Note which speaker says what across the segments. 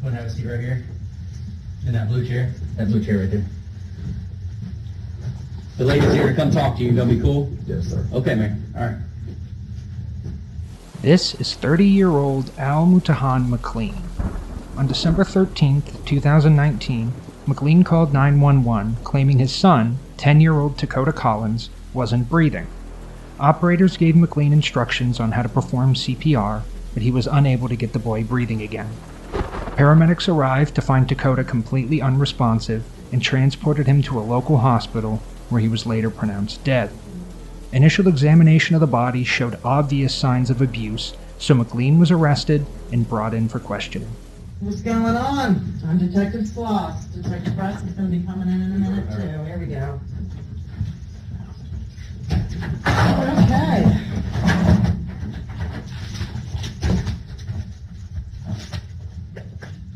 Speaker 1: I'm gonna have a seat right here. In that blue chair. That blue chair right there. The lady's here to come talk to you. Gonna be cool? Yes, sir. Okay, man. All right.
Speaker 2: This is 30 year old Al Mutahan McLean. On December 13, 2019, McLean called 911 claiming his son, 10 year old Dakota Collins, wasn't breathing. Operators gave McLean instructions on how to perform CPR, but he was unable to get the boy breathing again. Paramedics arrived to find Dakota completely unresponsive and transported him to a local hospital where he was later pronounced dead. Initial examination of the body showed obvious signs of abuse, so McLean was arrested and brought in for questioning.
Speaker 3: What's going on? I'm Detective Sloss. Detective Press is gonna be coming in in a minute too. Here we go. Okay.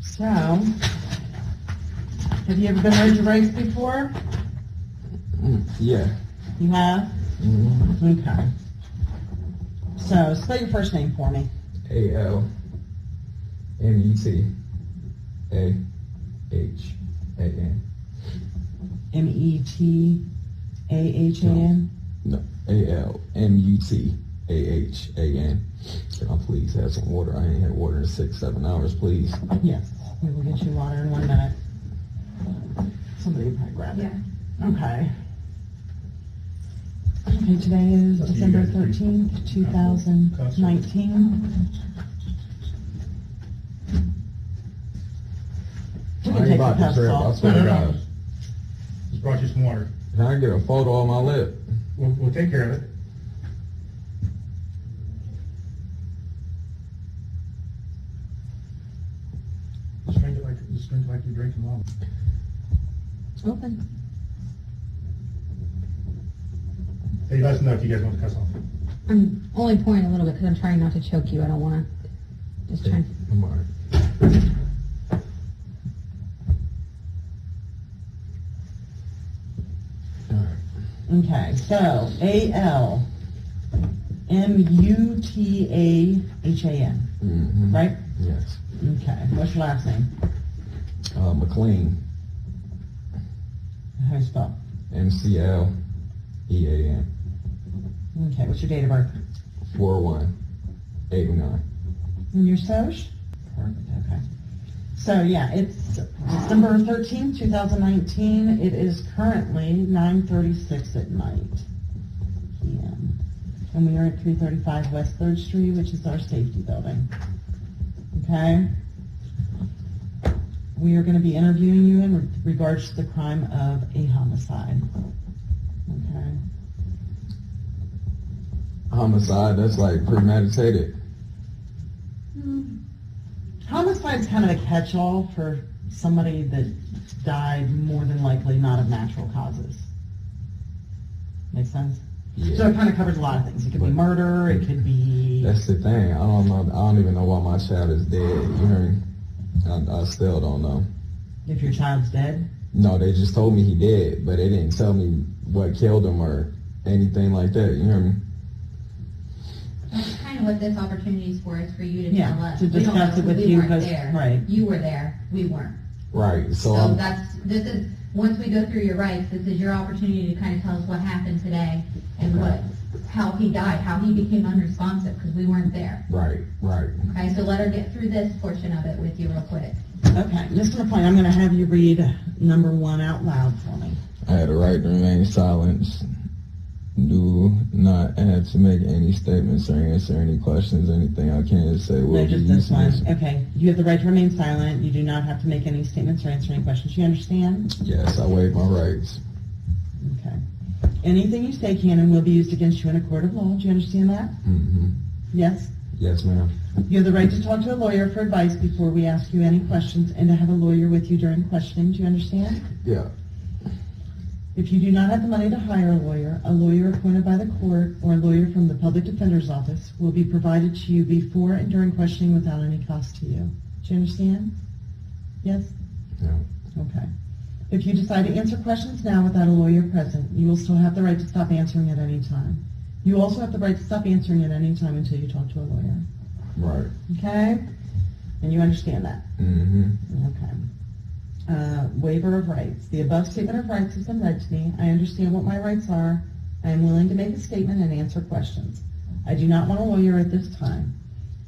Speaker 3: So, have you ever been raised a race before?
Speaker 1: Yeah.
Speaker 3: You have? Okay. So, spell your first name for me.
Speaker 1: A L M U T A H A N.
Speaker 3: M E T A H A N.
Speaker 1: No. A L M U T A H A N. Can I please have some water? I ain't had water in six, seven hours, please.
Speaker 3: Yes, we will get you water in one minute. Somebody probably grab it. Okay. Okay, today is December thirteenth, two thousand nineteen. You can
Speaker 1: I ain't
Speaker 3: take the
Speaker 1: about to
Speaker 3: cuffs
Speaker 1: trip, I
Speaker 3: off.
Speaker 1: swear to God.
Speaker 4: Just brought you some water.
Speaker 1: Can I get a photo on my lip?
Speaker 4: We'll, we'll take care of it. Just drink it like, just drink it like you're drinking water.
Speaker 3: Open.
Speaker 4: Hey, let us know if you guys want to cuss off.
Speaker 5: I'm only pouring a little bit because I'm trying not to choke you. I don't want to. Just trying.
Speaker 1: I'm all right. All right.
Speaker 3: Okay, so A L M U T A H A N,
Speaker 1: Mm-hmm.
Speaker 3: right?
Speaker 1: Yes.
Speaker 3: Okay, what's your last name?
Speaker 1: Uh, McLean.
Speaker 3: How you spell?
Speaker 1: M C L E A N.
Speaker 3: Okay, what's your date of birth?
Speaker 1: Four one eight nine.
Speaker 3: And your SOJ? Perfect, okay. So, yeah, it's December thirteenth, two thousand nineteen. It is currently nine thirty-six at night. PM. And we are at three thirty-five West Third Street, which is our safety building. Okay? We are gonna be interviewing you in regards to the crime of a homicide. Okay?
Speaker 1: Homicide. That's like premeditated.
Speaker 3: Homicide's kind of a catch-all for somebody that died more than likely not of natural causes. Make sense? So it kind of covers a lot of things. It could be
Speaker 1: But-
Speaker 3: murder, it could be,
Speaker 1: That's the thing. I don't know. I don't even know why my child is dead. You hear me? I, I still don't know.
Speaker 3: if your child's dead,
Speaker 1: No, they just told me he did, but they didn't tell me what killed him or anything like that. You hear me?
Speaker 5: That's kind of what this opportunity is for. Is for you to tell
Speaker 3: yeah,
Speaker 5: us.
Speaker 3: to
Speaker 5: We don't know
Speaker 3: discuss it
Speaker 5: because
Speaker 3: with
Speaker 5: we
Speaker 3: you,
Speaker 5: weren't
Speaker 3: because,
Speaker 5: there.
Speaker 3: right.
Speaker 5: You were there. We weren't.
Speaker 1: Right. So,
Speaker 5: So
Speaker 1: I'm,
Speaker 5: that's this is once we go through your rights. This is your opportunity to kind of tell us what happened today and what how he died, how he became unresponsive because we weren't there.
Speaker 1: right, right.
Speaker 5: Okay, so let her get through this portion of it with you real quick.
Speaker 3: Okay, Mr. McLean, I'm going to have you read number one out loud for me.
Speaker 1: I had a right to remain silent. Do not have to make any statements or answer any questions. Anything I can say will
Speaker 3: No,
Speaker 1: be
Speaker 3: just this
Speaker 1: useless.
Speaker 3: one. Okay. You have the right to remain silent. You do not have to make any statements or answer any questions. You understand?
Speaker 1: Yes, I waive my rights.
Speaker 3: Okay. Anything you say can and will be used against you in a court of law. Do you understand that?
Speaker 1: hmm
Speaker 3: Yes?
Speaker 1: Yes, ma'am.
Speaker 3: You have the right to talk to a lawyer for advice before we ask you any questions and to have a lawyer with you during questioning. Do you understand?
Speaker 1: Yeah.
Speaker 3: If you do not have the money to hire a lawyer, a lawyer appointed by the court or a lawyer from the public defender's office will be provided to you before and during questioning without any cost to you. Do you understand? Yes?
Speaker 1: Yeah.
Speaker 3: Okay. If you decide to answer questions now without a lawyer present, you will still have the right to stop answering at any time. You also have the right to stop answering at any time until you talk to a lawyer.
Speaker 1: Right.
Speaker 3: Okay? And you understand that?
Speaker 1: Mm-hmm.
Speaker 3: Okay. Uh, Waiver of rights. The above statement of rights has been read to me. I understand what my rights are. I am willing to make a statement and answer questions. I do not want a lawyer at this time.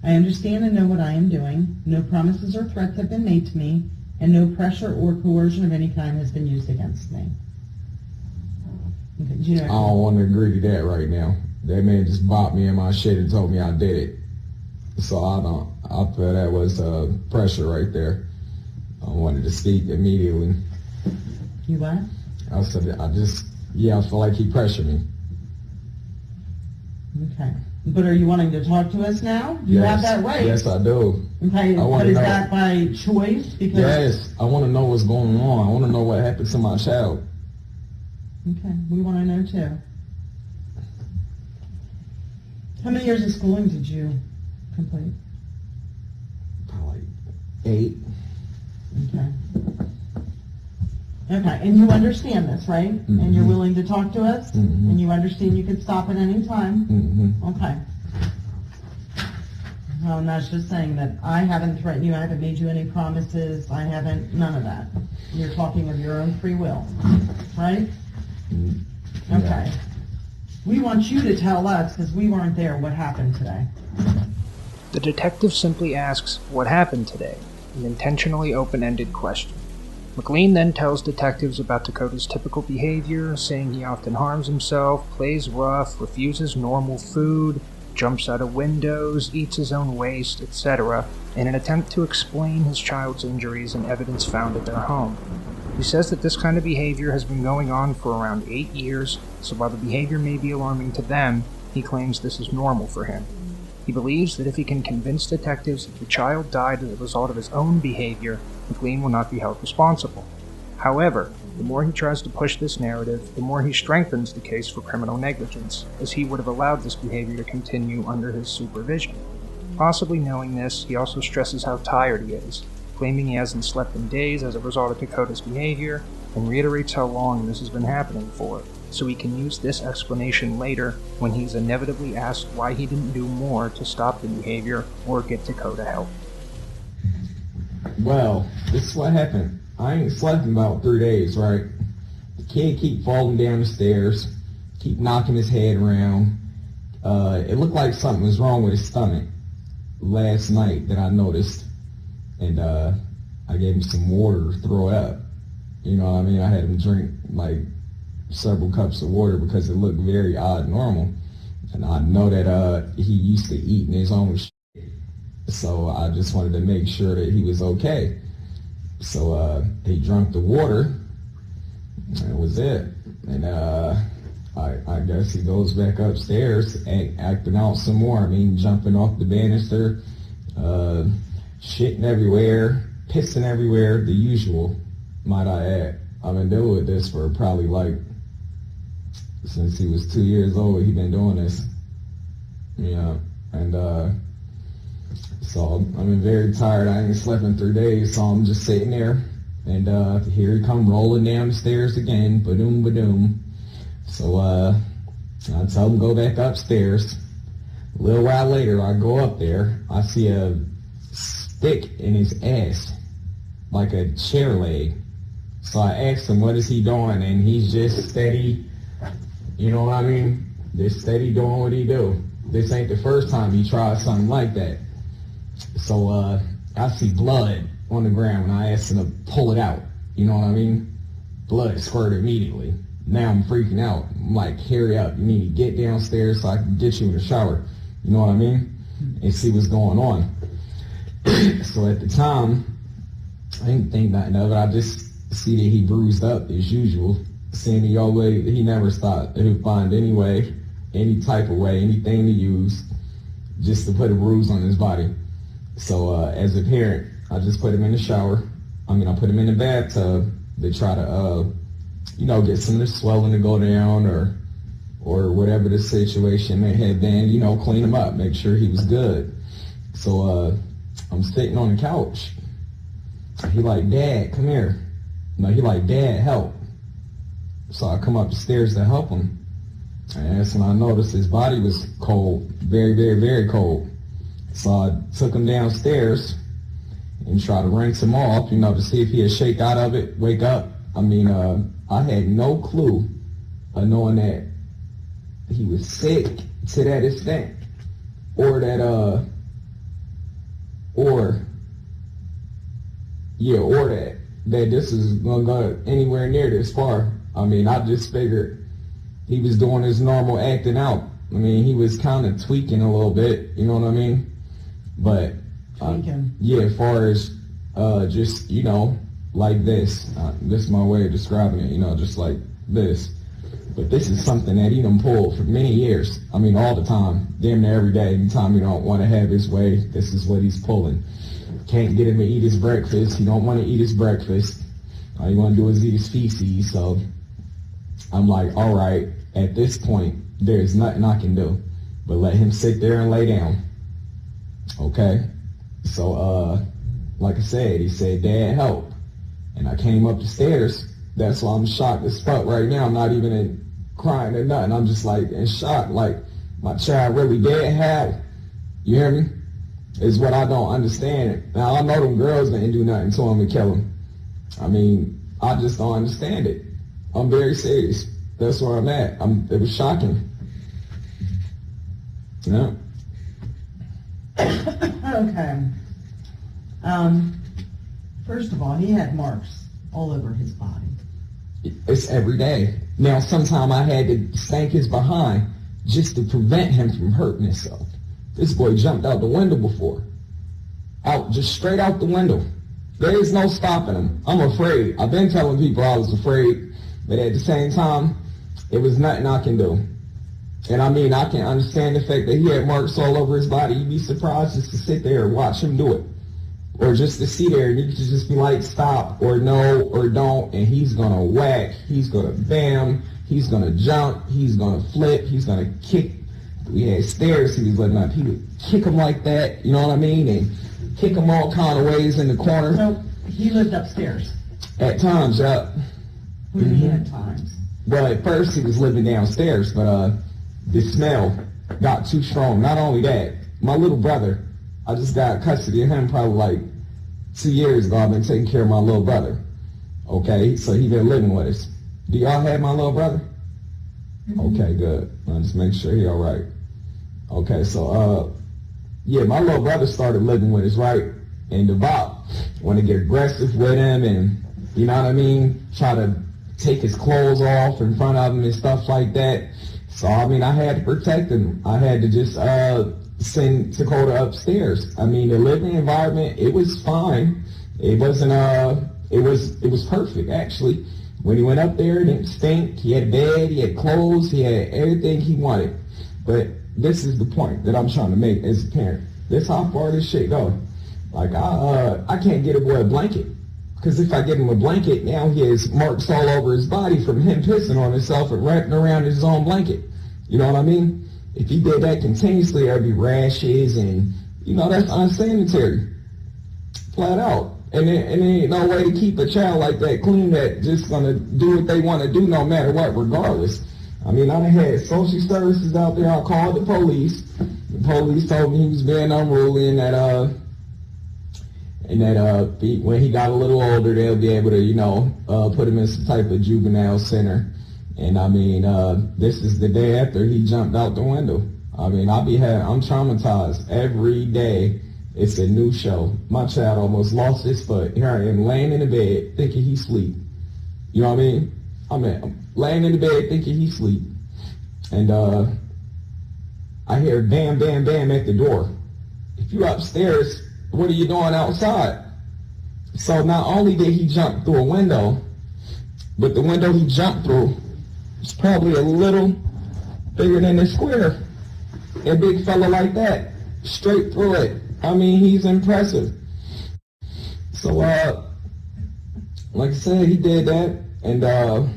Speaker 3: I understand and know what I am doing. No promises or threats have been made to me, and no pressure or coercion of any kind has been used against me. Okay, do you know-
Speaker 1: I don't want to agree to that right now. That man just bopped me in my shit and told me I did it. So I don't. I feel that was uh, pressure right there. I wanted to speak immediately.
Speaker 3: You what?
Speaker 1: I said, I just, yeah, I feel like he pressured me.
Speaker 3: Okay. But are you wanting to talk to us now? You have
Speaker 1: Yes.
Speaker 3: that right.
Speaker 1: Yes, I do.
Speaker 3: Okay,
Speaker 1: I wanna
Speaker 3: but is
Speaker 1: know.
Speaker 3: that by choice? Because
Speaker 1: Yes, I want to know what's going on. I want to know what happened to my child.
Speaker 3: Okay, we want to know too. How many years of schooling did you complete?
Speaker 1: Probably eight.
Speaker 3: Okay. Okay, and you understand this, right? And you're
Speaker 1: Mhm.
Speaker 3: willing to talk to us?
Speaker 1: Mhm.
Speaker 3: And you understand you could stop at any time?
Speaker 1: Mm-hmm.
Speaker 3: Okay. Well, and that's just saying that I haven't threatened you, I haven't made you any promises, I haven't, none of that. You're talking of your own free will, right? Okay. We want you to tell us, because we weren't there, what happened today.
Speaker 2: The detective simply asks, What happened today? an intentionally open ended question. McLean then tells detectives about Dakota's typical behavior, saying he often harms himself, plays rough, refuses normal food, jumps out of windows, eats his own waste, etc., in an attempt to explain his child's injuries and evidence found at their home. He says that this kind of behavior has been going on for around eight years, so while the behavior may be alarming to them, he claims this is normal for him. He believes that if he can convince detectives that the child died as a result of his own behavior, McLean will not be held responsible. However, the more he tries to push this narrative, the more he strengthens the case for criminal negligence, as he would have allowed this behavior to continue under his supervision. Possibly knowing this, he also stresses how tired he is, claiming he hasn't slept in days as a result of Dakota's behavior, and reiterates how long this has been happening for, so he can use this explanation later when he's inevitably asked why he didn't do more to stop the behavior or get Dakota help.
Speaker 1: Well, this is what happened. I ain't slept in about three days, right? The kid keep falling down the stairs, keep knocking his head around. Uh, it looked like something was wrong with his stomach last night that I noticed. And uh, I gave him some water to throw up. You know what I mean? I had him drink like several cups of water because it looked very odd normal. And I know that uh, he used to eating his own so I just wanted to make sure that he was okay. So uh, he drank the water. And it was it. And uh, I, I guess he goes back upstairs and acting out some more. I mean, jumping off the banister, uh, shitting everywhere, pissing everywhere, the usual, might I add. I've been dealing with this for probably like since he was two years old. He been doing this. Yeah, and uh, so I'm, I'm very tired. I ain't slept in three days, so I'm just sitting there. And uh, here he come rolling down the stairs again. Ba-doom, ba-doom. So uh, I tell him go back upstairs. A little while later, I go up there. I see a stick in his ass, like a chair leg. So I asked him, what is he doing? And he's just steady, you know what I mean? Just steady doing what he do. This ain't the first time he tried something like that. So uh, I see blood on the ground and I asked him to pull it out. You know what I mean? Blood squirted immediately. Now I'm freaking out. I'm like, hurry up. You need to get downstairs so I can get you in the shower. You know what I mean? And see what's going on. so at the time, I didn't think nothing of it. I just see that he bruised up as usual. Seeing the old lady, he never thought he'd find any way, any type of way, anything to use just to put a bruise on his body. So uh, as a parent, I just put him in the shower. I mean, I put him in the bathtub to try to, uh, you know, get some of the swelling to go down or or whatever the situation may have been, you know, clean him up, make sure he was good. So uh, I'm sitting on the couch. He like, Dad, come here. No, he like, Dad, help. So I come up the stairs to help him. And that's when I noticed his body was cold, very, very, very cold. So I took him downstairs and tried to rinse him off, you know, to see if he'd shake out of it, wake up. I mean, uh, I had no clue of knowing that he was sick to that extent or that, uh, or, yeah, or that, that this is going to go anywhere near this far. I mean, I just figured he was doing his normal acting out. I mean, he was kind of tweaking a little bit, you know what I mean? But uh,
Speaker 3: Tweaking.
Speaker 1: yeah, as far as uh, just you know, like this, uh, this is my way of describing it. You know, just like this. But this is something that he done pulled for many years. I mean, all the time, damn near every day. Anytime he don't want to have his way, this is what he's pulling. Can't get him to eat his breakfast. He don't want to eat his breakfast. All you want to do is eat his feces. So I'm like, all right, at this point, there's nothing I can do but let him sit there and lay down. Okay? So, uh, like I said, he said, Dad, help. And I came up the stairs. That's why I'm shocked as fuck right now. I'm not even in crying or nothing. I'm just like in shock. Like, my child really dead? How? You hear me? Is what I don't understand. Now, I know them girls didn't do nothing to him to kill him. I mean, I just don't understand it. I'm very serious. That's where I'm at. I'm, it was shocking. Yeah.
Speaker 3: Okay. Um, first of all, he had marks all over his body.
Speaker 1: It's every day. Now, sometime I had to stank his behind just to prevent him from hurting himself. This boy jumped out the window before. Out, just straight out the window. There is no stopping him. I'm afraid. I've been telling people I was afraid, but at the same time, it was nothing I can do. And I mean, I can understand the fact that he had marks all over his body. You'd be surprised just to sit there and watch him do it. Or just to sit there and you could just be like, stop, or no, or don't. And he's going to whack. He's going to bam. He's going to jump. He's going to flip. He's going to kick. We had stairs he was letting up. He would kick him like that. You know what I mean? And kick him all kind of ways in the corner.
Speaker 3: So he lived upstairs.
Speaker 1: At times, uh,
Speaker 3: What do you
Speaker 1: Mm-hmm.
Speaker 3: mean at times?
Speaker 1: well, at first he was living downstairs, but uh, the smell got too strong. Not only that, my little brother, I just got custody of him probably like two years ago. I've been taking care of my little brother. Okay, so he been living with us. Do y'all have my little brother? Okay, good. I just make sure he all right. Okay, so uh, yeah, my little brother started living with us, right? And the Bob want to get aggressive with him, and you know what I mean. Try to take his clothes off in front of him and stuff like that. So I mean, I had to protect him. I had to just uh, send Dakota upstairs. I mean, the living environment it was fine. It wasn't uh, it was it was perfect actually. When he went up there, it didn't stink. He had a bed, he had clothes, he had everything he wanted. But this is the point that I'm trying to make as a parent. This how far this shit go. Like I, uh, I can't get a boy a blanket because if I give him a blanket, now he has marks all over his body from him pissing on himself and wrapping around his own blanket. You know what I mean? If he did that continuously, there'd be rashes and you know that's unsanitary, flat out. And there, and there ain't no way to keep a child like that clean that just gonna do what they want to do no matter what, regardless. I mean, I done had social services out there. I called the police. The police told me he was being unruly and that uh and that uh, he, when he got a little older, they'll be able to, you know, uh, put him in some type of juvenile center. And I mean, uh, this is the day after he jumped out the window. I mean, I be had, I'm traumatized every day. It's a new show. My child almost lost his foot. Here I am laying in the bed thinking he's asleep. You know what I mean? I'm, at, I'm laying in the bed thinking he's asleep. And uh, I hear bam, bam, bam at the door. If you're upstairs, what are you doing outside? So not only did he jump through a window, but the window he jumped through was probably a little bigger than the square. A big fella like that, straight through it. I mean, he's impressive. So, uh, like I said, he did that, and uh,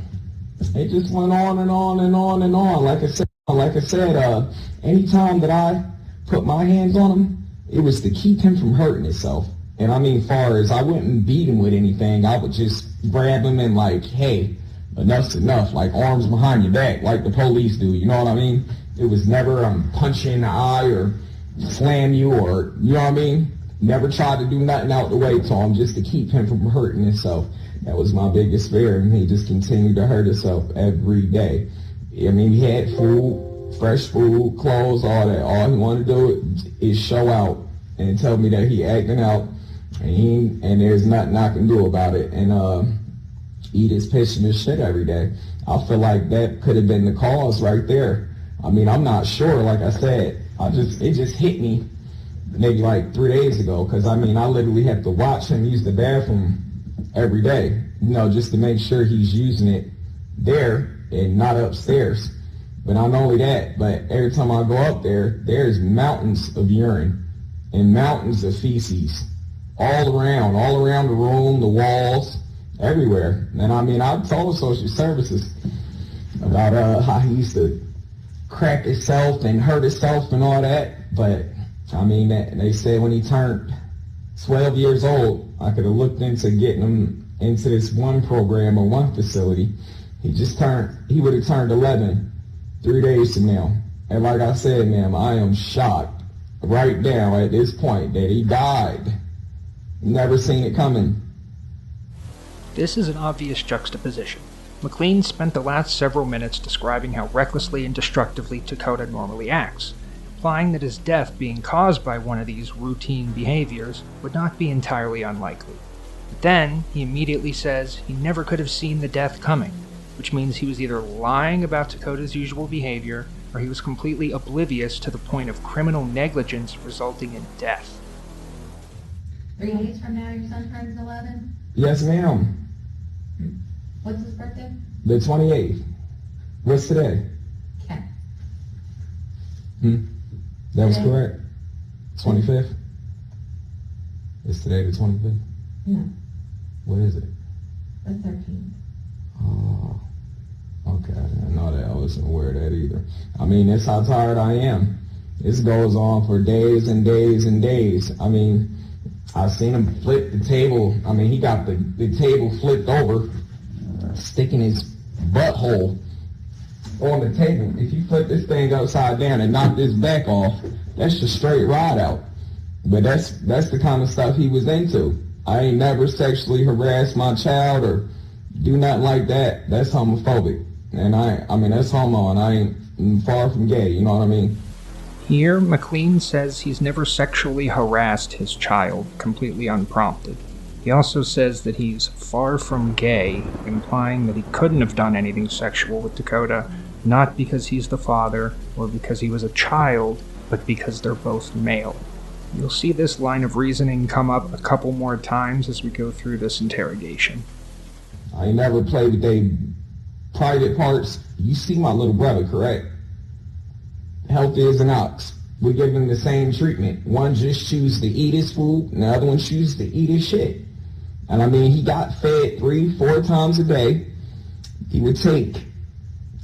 Speaker 1: it just went on and on and on and on. Like I said, like I said, uh, anytime that I put my hands on him, it was to keep him from hurting himself. And I mean, far as I wouldn't beat him with anything, I would just grab him and like, hey, enough's enough. Like arms behind your back, like the police do. You know what I mean? It was never um, punch you in the eye or slam you or you know what I mean. Never tried to do nothing out the way to him just to keep him from hurting himself. That was my biggest fear, and he just continued to hurt himself every day. I mean, he had food, fresh food, clothes, all that. All he wanted to do is show out and tell me that he acting out, and he, and there's nothing I can do about it. And uh, eat his piss and his shit every day. I feel like that could have been the cause right there. I mean, I'm not sure. Like I said, I just it just hit me maybe like three days ago because I mean, I literally have to watch him use the bathroom every day, you know, just to make sure he's using it there and not upstairs. But not only that, but every time I go up there, there's mountains of urine and mountains of feces all around, all around the room, the walls, everywhere. And I mean, I told social services about uh, how he used to crack himself and hurt himself and all that. But I mean, that, they said when he turned 12 years old, I could have looked into getting him into this one program or one facility. He just turned, he would have turned 11 three days from now. And like I said, ma'am, I am shocked right now at this point that he died. Never seen it coming.
Speaker 2: This is an obvious juxtaposition. McLean spent the last several minutes describing how recklessly and destructively Dakota normally acts, implying that his death being caused by one of these routine behaviors would not be entirely unlikely. But then he immediately says he never could have seen the death coming, which means he was either lying about Dakota's usual behavior or he was completely oblivious to the point of criminal negligence resulting in death.
Speaker 5: Three days from now, your son turns 11?
Speaker 1: Yes, ma'am.
Speaker 5: What's his birthday?
Speaker 1: The 28th. What's today?
Speaker 5: Okay.
Speaker 1: Hmm? That was
Speaker 5: Today.
Speaker 1: correct. 25th? Is today the 25th?
Speaker 5: No,
Speaker 1: What is it?
Speaker 5: the 13th.
Speaker 1: Oh, okay. I didn't know that. I wasn't aware of that either. I mean, that's how tired I am. This goes on for days and days and days. I mean, I've seen him flip the table. I mean, he got the, the table flipped over, sticking his butthole on the table. If you flip this thing upside down and knock this back off, that's just straight ride out. But that's that's the kind of stuff he was into. I ain't never sexually harassed my child or do not like that. That's homophobic, and I I mean that's homo, and I ain't I'm far from gay. You know what I mean?
Speaker 2: Here, McLean says he's never sexually harassed his child, completely unprompted. He also says that he's far from gay, implying that he couldn't have done anything sexual with Dakota, not because he's the father or because he was a child, but because they're both male. You'll see this line of reasoning come up a couple more times as we go through this interrogation.
Speaker 1: I ain't never played with they private parts. You see my little brother, correct? Healthy as an ox. We give him the same treatment. One just chooses to eat his food, and the other one chooses to eat his shit. And I mean, he got fed three, four times a day. He would take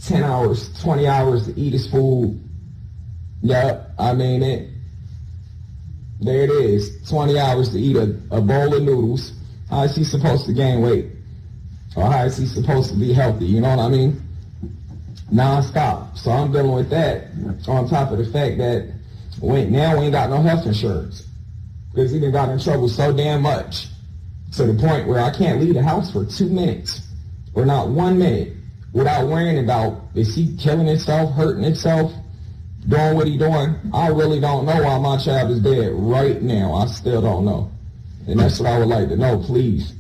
Speaker 1: 10 hours, 20 hours to eat his food. Yep, I mean it. There it is. 20 hours to eat a, a bowl of noodles. How is he supposed to gain weight? or how is he supposed to be healthy? You know what I mean? Non-stop. So I'm dealing with that on top of the fact that we ain't- now we ain't got no health insurance because he done got in trouble so damn much to the point where I can't leave the house for two minutes or not one minute without worrying about is he killing himself, hurting himself, doing what he doing. I really don't know why my child is dead right now. I still don't know. And that's what I would like to know, please.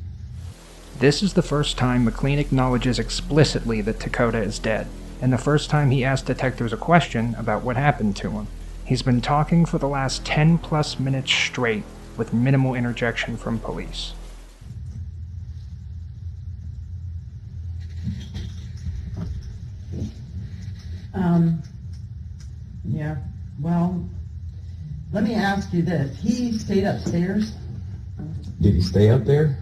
Speaker 2: This is the first time McLean acknowledges explicitly that Dakota is dead, and the first time he asks detectives a question about what happened to him. He's been talking for the last 10 plus minutes straight with minimal interjection from police.
Speaker 3: Um, yeah, well, let me ask you this. He stayed upstairs?
Speaker 1: Did he stay up there?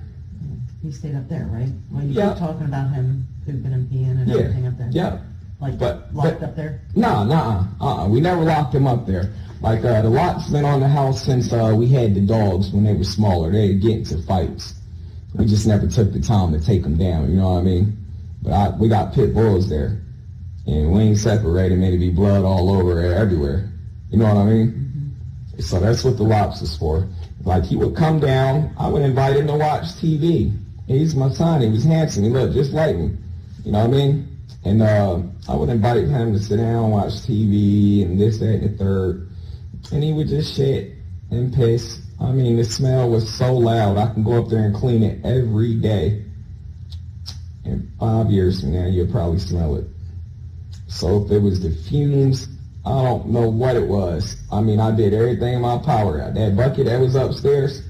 Speaker 3: He stayed up there, right? Well, you
Speaker 1: Yeah.
Speaker 3: were talking about him pooping and peeing and
Speaker 1: Yeah.
Speaker 3: everything up there.
Speaker 1: Yeah.
Speaker 3: Like
Speaker 1: But-
Speaker 3: locked
Speaker 1: but-
Speaker 3: up there?
Speaker 1: Nah, nah, uh, uh we never locked him up there. Like uh, the lock's been on the house since uh, we had the dogs when they were smaller. They'd get into fights. We just never took the time to take them down. You know what I mean? But I, we got pit bulls there, and we ain't separated. Made it be blood all over it, everywhere. You know what I mean? So that's what the lops is for. Like he would come down, I would invite him to watch TV. He's my son. He was handsome. He looked just like me. You know what I mean? And uh, I would invite him to sit down, watch TV, and this, that, and the third. And he would just shit and piss. I mean, the smell was so loud. I can go up there and clean it every day. And five years from now, you'll probably smell it. So if it was the fumes, I don't know what it was. I mean, I did everything in my power. That bucket that was upstairs,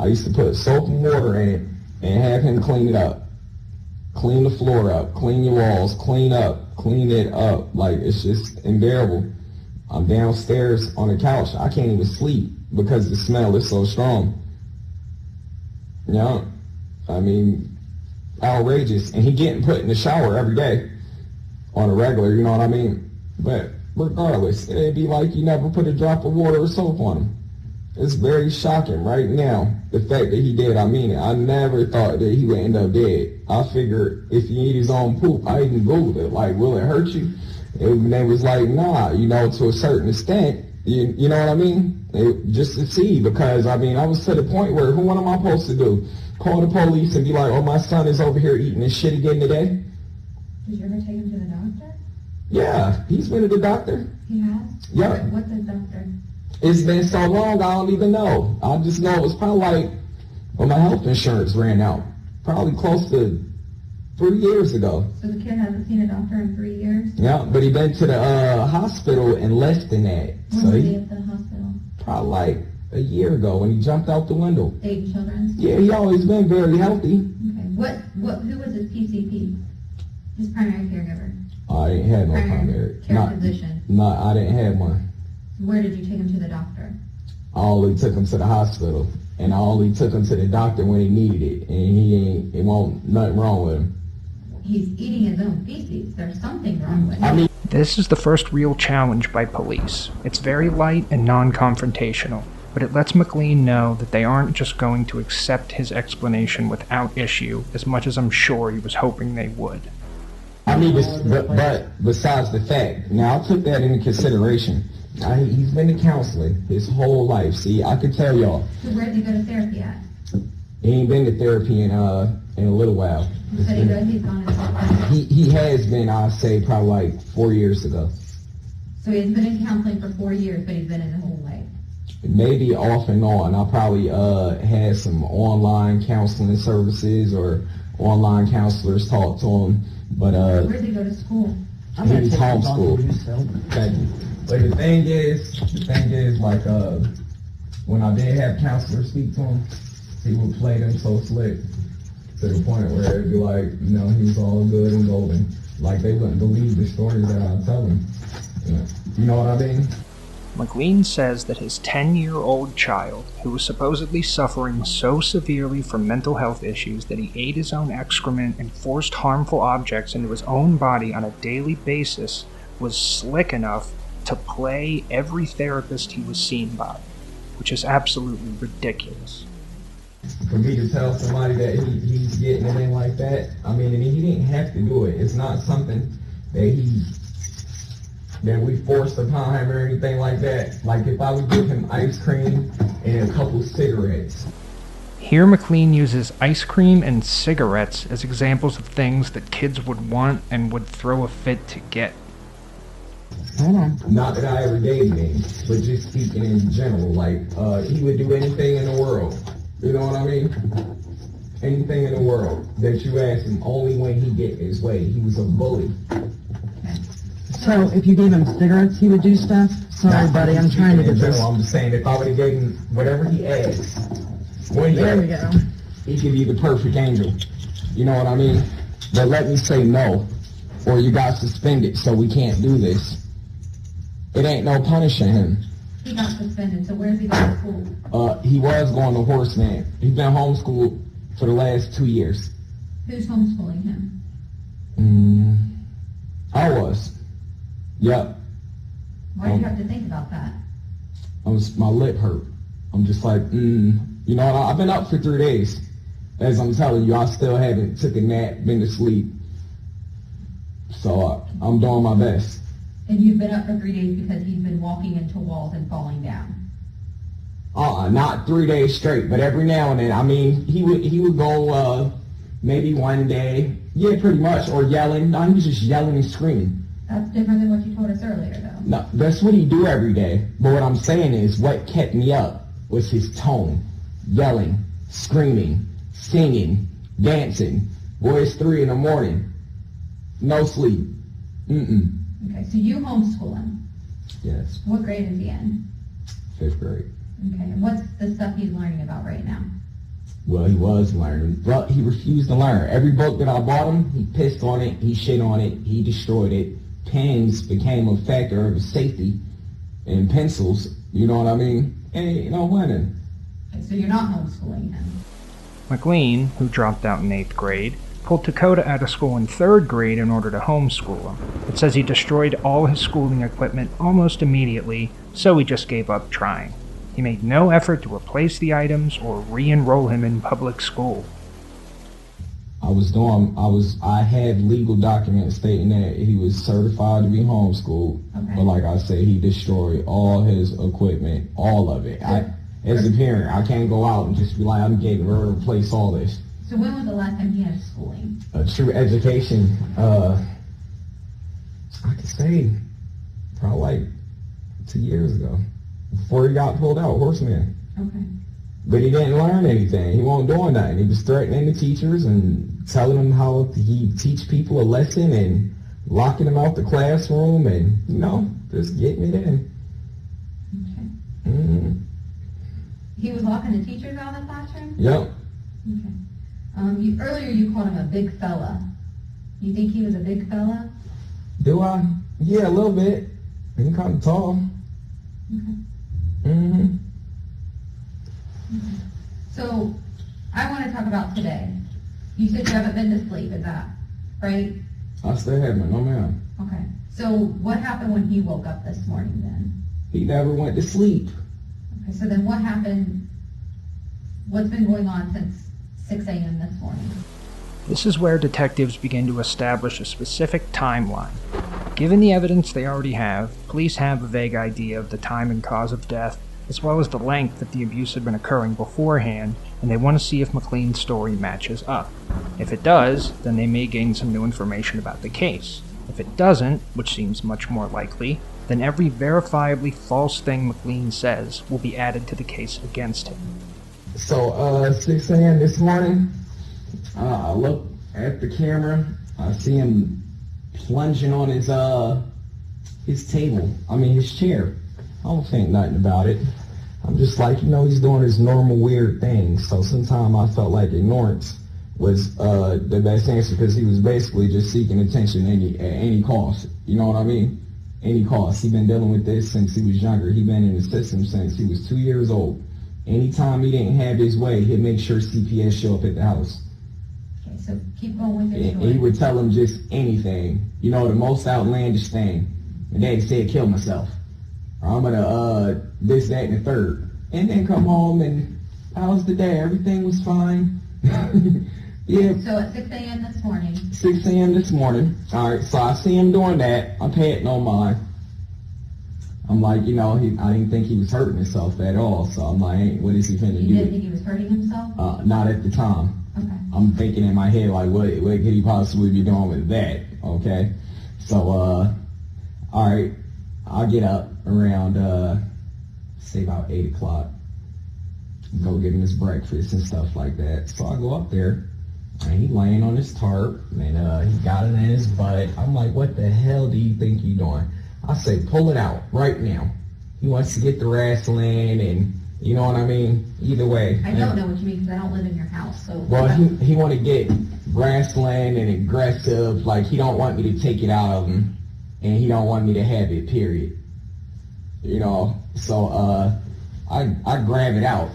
Speaker 1: I used to put soap and water in it and have him clean it up. Clean the floor up, clean your walls, clean up, clean it up. Like, it's just unbearable. I'm downstairs on the couch. I can't even sleep because the smell is so strong. You know, I mean, outrageous. And he getting put in the shower every day on a regular, you know what I mean? But regardless, it'd be like you never put a drop of water or soap on him. It's very shocking right now, the fact that he did. I mean it. I never thought that he would end up dead. I figured if he eat his own poop, I even Googled it. Like, will it hurt you? And they was like, nah, you know, to a certain extent. You, you know what I mean? It, just to see, because, I mean, I was to the point where, who, what am I supposed to do? Call the police and be like, oh, my son is over here eating his shit again today?
Speaker 5: Did you ever take him to the doctor?
Speaker 1: Yeah, he's been to the doctor.
Speaker 5: He has?
Speaker 1: Yeah.
Speaker 5: What's his doctor?
Speaker 1: It's been so long, I don't even know. I just know it was probably like when my health insurance ran out. Probably close to three years ago.
Speaker 5: So the kid hasn't seen a doctor in three years?
Speaker 1: Yeah, but he been to the uh, hospital and less than that.
Speaker 5: When
Speaker 1: So
Speaker 5: was he
Speaker 1: he
Speaker 5: at the hospital?
Speaker 1: probably like a year ago when he jumped out the window.
Speaker 5: Dating children?
Speaker 1: Yeah, he always been very healthy.
Speaker 5: Okay. What, what, who was his PCP? His primary caregiver?
Speaker 1: I didn't have no Oh,
Speaker 5: Primary
Speaker 1: primary.
Speaker 5: care
Speaker 1: Not,
Speaker 5: physician?
Speaker 1: not, I didn't have one.
Speaker 5: Where did you take him to the doctor?
Speaker 1: I only took him to the hospital, and I only took him to the doctor when he needed it, and he ain't, it won't, nothing wrong with him.
Speaker 5: He's eating his own feces. There's something wrong with him.
Speaker 1: I mean,
Speaker 2: This is the first real challenge by police. It's very light and non confrontational, but it lets McLean know that they aren't just going to accept his explanation without issue as much as I'm sure he was hoping they would.
Speaker 1: I mean, bes- but, but besides the fact, now I took that into consideration. I, he's been to counseling his whole life. See, I could tell y'all,
Speaker 5: So where did he go to therapy at?
Speaker 1: he ain't been to therapy in uh in a little while.
Speaker 5: You said he goes, he's gone to therapy.
Speaker 1: He he has been, I'd say, probably like four years ago.
Speaker 5: So he's been in counseling for four years, but he's been in the whole way.
Speaker 1: maybe off and on. I probably uh, had some online counseling services or online counselors talk to him, but uh,
Speaker 5: Where does he go to school?
Speaker 3: I'm gonna
Speaker 1: He's
Speaker 3: take the dog
Speaker 1: homeschooled.
Speaker 3: to do so.
Speaker 1: thank you. But the thing is, the thing is, like uh, when I did have counselors speak to him, he would play them so slick to the point where it'd be like, you know, he's all good and golden. Like they wouldn't believe the stories that I tell them. You know what I mean?
Speaker 2: McLean says that his 10 year old child, who was supposedly suffering so severely from mental health issues that he ate his own excrement and forced harmful objects into his own body on a daily basis, was slick enough to play every therapist he was seen by, which is absolutely ridiculous.
Speaker 1: for me to tell somebody that he, he's getting it in like that, I mean, and he didn't have to do it. It's not something that he that we forced upon him or anything like that. Like if I would give him ice cream and a couple cigarettes,
Speaker 2: Here, McLean uses ice cream and cigarettes as examples of things that kids would want and would throw a fit to get.
Speaker 3: Hold on.
Speaker 1: not that I ever gave him, any, but just speaking in general, like uh, he would do anything in the world. You know what I mean? anything in the world that you ask him, only when he get his way. He was a bully.
Speaker 3: So if you gave him cigarettes, he would do stuff? Sorry,
Speaker 1: Not
Speaker 3: buddy, I'm trying to
Speaker 1: in
Speaker 3: get this.
Speaker 1: general, I'm just saying if I would have gave him whatever he asked, when he
Speaker 3: There we
Speaker 1: asked,
Speaker 3: go.
Speaker 1: he could be the perfect angel. You know what I mean? But let me say no, or you got suspended, so we can't do this. It ain't no punishing him.
Speaker 5: He got suspended, so where's he going to school?
Speaker 1: Uh, he was going to Horseman. He's been homeschooled for the last two years.
Speaker 5: Who's homeschooling him?
Speaker 1: Mm, I was. Yep.
Speaker 5: Why
Speaker 1: Oh.
Speaker 5: do you have to think about that?
Speaker 1: I was, my lip hurt. I'm just like, mm. You know, I, I've been up for three days. As I'm telling you, I still haven't took a nap, been to sleep. So I, I'm doing my best.
Speaker 5: And you've been up for three days because he's been walking into walls and falling down.
Speaker 1: Uh, not three days straight, but every now and then. I mean, he would he would go uh, maybe one day, yeah, pretty much, or yelling. No, he was just yelling and screaming.
Speaker 5: That's different than what you told us earlier, though.
Speaker 1: No, that's what he do every day. But what I'm saying is, what kept me up was his tone, yelling, screaming, singing, dancing. Boy, it's three in the morning, no sleep. Mm-mm.
Speaker 5: Okay, so you homeschool him.
Speaker 1: Yes,
Speaker 5: What grade is he in?
Speaker 1: fifth grade.
Speaker 5: Okay, and what's the stuff he's learning about right now?
Speaker 1: Well, he was learning, but he refused to learn. Every book that I bought him, he pissed on it, he shit on it, he destroyed it. Pens became a factor of his safety, and pencils. You know what I mean? Ain't no winning.
Speaker 5: Okay, so you're not homeschooling him.
Speaker 2: McLean, who dropped out in eighth grade, pulled Dakota out of school in third grade in order to homeschool him. It says he destroyed all his schooling equipment almost immediately, so he just gave up trying. He made no effort to replace the items or re enroll him in public school.
Speaker 1: I was doing, I was, I had legal documents stating that he was certified to be homeschooled.
Speaker 5: Okay.
Speaker 1: But like I said, he destroyed all his equipment, all of it. I, as a parent, I can't go out and just be like, I'm getting ready to replace all this.
Speaker 5: So when was the last time he had schooling?
Speaker 1: A true education, uh, I could say probably like two years ago, before he got pulled out, horseman.
Speaker 5: Okay.
Speaker 1: But he didn't learn anything. He wasn't doing nothing. He was threatening the teachers and telling them how he teach people a lesson and locking them out the classroom and, you know, just getting it in.
Speaker 5: Okay.
Speaker 1: Mm.
Speaker 5: He was locking the teachers out of the classroom?
Speaker 1: Yep.
Speaker 5: Okay. Um, you, earlier you called him a big fella. You think he was a big fella?
Speaker 1: Do I? Yeah, a little bit. I'm kind of tall.
Speaker 5: Okay.
Speaker 1: hmm
Speaker 5: So I want to talk about today. You said you haven't been to sleep, is that right?
Speaker 1: I still have my no man.
Speaker 5: Okay. So what happened when he woke up this morning then?
Speaker 1: He never went to sleep.
Speaker 5: Okay, so then what happened? What's been going on since 6 a.m. this morning?
Speaker 2: This is where detectives begin to establish a specific timeline. Given the evidence they already have, police have a vague idea of the time and cause of death, as well as the length that the abuse had been occurring beforehand, and they want to see if McLean's story matches up. If it does, then they may gain some new information about the case. If it doesn't, which seems much more likely, then every verifiably false thing McLean says will be added to the case against him.
Speaker 1: So, uh, 6 a.m. this morning, uh, I look at the camera. I see him plunging on his, uh, his table. I mean, his chair. I don't think nothing about it. I'm just like, you know, he's doing his normal weird thing. So sometimes I felt like ignorance was, uh, the best answer because he was basically just seeking attention any, at any cost. You know what I mean? Any cost. He been dealing with this since he was younger. He been in the system since he was two years old. Anytime he didn't have his way, he'd make sure CPS show up at the house.
Speaker 5: Okay, so keep going with your
Speaker 1: And, and he
Speaker 5: story.
Speaker 1: would tell him just anything. You know, the most outlandish thing. My daddy said, kill myself. Or I'm gonna, uh, this, that, and the third. And then come home and, how's the day? Everything was fine. yeah,
Speaker 5: So at 6 a.m. this morning,
Speaker 1: 6 a.m. this morning. All right, so I see him doing that. I'm patting on mine. I'm like, you know, he, I didn't think he was hurting himself at all. So I'm like, hey, what is he finna
Speaker 5: you didn't
Speaker 1: do?
Speaker 5: think he was hurting himself?
Speaker 1: Uh, not at the time.
Speaker 5: Okay.
Speaker 1: I'm thinking in my head like, what what could he possibly be doing with that? Okay, so uh, all right, I'll get up around uh, say about eight o'clock. go get him his breakfast and stuff like that. So I go up there, and he laying on his tarp, and uh, he got it in his butt. I'm like, what the hell do you think you doing? I say, pull it out right now. He wants to get the wrestling, and you know what I mean? Either way.
Speaker 5: I don't know what you mean because I don't live in your house, so.
Speaker 1: Well, he, he want to get wrestling and aggressive. Like, he don't want me to take it out of him, and he don't want me to have it, period. You know, so uh, I, I grab it out.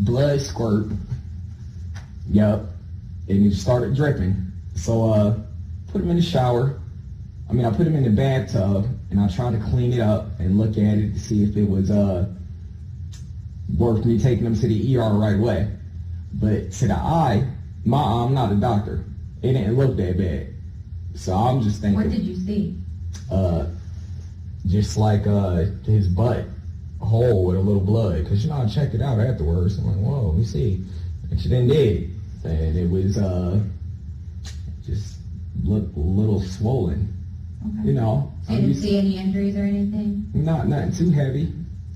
Speaker 1: Blood squirt. Yup. And it started dripping. So uh, put him in the shower. I mean, I put him in the bathtub, and I tried to clean it up and look at it to see if it was uh, worth me taking him to the ER right away. But to the eye, my I'm not a doctor. It didn't look that bad. So I'm just
Speaker 5: What did
Speaker 1: thinking,
Speaker 5: you see?
Speaker 1: uh, just like uh, his butt hole with a little blood. Because, you know, I checked it out afterwards. I'm like, whoa, let me see. And she then did. And it was uh, just look a little swollen. You
Speaker 5: Okay.
Speaker 1: know,
Speaker 5: So you
Speaker 1: I'm
Speaker 5: didn't
Speaker 1: used-
Speaker 5: see any injuries or anything?
Speaker 1: not nothing too heavy.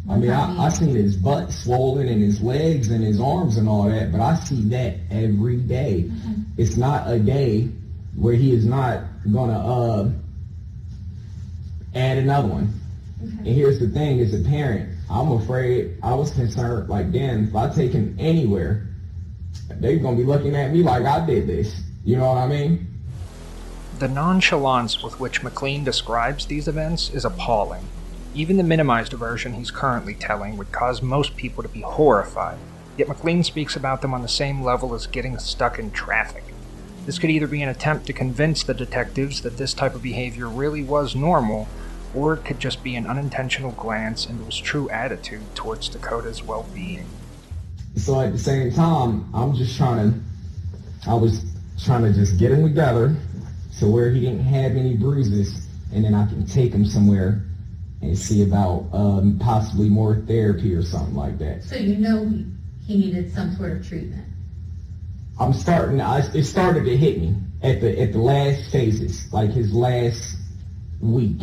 Speaker 1: I mean, I, I seen his butt swollen and his legs and his arms and all that, but I see that every day. It's not a day where he is not gonna uh, add another one. And
Speaker 5: Okay.
Speaker 1: here's the thing: as a parent, I'm afraid. I was concerned, like, damn, if I take him anywhere, they're gonna be looking at me like I did this. You know what I mean?
Speaker 2: The nonchalance with which McLean describes these events is appalling. Even the minimized version he's currently telling would cause most people to be horrified, yet McLean speaks about them on the same level as getting stuck in traffic. This could either be an attempt to convince the detectives that this type of behavior really was normal, or it could just be an unintentional glance into his true attitude towards Dakota's well being.
Speaker 1: So at the same time, I'm just trying to, I was trying to just get him together to where he didn't have any bruises, and then I can take him somewhere and see about um, possibly more therapy or something like that.
Speaker 5: So you know he- he needed some sort of treatment?
Speaker 1: I'm starting, I, it started to hit me at the at the last phases, like his last week.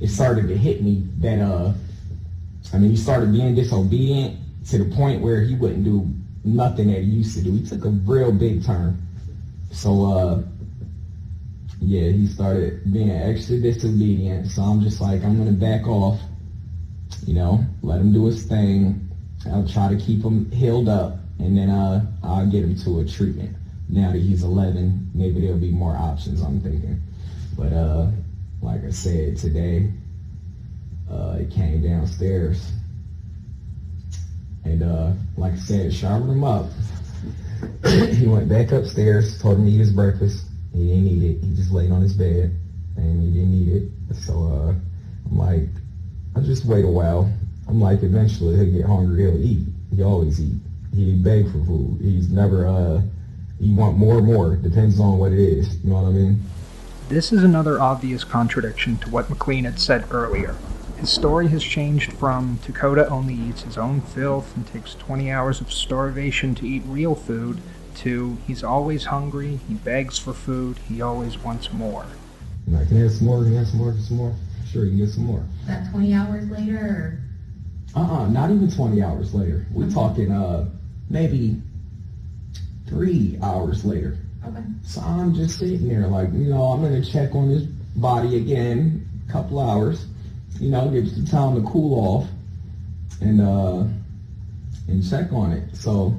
Speaker 1: It started to hit me that uh, I mean, he started being disobedient to the point where he wouldn't do nothing that he used to do. He took a real big turn. So uh, yeah, he started being extra disobedient. So I'm just like, I'm gonna back off. You know, let him do his thing. I'll try to keep him healed up, and then uh, I'll get him to a treatment. Now that he's 11, maybe there'll be more options. I'm thinking, but uh, like I said today, uh, it came downstairs, and uh, like I said, showered him up. he went back upstairs, told him to eat his breakfast. He didn't eat it. He just laid on his bed, and he didn't eat it. So uh, I'm like, I just wait a while. I'm like, eventually he'll get hungry. He'll eat. He always eat. He beg for food. He's never, uh, he want more and more. Depends on what it is. You know what I mean?
Speaker 2: This is another obvious contradiction to what McLean had said earlier. His story has changed from Dakota only eats his own filth and takes 20 hours of starvation to eat real food to he's always hungry, he begs for food, he always wants more.
Speaker 1: I'm like, can I have some more? Can I have some more? Some more? Sure, you can get some more.
Speaker 5: About 20 hours later or?
Speaker 1: Uh-uh, not even 20 hours later. We're talking, uh, maybe three hours later.
Speaker 5: Okay.
Speaker 1: So I'm just sitting there like, you know, I'm gonna check on his body again, couple hours, you know, give some time to cool off and uh and check on it. So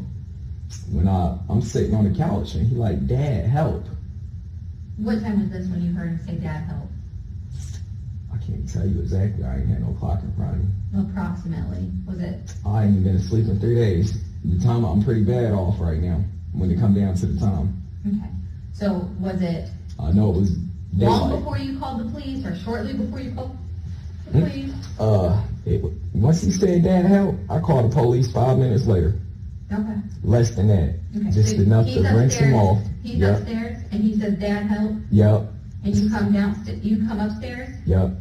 Speaker 1: when I I'm sitting on the couch and he like, Dad, help.
Speaker 5: What time was this when you heard him say dad help?
Speaker 1: I can't tell you exactly, I ain't had no clock in front of me.
Speaker 5: Approximately. Was it
Speaker 1: I ain't been asleep in three days. The time I'm pretty bad off right now when it come down to the time.
Speaker 5: Okay. So was it
Speaker 1: I know it was daylight.
Speaker 5: long
Speaker 1: Hmm?
Speaker 5: before you called the police or shortly before you called the police?
Speaker 1: Uh, it, once he said Dad, help, I called the police five minutes later.
Speaker 5: Okay.
Speaker 1: Less than that.
Speaker 5: Okay.
Speaker 1: Just
Speaker 5: So
Speaker 1: enough
Speaker 5: he's
Speaker 1: to rinse him
Speaker 5: upstairs-
Speaker 1: off.
Speaker 5: He's
Speaker 1: Yep.
Speaker 5: upstairs and he says, "Dad, help!"
Speaker 1: Yep.
Speaker 5: And you come downstairs. You come upstairs,
Speaker 1: Yep.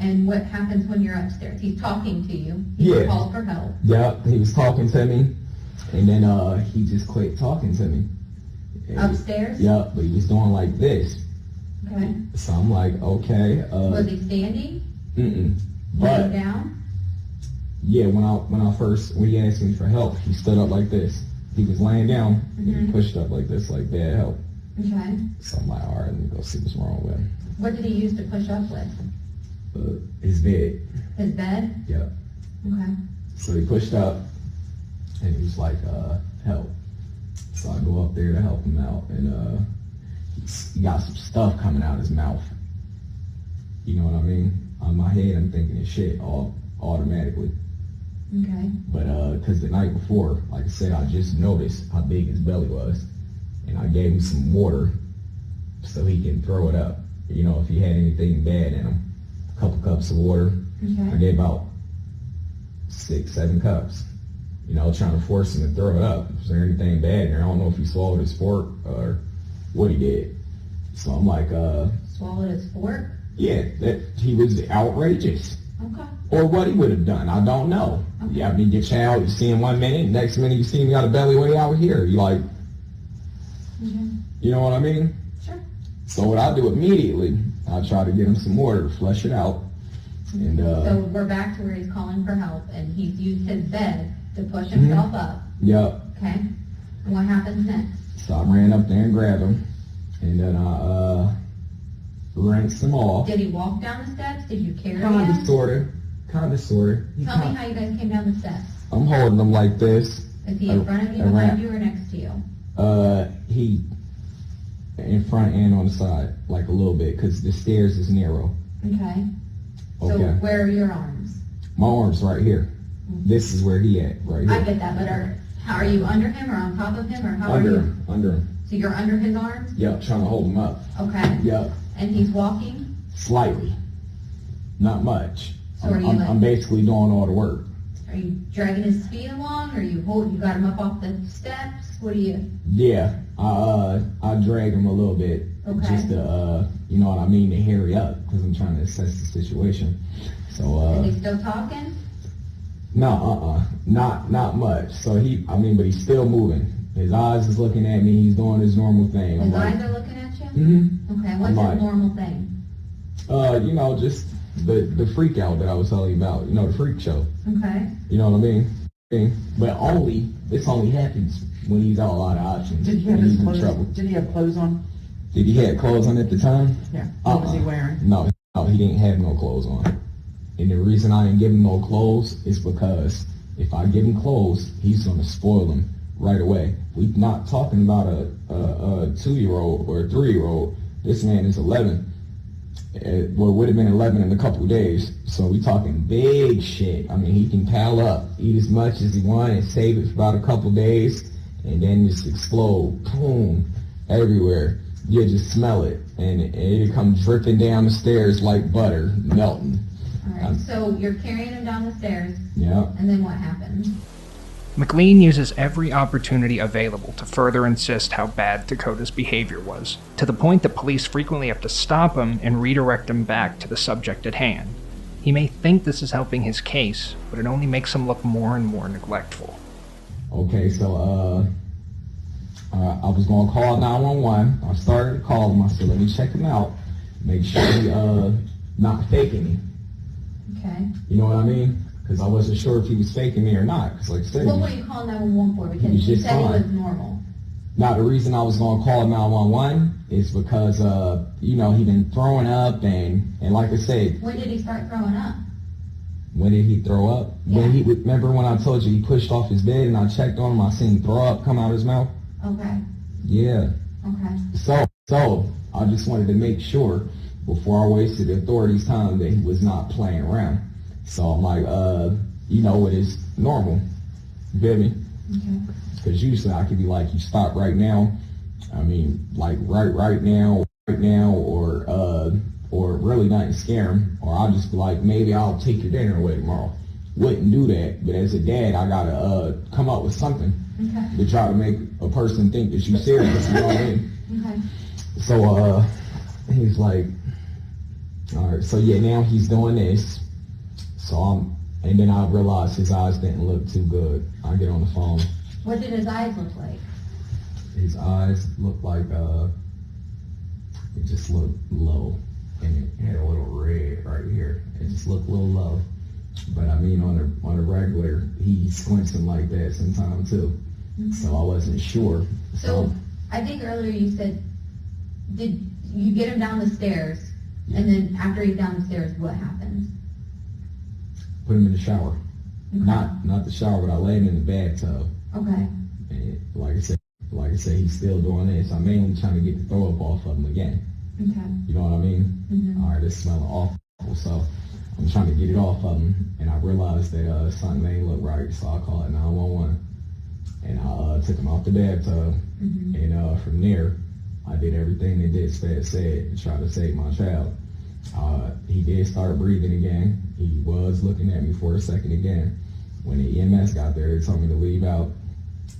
Speaker 5: and what happens when you're upstairs? He's talking to you. He
Speaker 1: Yeah.
Speaker 5: called for help.
Speaker 1: Yep. He was talking to me. And then uh he just quit talking to me. And-
Speaker 5: Upstairs.
Speaker 1: Yep, but he was doing like this.
Speaker 5: Okay.
Speaker 1: So I'm like, okay, uh
Speaker 5: Was he standing?
Speaker 1: mm mm. But
Speaker 5: Laying down?
Speaker 1: Yeah, when I when I first when he asked me for help, he stood up like this. He was laying down and
Speaker 5: Mhm.
Speaker 1: he pushed up like this, like bad help.
Speaker 5: Okay.
Speaker 1: So I'm like, all right, let me go see what's wrong with him.
Speaker 5: What did he use to push up with?
Speaker 1: But his bed,
Speaker 5: His bed?
Speaker 1: yeah.
Speaker 5: Okay.
Speaker 1: So he pushed up and he was like, uh, help. So I go up there to help him out and uh, he's- he got some stuff coming out his mouth. You know what I mean? On my head, I'm thinking it's shit all automatically.
Speaker 5: Okay.
Speaker 1: But uh 'cause the night before, like I said, I just noticed how big his belly was, and I gave him some water so he can throw it up. You know, if he had anything bad in him, a couple cups of water. I
Speaker 5: Okay.
Speaker 1: gave out six, seven cups. You know, trying to force him to throw it up. Is there anything bad in there? I don't know if he swallowed his fork or what he did. So I'm like, uh,
Speaker 5: Swallowed his fork?
Speaker 1: yeah, that he was outrageous
Speaker 5: Okay.
Speaker 1: or what he would have done. I don't know. Yeah, I mean, your child, you see him one minute, next minute you see him got a belly way out here. You like,
Speaker 5: Okay.
Speaker 1: you know what I mean?
Speaker 5: Sure.
Speaker 1: So what I do immediately, I try to get him some water, flush it out, and uh,
Speaker 5: So we're back to where he's calling for help and he's used his bed to push
Speaker 1: Mm-hmm.
Speaker 5: himself up.
Speaker 1: yep.
Speaker 5: Okay. And what happens next?
Speaker 1: So I ran up there and grabbed him, and then I uh, rinsed him off.
Speaker 5: Did he walk down the steps? Did you carry
Speaker 1: Kind of,
Speaker 5: him?
Speaker 1: sorta, kind of, sorta. He
Speaker 5: Tell me
Speaker 1: kin-
Speaker 5: how you guys came down the steps.
Speaker 1: I'm holding him like this.
Speaker 5: Is he in
Speaker 1: Ar-
Speaker 5: front of you,
Speaker 1: around.
Speaker 5: behind you, or next to you?
Speaker 1: Uh, he in front and on the side, like a little bit, cause the stairs is narrow.
Speaker 5: Okay. So
Speaker 1: Okay.
Speaker 5: where are your arms?
Speaker 1: My arm's right here. This is where he at, right
Speaker 5: I
Speaker 1: here.
Speaker 5: get that, but are how are you under him or on top of him or how are
Speaker 1: Under
Speaker 5: you?
Speaker 1: him, under him.
Speaker 5: So you're under his arms?
Speaker 1: Yep, trying to hold him up.
Speaker 5: Okay.
Speaker 1: Yep,
Speaker 5: And he's walking?
Speaker 1: slightly. Not much.
Speaker 5: So are
Speaker 1: I'm,
Speaker 5: you
Speaker 1: I'm,
Speaker 5: like-
Speaker 1: I'm basically doing all the work.
Speaker 5: Are you dragging his feet along? Are you hold you got him up off the steps? What do you
Speaker 1: Yeah, I uh, I drag him a little bit,
Speaker 5: Okay.
Speaker 1: just to uh, you know what I mean, to hurry up, cause I'm trying to assess the situation. So
Speaker 5: are
Speaker 1: uh,
Speaker 5: they still talking?
Speaker 1: no, uh, uh, not not much. So he, I mean, but he's still moving. His eyes is looking at me. He's doing his normal thing. I'm
Speaker 5: His
Speaker 1: like,
Speaker 5: eyes are looking at you?
Speaker 1: hmm
Speaker 5: Okay, what's
Speaker 1: Mine.
Speaker 5: his normal thing?
Speaker 1: Uh, you know, just the the freak out that I was telling you about. You know, the freak show.
Speaker 5: Okay.
Speaker 1: You know what I mean? Thing. But only this only happens when he's got a lot of options.
Speaker 3: Did he have
Speaker 1: when
Speaker 3: his
Speaker 1: he's in trouble.
Speaker 3: clothes, did he have clothes on?
Speaker 1: Did he have clothes on at the time?
Speaker 3: Yeah. What was he
Speaker 1: Uh-uh.
Speaker 3: wearing?
Speaker 1: No, no, he didn't have no clothes on. And the reason I didn't give him no clothes is because if I give him clothes, he's gonna spoil them right away. we not talking about a, a, a two-year-old or a three-year-old. This man is 11. It, Uh, well, would have been 11 in a couple of days. So we talking big shit. I mean, he can pal up, eat as much as he want, and save it for about a couple of days, and then just explode, boom, everywhere. You just smell it, and it, it'll come dripping down the stairs like butter, melting.
Speaker 5: Alright. So you're carrying him down the stairs
Speaker 1: Yeah.
Speaker 5: and then what happens?
Speaker 2: McLean uses every opportunity available to further insist how bad Dakota's behavior was, to the point that police frequently have to stop him and redirect him back to the subject at hand. He may think this is helping his case, but it only makes him look more and more neglectful.
Speaker 1: Okay, so uh, uh, I was gonna call 911. I started to call him. I said, let me check him out, make sure he uh not faking me.
Speaker 5: Okay.
Speaker 1: You know what I mean? Because I wasn't sure if he was faking me or not. 'Cause like I said,
Speaker 5: What were you calling 911 for?
Speaker 1: He
Speaker 5: Because
Speaker 1: was
Speaker 5: he
Speaker 1: just
Speaker 5: said he
Speaker 1: fine.
Speaker 5: was normal.
Speaker 1: now the reason I was gonna call 911 is because uh, you know, he been throwing up and and like I said,
Speaker 5: When did he start throwing up?
Speaker 1: when did he throw up? When he remember when I told you he pushed off his bed and I checked on him, I seen throw up come out his mouth.
Speaker 5: Okay.
Speaker 1: Yeah.
Speaker 5: Okay.
Speaker 1: So so I just wanted to make sure before I wasted the authorities' time that he was not playing around. So I'm like, uh, you know, it is normal. You feel me?
Speaker 5: Okay.
Speaker 1: Because usually I could be like, you stop right now. I mean, like right, right now, right now, or uh, or really not scare him. Or I'll just be like, maybe I'll take your dinner away tomorrow. Wouldn't do that. But as a dad, I gotta uh, come up with something
Speaker 5: Okay.
Speaker 1: to try to make a person think that you serious. You know what I mean?
Speaker 5: Okay.
Speaker 1: So uh, he's like, all right. So yeah, now he's doing this. So I'm, and then I realized his eyes didn't look too good. I get on the phone.
Speaker 5: What did his eyes look like?
Speaker 1: his eyes looked like uh it just looked low and it had a little red right here it just looked a little low But I mean, on a on a regular, he squints him like that sometime too. So I wasn't sure.
Speaker 5: So I think earlier you said, did you get him down the stairs? And then after he's down the stairs, what happens?
Speaker 1: put him in the shower. Not not the shower, but I laid him in the bathtub.
Speaker 5: Okay.
Speaker 1: And like I said, like I said, he's still doing this. I'm mainly trying to get the throw up off of him again.
Speaker 5: Okay.
Speaker 1: You know what I mean? All right, it's smelling awful. So I'm trying to get it off of him, and I realized that uh, something ain't look right. So I called 911, and I uh, took him off the bathtub, and uh, from there, I did everything that dispatch said to try to save my child. Uh, he did start breathing again. He was looking at me for a second again. When the EMS got there, they told me to leave out,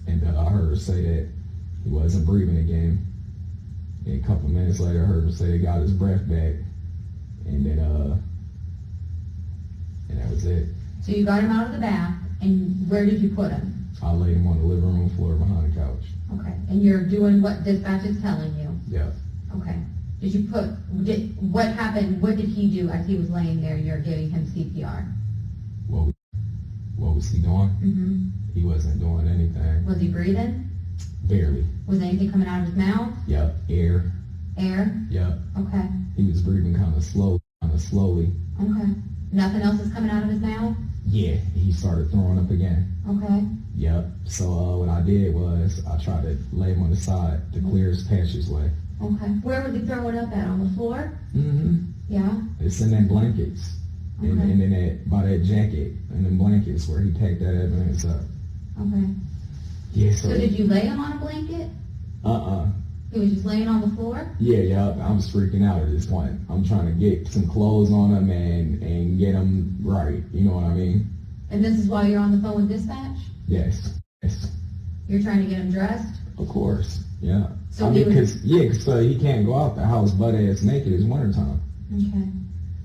Speaker 1: and uh, I heard her say that he wasn't breathing again. And a couple minutes later, I heard him say he got his breath back, and then uh, and that was it.
Speaker 5: So you got him out of the bath, and where did you put him?
Speaker 1: I laid him on the living room floor behind the couch.
Speaker 5: Okay. And you're doing what dispatch is telling you.
Speaker 1: Yeah,
Speaker 5: Okay. Did you put, did, what happened, what did he do as he was laying there? You're giving him CPR.
Speaker 1: what was, what was he doing?
Speaker 5: Mm-hmm.
Speaker 1: He wasn't doing anything.
Speaker 5: Was he breathing?
Speaker 1: Barely.
Speaker 5: Was anything coming out of his mouth?
Speaker 1: Yep. Air.
Speaker 5: Air?
Speaker 1: Yep.
Speaker 5: Okay.
Speaker 1: He was breathing kind of slow, kind of slowly.
Speaker 5: Okay. Nothing else is coming out of his mouth?
Speaker 1: Yeah, he started throwing up again.
Speaker 5: Okay.
Speaker 1: Yep. So uh, what I did was I tried to lay him on the side to clear his passage way.
Speaker 5: Okay. Where was he throwing up at? On the floor?
Speaker 1: Mm-hmm.
Speaker 5: Yeah.
Speaker 1: It's in them blankets. And,
Speaker 5: Okay.
Speaker 1: and then that, by that jacket and them blankets where he packed that evidence up.
Speaker 5: Okay.
Speaker 1: Yeah, so,
Speaker 5: So did you lay him on a blanket?
Speaker 1: uh-uh.
Speaker 5: He was just laying on the floor?
Speaker 1: Yeah, yup. I was freaking out at this point. I'm trying to get some clothes on him and, and get him right. You know what I mean?
Speaker 5: And this is why you're on the phone with dispatch?
Speaker 1: Yes. Yes.
Speaker 5: You're trying to get him dressed?
Speaker 1: Of course. Yeah.
Speaker 5: So
Speaker 1: I
Speaker 5: he
Speaker 1: mean,
Speaker 5: was-
Speaker 1: cause, yeah, 'cause, uh, he can't go out the house butt ass naked. It's wintertime.
Speaker 5: Okay.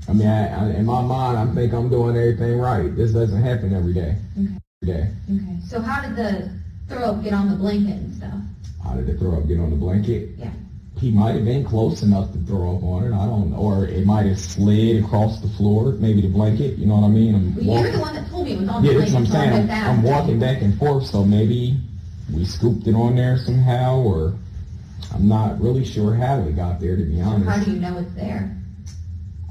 Speaker 1: I mean, I, I, in my mind, I think I'm doing everything right. This doesn't happen every day.
Speaker 5: Okay.
Speaker 1: Every day.
Speaker 5: Okay. So how did the throw up get on the blanket and stuff?
Speaker 1: How did the throw up get on the blanket?
Speaker 5: Yeah.
Speaker 1: He might have been close enough to throw up on it. I don't know. Or it might have slid across the floor, maybe the blanket. You know what I mean? I'm
Speaker 5: Well,
Speaker 1: walking-
Speaker 5: you're the one that told me it was on
Speaker 1: Yeah,
Speaker 5: the
Speaker 1: that's
Speaker 5: blanket.
Speaker 1: what I'm
Speaker 5: so I
Speaker 1: saying.
Speaker 5: went
Speaker 1: I'm,
Speaker 5: back.
Speaker 1: I'm walking back and forth, so maybe we scooped it on there somehow, or I'm not really sure how it got there, to be
Speaker 5: How
Speaker 1: honest.
Speaker 5: do you know it's there?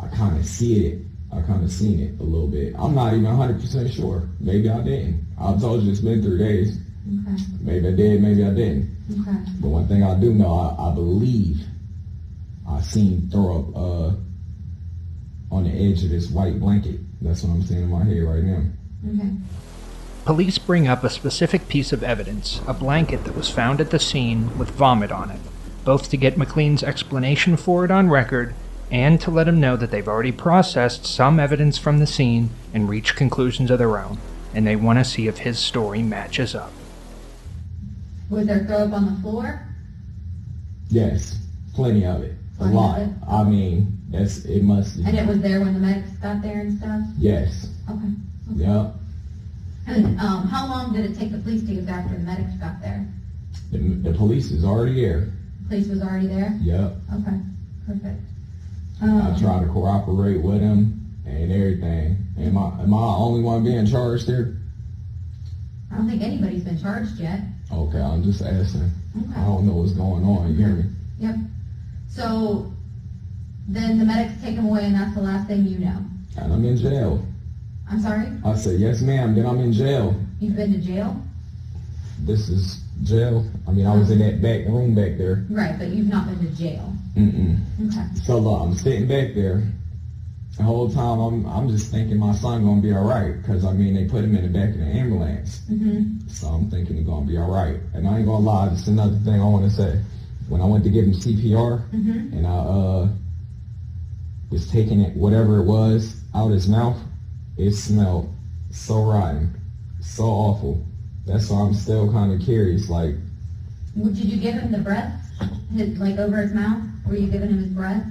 Speaker 1: I kind of see it. I kind of seen it a little bit. I'm not even 100% sure. Maybe I didn't. I told you it's been three days.
Speaker 5: Okay.
Speaker 1: Maybe I did, maybe I didn't.
Speaker 5: Okay.
Speaker 1: But one thing I do know, I, I believe I seen throw up uh, on the edge of this white blanket. That's what I'm seeing in my head right now.
Speaker 5: Okay.
Speaker 2: Police bring up a specific piece of evidence, a blanket that was found at the scene with vomit on it, both to get McLean's explanation for it on record and to let him know that they've already processed some evidence from the scene and reached conclusions of their own, and they want to see if his story matches up.
Speaker 5: Was there throw up on the floor?
Speaker 1: Yes, plenty of it. A
Speaker 5: Plenty of
Speaker 1: lot.
Speaker 5: it?
Speaker 1: I mean, that's it must.
Speaker 5: And it was there when the medics got there and stuff?
Speaker 1: Yes.
Speaker 5: Okay.
Speaker 1: Yep.
Speaker 5: And, um, how long did it take the police to get back when the medics got there?
Speaker 1: The, the police is already there.
Speaker 5: Police was already there?
Speaker 1: Yep.
Speaker 5: Okay. Perfect.
Speaker 1: I
Speaker 5: Um,
Speaker 1: try to cooperate with him and everything. Am I am I the only one being charged here?
Speaker 5: I don't think anybody's been charged yet.
Speaker 1: Okay, I'm just asking. I
Speaker 5: Okay.
Speaker 1: don't know what's going on. You hear me?
Speaker 5: Yep. So then the medics take him away and that's the last thing you know.
Speaker 1: And I'm in jail.
Speaker 5: I'm sorry?
Speaker 1: I say yes, ma'am. Then I'm in jail.
Speaker 5: You've been to jail?
Speaker 1: This is jail. I mean, I was in that back room back there.
Speaker 5: Right, but you've not been to jail.
Speaker 1: Mm-mm.
Speaker 5: Okay.
Speaker 1: So look, I'm sitting back there. The whole time I'm, I'm just thinking my son gonna be all right, cause I mean they put him in the back of the ambulance,
Speaker 5: Mm-hmm.
Speaker 1: so I'm thinking he's gonna be all right. And I ain't gonna lie, just another thing I want to say. When I went to give him CPR,
Speaker 5: Mm-hmm.
Speaker 1: and I uh was taking it, whatever it was, out his mouth, it smelled so rotten, so awful. That's why I'm still kind of curious. Like,
Speaker 5: Did you give him the breath? His, like over his mouth? Were you giving him his breath?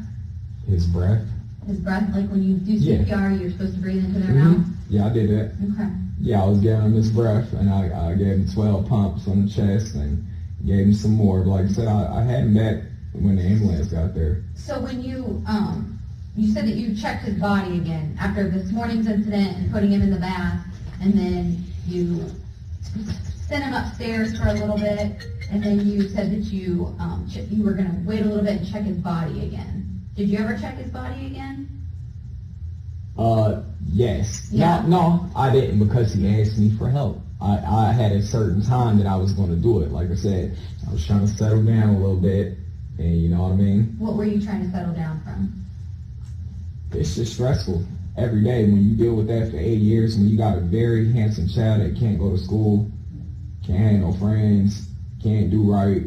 Speaker 1: his breath.
Speaker 5: His breath, like when you do
Speaker 1: Yeah.
Speaker 5: CPR, you're supposed to breathe into their
Speaker 1: Mhm.
Speaker 5: mouth?
Speaker 1: Yeah, I did that.
Speaker 5: Okay.
Speaker 1: Yeah, I was giving him his breath, and I, I gave him 12 pumps on the chest and gave him some more. But like I said, I, I had him back when the ambulance got there.
Speaker 5: So when you um You said that you checked his body again after this morning's incident and putting him in the bath, and then you sent him upstairs for a little bit, and then you said that you, um, che- you were gonna wait a little bit and check his body again. Did you ever check his body again?
Speaker 1: Uh, yes.
Speaker 5: Yeah.
Speaker 1: No, no, I didn't because he asked me for help. I, I had a certain time that I was going to do it. Like I said, I was trying to settle down a little bit, and you know what I mean.
Speaker 5: What were you trying to settle down from?
Speaker 1: It's just stressful every day when you deal with that for eight years. When you got a very handsome child that can't go to school, can't have no friends, can't do right,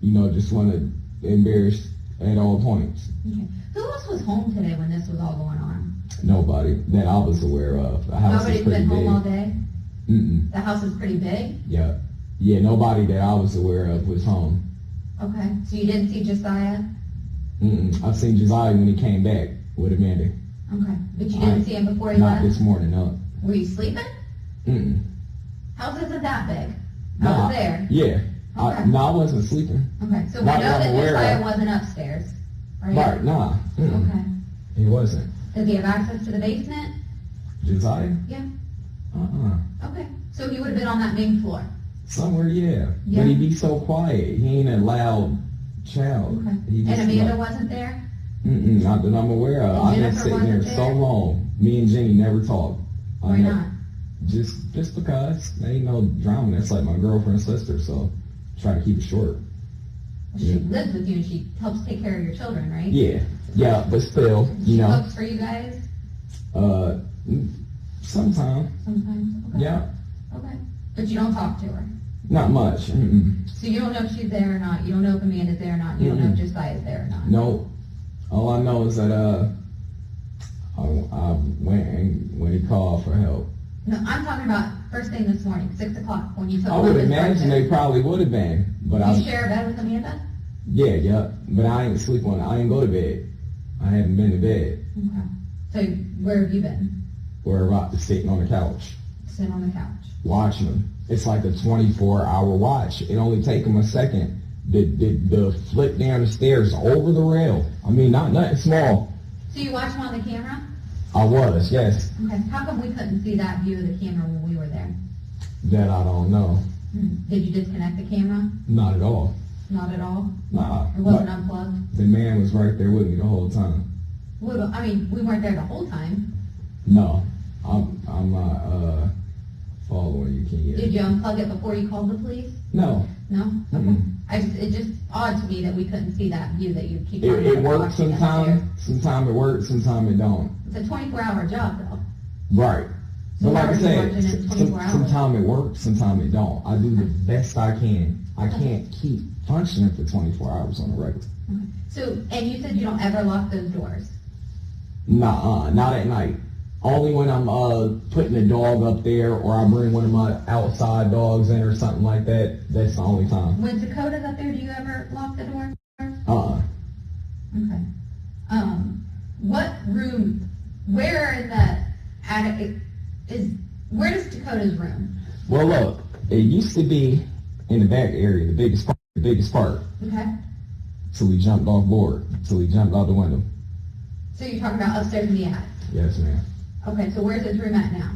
Speaker 1: you know, just want to embarrass at all points.
Speaker 5: Okay. Who else was home today when this was all going on?
Speaker 1: Nobody that I was aware of. The house
Speaker 5: Nobody's
Speaker 1: is pretty
Speaker 5: been
Speaker 1: big.
Speaker 5: home all day?
Speaker 1: Mm-mm.
Speaker 5: The house is pretty big?
Speaker 1: Yeah. Yeah, nobody that I was aware of was home.
Speaker 5: Okay, so you didn't see Josiah?
Speaker 1: Mm-mm. I seen Josiah when he came back with Amanda.
Speaker 5: Okay, but you
Speaker 1: I-
Speaker 5: didn't see him before he
Speaker 1: Not
Speaker 5: left?
Speaker 1: this morning, no.
Speaker 5: Were you sleeping?
Speaker 1: Mm-mm.
Speaker 5: House isn't that big. I
Speaker 1: Nah.
Speaker 5: was there.
Speaker 1: Yeah. I,
Speaker 5: Okay.
Speaker 1: no, I wasn't sleeping.
Speaker 5: Okay, so we
Speaker 1: Not
Speaker 5: know
Speaker 1: that I'm
Speaker 5: that
Speaker 1: aware
Speaker 5: Josiah
Speaker 1: of.
Speaker 5: wasn't upstairs, right?
Speaker 1: Right, nah. Mm-mm.
Speaker 5: Okay.
Speaker 1: He wasn't.
Speaker 5: Does he have access to the basement?
Speaker 1: Josiah?
Speaker 5: Yeah.
Speaker 1: Uh-uh.
Speaker 5: Okay, so he would have been on that main floor.
Speaker 1: Somewhere, yeah.
Speaker 5: Yeah.
Speaker 1: But he be so quiet. He ain't a loud child.
Speaker 5: Okay.
Speaker 1: He
Speaker 5: And
Speaker 1: just
Speaker 5: Amanda
Speaker 1: like,
Speaker 5: wasn't there?
Speaker 1: Mm-mm, not that I'm aware of.
Speaker 5: And
Speaker 1: I've been
Speaker 5: Jennifer
Speaker 1: sitting there
Speaker 5: wasn't
Speaker 1: so
Speaker 5: there?
Speaker 1: long. Me and Jenny never talked. I
Speaker 5: Why
Speaker 1: ne-
Speaker 5: not?
Speaker 1: Just just because. There ain't no drama. That's like my girlfriend's sister, so try to keep it short.
Speaker 5: Well, She lives with you and she helps take care of your children, right?
Speaker 1: Yeah. Yeah, but still, you
Speaker 5: She
Speaker 1: know,
Speaker 5: cooks for you guys
Speaker 1: uh sometime.
Speaker 5: sometimes? Okay.
Speaker 1: Yeah.
Speaker 5: Okay, but you don't talk to her?
Speaker 1: Not much. Mm-mm.
Speaker 5: So you don't know if she's there or not, you don't know if Amanda's there or not, you don't know if Josiah's there or not?
Speaker 1: No. All I know is that uh I, I went and when he called for help.
Speaker 5: No, I'm talking about first thing this morning, six o'clock, when you took
Speaker 1: I
Speaker 5: off
Speaker 1: would
Speaker 5: this
Speaker 1: imagine
Speaker 5: breakfast.
Speaker 1: they probably would have been. But
Speaker 5: You
Speaker 1: I
Speaker 5: share a bed with Amanda?
Speaker 1: yeah, yeah. But I ain't sleep on it. I ain't go to bed. I haven't been to bed.
Speaker 5: Okay. So where have you been?
Speaker 1: We're about to sitting on the couch.
Speaker 5: Sitting on the couch.
Speaker 1: watching them. It's like a 24 hour watch. It only take them a second. The, the, the flip down the stairs over the rail. I mean, not nothing small.
Speaker 5: So you watch him on the camera?
Speaker 1: I was, yes,
Speaker 5: Okay. How come we couldn't see that view of the camera when we were there?
Speaker 1: that I don't know.
Speaker 5: Hmm. Did you disconnect the camera?
Speaker 1: Not at all.
Speaker 5: Not at all?
Speaker 1: Nah.
Speaker 5: It wasn't
Speaker 1: But
Speaker 5: unplugged?
Speaker 1: the man was right there with me the whole time.
Speaker 5: We, were- I mean, we weren't there the whole time.
Speaker 1: No, I'm, I'm not uh, following you, Kenya.
Speaker 5: Did you unplug it before you called the police?
Speaker 1: No,
Speaker 5: No? Okay.
Speaker 1: Mm-mm.
Speaker 5: I just, it's just odd to me that we couldn't see that view that you keep
Speaker 1: it,
Speaker 5: talking
Speaker 1: it
Speaker 5: about
Speaker 1: works
Speaker 5: watching upstairs.
Speaker 1: sometimes. Sometimes it works, sometimes it don't.
Speaker 5: It's a twenty-four hour job though.
Speaker 1: Right. But
Speaker 5: So
Speaker 1: like
Speaker 5: why
Speaker 1: I
Speaker 5: would you
Speaker 1: said,
Speaker 5: work in it 24 hours?
Speaker 1: sometimes it works, sometimes it don't. I do the best I can. I can't keep functioning for 24 hours on the regular.
Speaker 5: So, and you said you don't ever lock those doors.
Speaker 1: Nah, uh, not at night. Only when I'm uh, putting a dog up there or I bring one of my outside dogs in or something like that. That's the only time.
Speaker 5: When Dakota's up there, do you ever lock the door?
Speaker 1: Uh,
Speaker 5: Okay. Um, what room, where in the attic is, where does Dakota's room?
Speaker 1: well, look, it used to be in the back area, the biggest part, the biggest part.
Speaker 5: Okay?
Speaker 1: So we jumped off board. So we jumped out the window.
Speaker 5: So you're talking about upstairs in the attic.
Speaker 1: Yes, ma'am.
Speaker 5: Okay, so where's his room at now?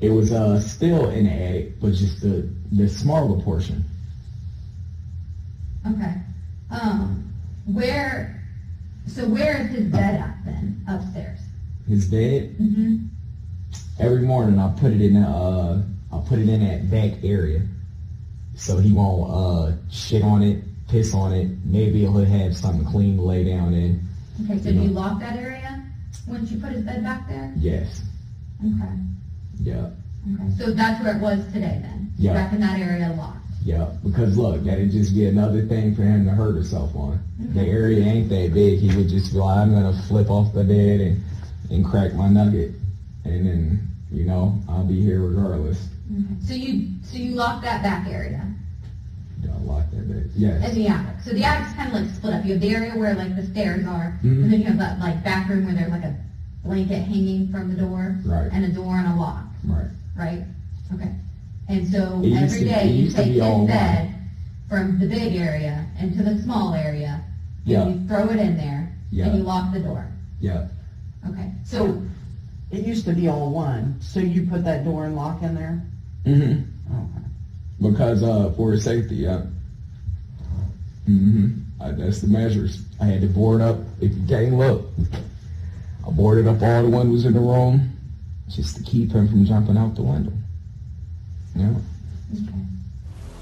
Speaker 1: It was uh, still in the attic, but just the, the smaller portion.
Speaker 5: Okay. Um, where, so where is his bed at then, upstairs?
Speaker 1: His bed.
Speaker 5: Mm-hmm.
Speaker 1: Every morning, I put it in a, uh, I put it in that back area, so he won't uh, shit on it, piss on it. Maybe he'll have something clean to lay down in.
Speaker 5: Okay, so do you lock that area once you put his bed back there?
Speaker 1: Yes.
Speaker 5: Okay.
Speaker 1: Yeah.
Speaker 5: Okay, so that's where it was today then?
Speaker 1: Yeah.
Speaker 5: Back in that area locked?
Speaker 1: Yeah. Because look, that'd just be another thing for him to hurt himself on. The area ain't that big. He would just be like, I'm gonna flip off the bed and and crack my nugget, and then you know I'll be here regardless.
Speaker 5: So you, so you lock that back area
Speaker 1: Yeah, I like that bit. Yes.
Speaker 5: in the attic. So the attic's kind of like split up. You have the area where like the stairs are,
Speaker 1: Mhm.
Speaker 5: and then you have that like back room where there's like a blanket hanging from the door,
Speaker 1: Right.
Speaker 5: and a door and a lock,
Speaker 1: Right.
Speaker 5: right? Okay. And so
Speaker 1: It used
Speaker 5: every
Speaker 1: to-
Speaker 5: day
Speaker 1: it
Speaker 5: you
Speaker 1: used to
Speaker 5: take
Speaker 1: be all one.
Speaker 5: his bed from the big area into the small area,
Speaker 1: Yeah.
Speaker 5: and you throw it in there, and you
Speaker 1: Yeah,
Speaker 5: locked the door.
Speaker 1: yeah.
Speaker 5: Okay, so
Speaker 3: It used to be all one, so you put that door and lock in there?
Speaker 1: Mm-hmm.
Speaker 3: Okay.
Speaker 1: Because uh, for safety, yeah. Mm-hmm. I, that's the measures. I had to board up. If you came up, I boarded up all the windows in the room just to keep him from jumping out the window. Yeah.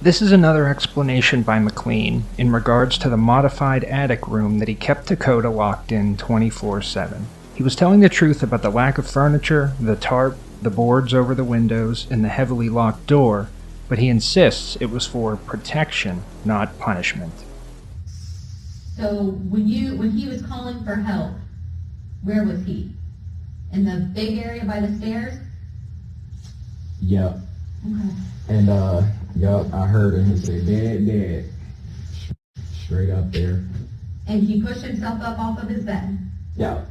Speaker 2: This is another explanation by McLean in regards to the modified attic room that he kept Dakota locked in 24 7. He was telling the truth about the lack of furniture, the tarp, the boards over the windows, and the heavily locked door, but he insists it was for protection, not punishment.
Speaker 5: So when you, when he was calling for help, where was he? In the big area by the stairs?
Speaker 1: Yeah.
Speaker 5: Okay.
Speaker 1: And uh, yup, I heard him say, "Dad, Dad," straight up there.
Speaker 5: And he pushed himself up off of his bed?
Speaker 1: Yeah.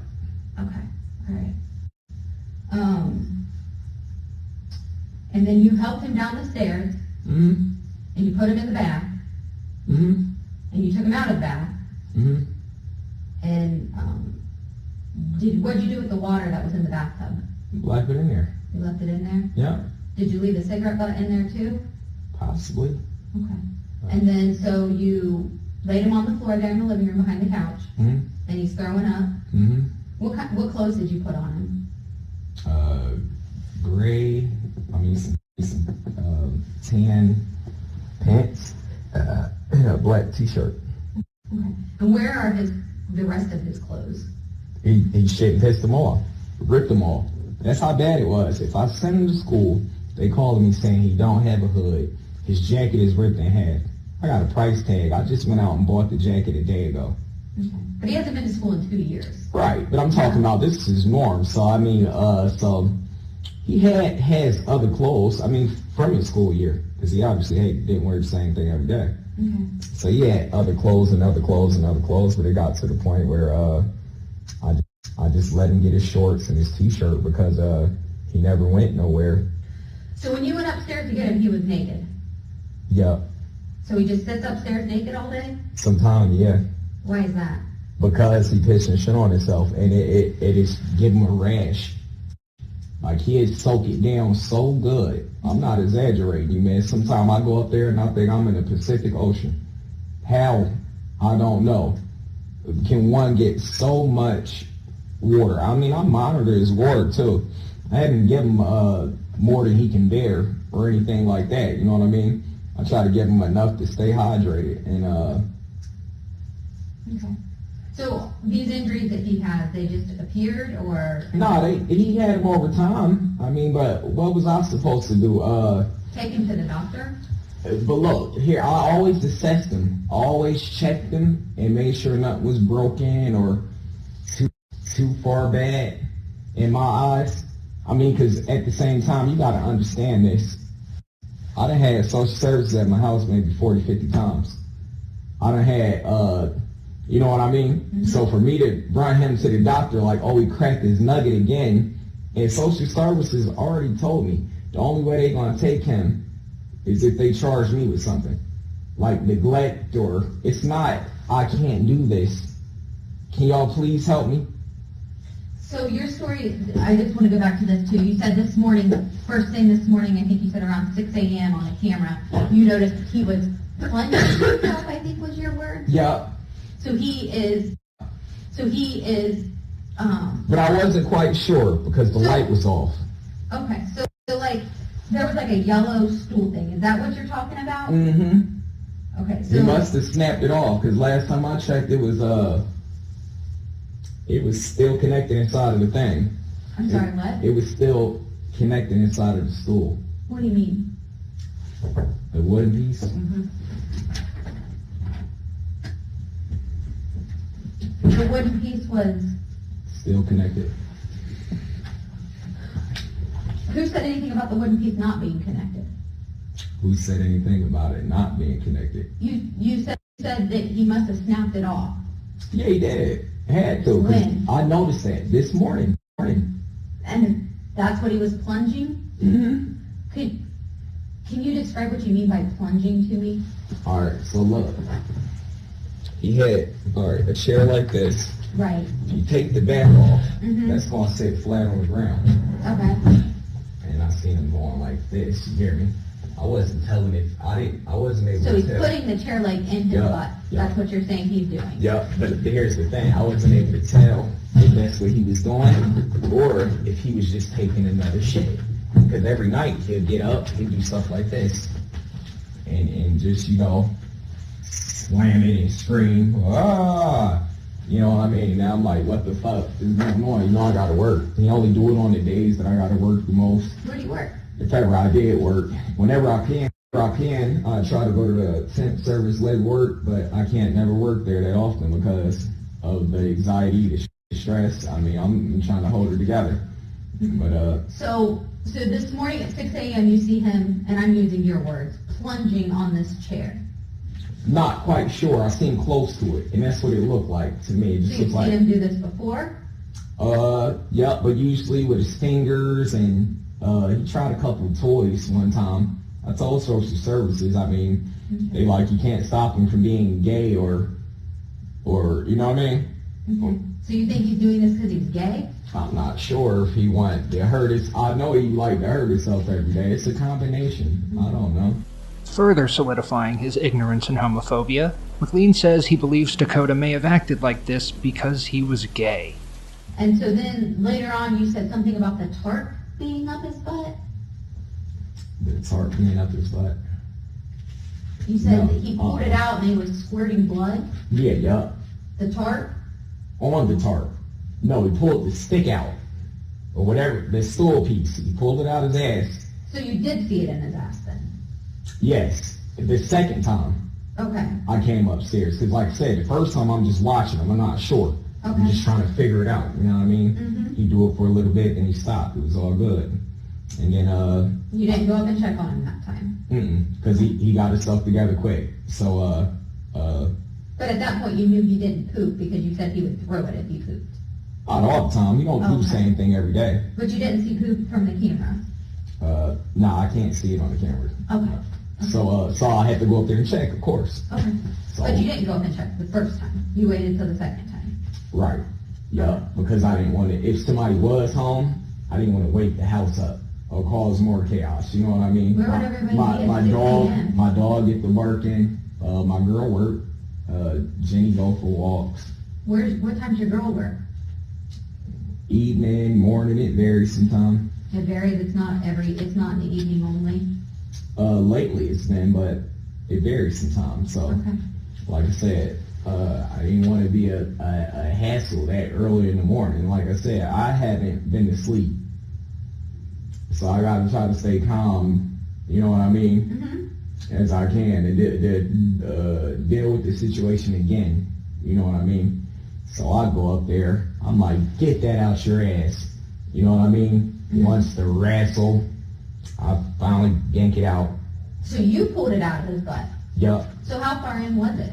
Speaker 5: Okay, all right. Um, and then you helped him down the stairs
Speaker 1: Mm.
Speaker 5: and you put him in the bath
Speaker 1: Mm.
Speaker 5: and you took him out of the bath
Speaker 1: Mm.
Speaker 5: and, um, did, what'd you do with the water that was in the bathtub?
Speaker 1: Left it in there.
Speaker 5: You left it in there?
Speaker 1: Yeah.
Speaker 5: Did you leave the cigarette butt in there too?
Speaker 1: Possibly.
Speaker 5: Okay. And then, so you laid him on the floor there in the living room behind the couch
Speaker 1: Mm.
Speaker 5: and he's throwing up.
Speaker 1: Mm.
Speaker 5: What kind, what clothes did you put on him?
Speaker 1: uh, gray, I mean, some, some uh, tan pants, uh, and a black t-shirt.
Speaker 5: Okay. And where are his, the rest of his clothes?
Speaker 1: He, he shit pissed them off, ripped them off. That's how bad it was. If I sent him to school, they called me saying he don't have a hood. His jacket is ripped in half. I got a price tag. I just went out and bought the jacket a day ago.
Speaker 5: But he hasn't been to school in two years.
Speaker 1: Right, but I'm talking about this is norm. So I mean, uh, so he had has other clothes. I mean, from his school year, because he obviously had, didn't wear the same thing every day.
Speaker 5: Okay.
Speaker 1: So he had other clothes and other clothes and other clothes, but it got to the point where uh, I I just let him get his shorts and his t-shirt because uh, he never went nowhere.
Speaker 5: So when you went upstairs to get him, he was naked.
Speaker 1: Yeah,
Speaker 5: So he just sits upstairs naked all day?
Speaker 1: sometime yeah,
Speaker 5: Why is that?
Speaker 1: because he pissed and shit on himself, and it it, it is give him a rash. Like he'd soak it down so good. I'm not exaggerating you, man. Sometimes I go up there and I think I'm in the Pacific Ocean. How? I don't know. Can one get so much water? I mean, I monitor his water too. I haven't given him uh, more than he can bear or anything like that. You know what I mean? I try to give him enough to stay hydrated. And uh,
Speaker 5: Okay. So these injuries that he has, they just appeared or
Speaker 1: no, they, he had him over time. I mean, but what was I supposed to do? Uh,
Speaker 5: take him to the doctor?
Speaker 1: But look, here, I always assessed them, always checked them, and made sure nothing was broken or too too far bad in my eyes. I mean, because at the same time, you got to understand this. I done had social services at my house maybe 40, 50 times. I done had, uh, you know what I mean? So for me to bring him to the doctor like, oh, he cracked his nugget again, and social services already told me the only way they going to take him is if they charge me with something like neglect or it's not i can't do this can y'all please help me
Speaker 5: So your story, I just want to go back to this too. You said this morning, first thing this morning, I think you said around 6 a.m. on the camera, you noticed he was plunging himself, I think was your word.
Speaker 1: yeah
Speaker 5: So he is, so he is, um,
Speaker 1: but i wasn't quite sure because the light was off
Speaker 5: Okay, so, so like there was like a yellow stool thing. Is that what you're talking about?
Speaker 1: mm-hmm
Speaker 5: Okay, so
Speaker 1: he must have snapped it off because last time i checked it was uh it was still connected inside of the thing
Speaker 5: I'm sorry, what?
Speaker 1: it was still connected inside of the stool
Speaker 5: What do you mean?
Speaker 1: the wooden piece
Speaker 5: The wooden piece was.
Speaker 1: still connected
Speaker 5: Who said anything about the wooden piece not being connected?
Speaker 1: who said anything about it not being connected
Speaker 5: You you said said that he must have snapped it off.
Speaker 1: Yeah, he did. Had to. 'cause
Speaker 5: When?
Speaker 1: I noticed that this morning. Morning.
Speaker 5: And that's what he was plunging?
Speaker 1: Mm-hmm.
Speaker 5: Could can you describe what you mean by plunging to me?
Speaker 1: All right. So look, he had all right a chair like this,
Speaker 5: Right,
Speaker 1: You take the back off,
Speaker 5: Mhm.
Speaker 1: that's gonna sit flat on the ground.
Speaker 5: okay,
Speaker 1: And I seen him going like this, you hear me? I wasn't telling it, I didn't, I wasn't able
Speaker 5: so
Speaker 1: to
Speaker 5: he's
Speaker 1: tell.
Speaker 5: putting the chair leg in his
Speaker 1: Yeah,
Speaker 5: butt,
Speaker 1: yeah.
Speaker 5: that's what you're saying he's doing?
Speaker 1: Yep, but here's the thing, I wasn't able to tell if that's what he was doing or if he was just taking another shit. Because every night he'd get up, he'd do stuff like this. And, and just, you know, slam it and scream, ah! You know what I mean? Now I'm like, what the fuck is going on? You know, I gotta work. You only do it on the days that I gotta work the most
Speaker 5: Where do you work?
Speaker 1: if ever I did work, whenever I can, whenever I can, I try to go to the temp service led work, but I can't never work there that often because of the anxiety, the sh- stress. I mean, I'm trying to hold it together. But uh,
Speaker 5: So, so this morning at six AM, you see him, and I'm using your words, plunging on this chair.
Speaker 1: not quite sure. I seem close to it, and that's what it looked like to me. It
Speaker 5: So
Speaker 1: just
Speaker 5: you've
Speaker 1: looked
Speaker 5: seen
Speaker 1: like,
Speaker 5: him do this before?
Speaker 1: uh, yeah, but usually with his fingers, and uh, he tried a couple of toys one time. I told social services, I mean, they like, you can't stop him from being gay or, or, you know what I mean?
Speaker 5: So you think he's doing this because he's gay?
Speaker 1: I'm not sure if he want to hurt his. I know he like to hurt himself every day. It's a combination. I don't know.
Speaker 2: Further solidifying his ignorance and homophobia, McLean says he believes Dakota may have acted like this because he was gay.
Speaker 5: And so then later on, you said something about the tarp being up his butt?
Speaker 1: It's hard cleaning up his butt.
Speaker 5: You said
Speaker 1: No.
Speaker 5: that he pulled it out and he was squirting blood,
Speaker 1: Yeah, yeah.
Speaker 5: the tarp?
Speaker 1: On the tarp. No, he pulled the stick out or whatever the stool piece. He pulled it out his ass.
Speaker 5: So you did see it in his ass then?
Speaker 1: Yes, the second time
Speaker 5: Okay,
Speaker 1: I came upstairs because, like I said, the first time I'm just watching him. I'm not sure. I'm
Speaker 5: Okay.
Speaker 1: just trying to figure it out. You know what I mean?
Speaker 5: Mhm.
Speaker 1: He do it for a little bit, and he stopped. It was all good. And then uh.
Speaker 5: you didn't go up and check on him that time?
Speaker 1: because he, he got himself together quick. So, uh, uh,
Speaker 5: But at that point, you knew he didn't poop because you said he would throw it if he pooped.
Speaker 1: not all the time. You don't do the
Speaker 5: Okay.
Speaker 1: same thing every day.
Speaker 5: But you didn't see poop from the camera?
Speaker 1: Uh, nah, I can't see it on the camera.
Speaker 5: Okay,
Speaker 1: So, uh, so I had to go up there and check, of course.
Speaker 5: okay.
Speaker 1: So,
Speaker 5: But you didn't go up and check the first time? You waited till the second time?
Speaker 1: right. Yeah, because I didn't want to, if somebody was home, I didn't want to wake the house up or cause more chaos. You know what I mean?
Speaker 5: Where would
Speaker 1: My-
Speaker 5: everybody
Speaker 1: my,
Speaker 5: be at
Speaker 1: my
Speaker 5: 6
Speaker 1: dog,
Speaker 5: a.m.?
Speaker 1: my dog get to working. Uh, my girl work. Uh, Jenny go for walks.
Speaker 5: Where's, what time's your girl work?
Speaker 1: Evening, morning, it varies sometimes.
Speaker 5: It varies, it's not every, it's not in the evening only?
Speaker 1: Uh, lately it's been, but it varies sometimes. So,
Speaker 5: Okay.
Speaker 1: like I said, uh, I didn't want to be a, a, a hassle that early in the morning. Like I said, I haven't been to sleep, so I gotta try to stay calm. You know what I mean?
Speaker 5: Mhm.
Speaker 1: As I can, and de- de- uh, deal with the situation again. You know what I mean? So I go up there. I'm like, get that out your ass. You know what I mean? Once the wrestle, I finally yank it out.
Speaker 5: So you pulled it out of his butt?
Speaker 1: Yup.
Speaker 5: So how far in was it?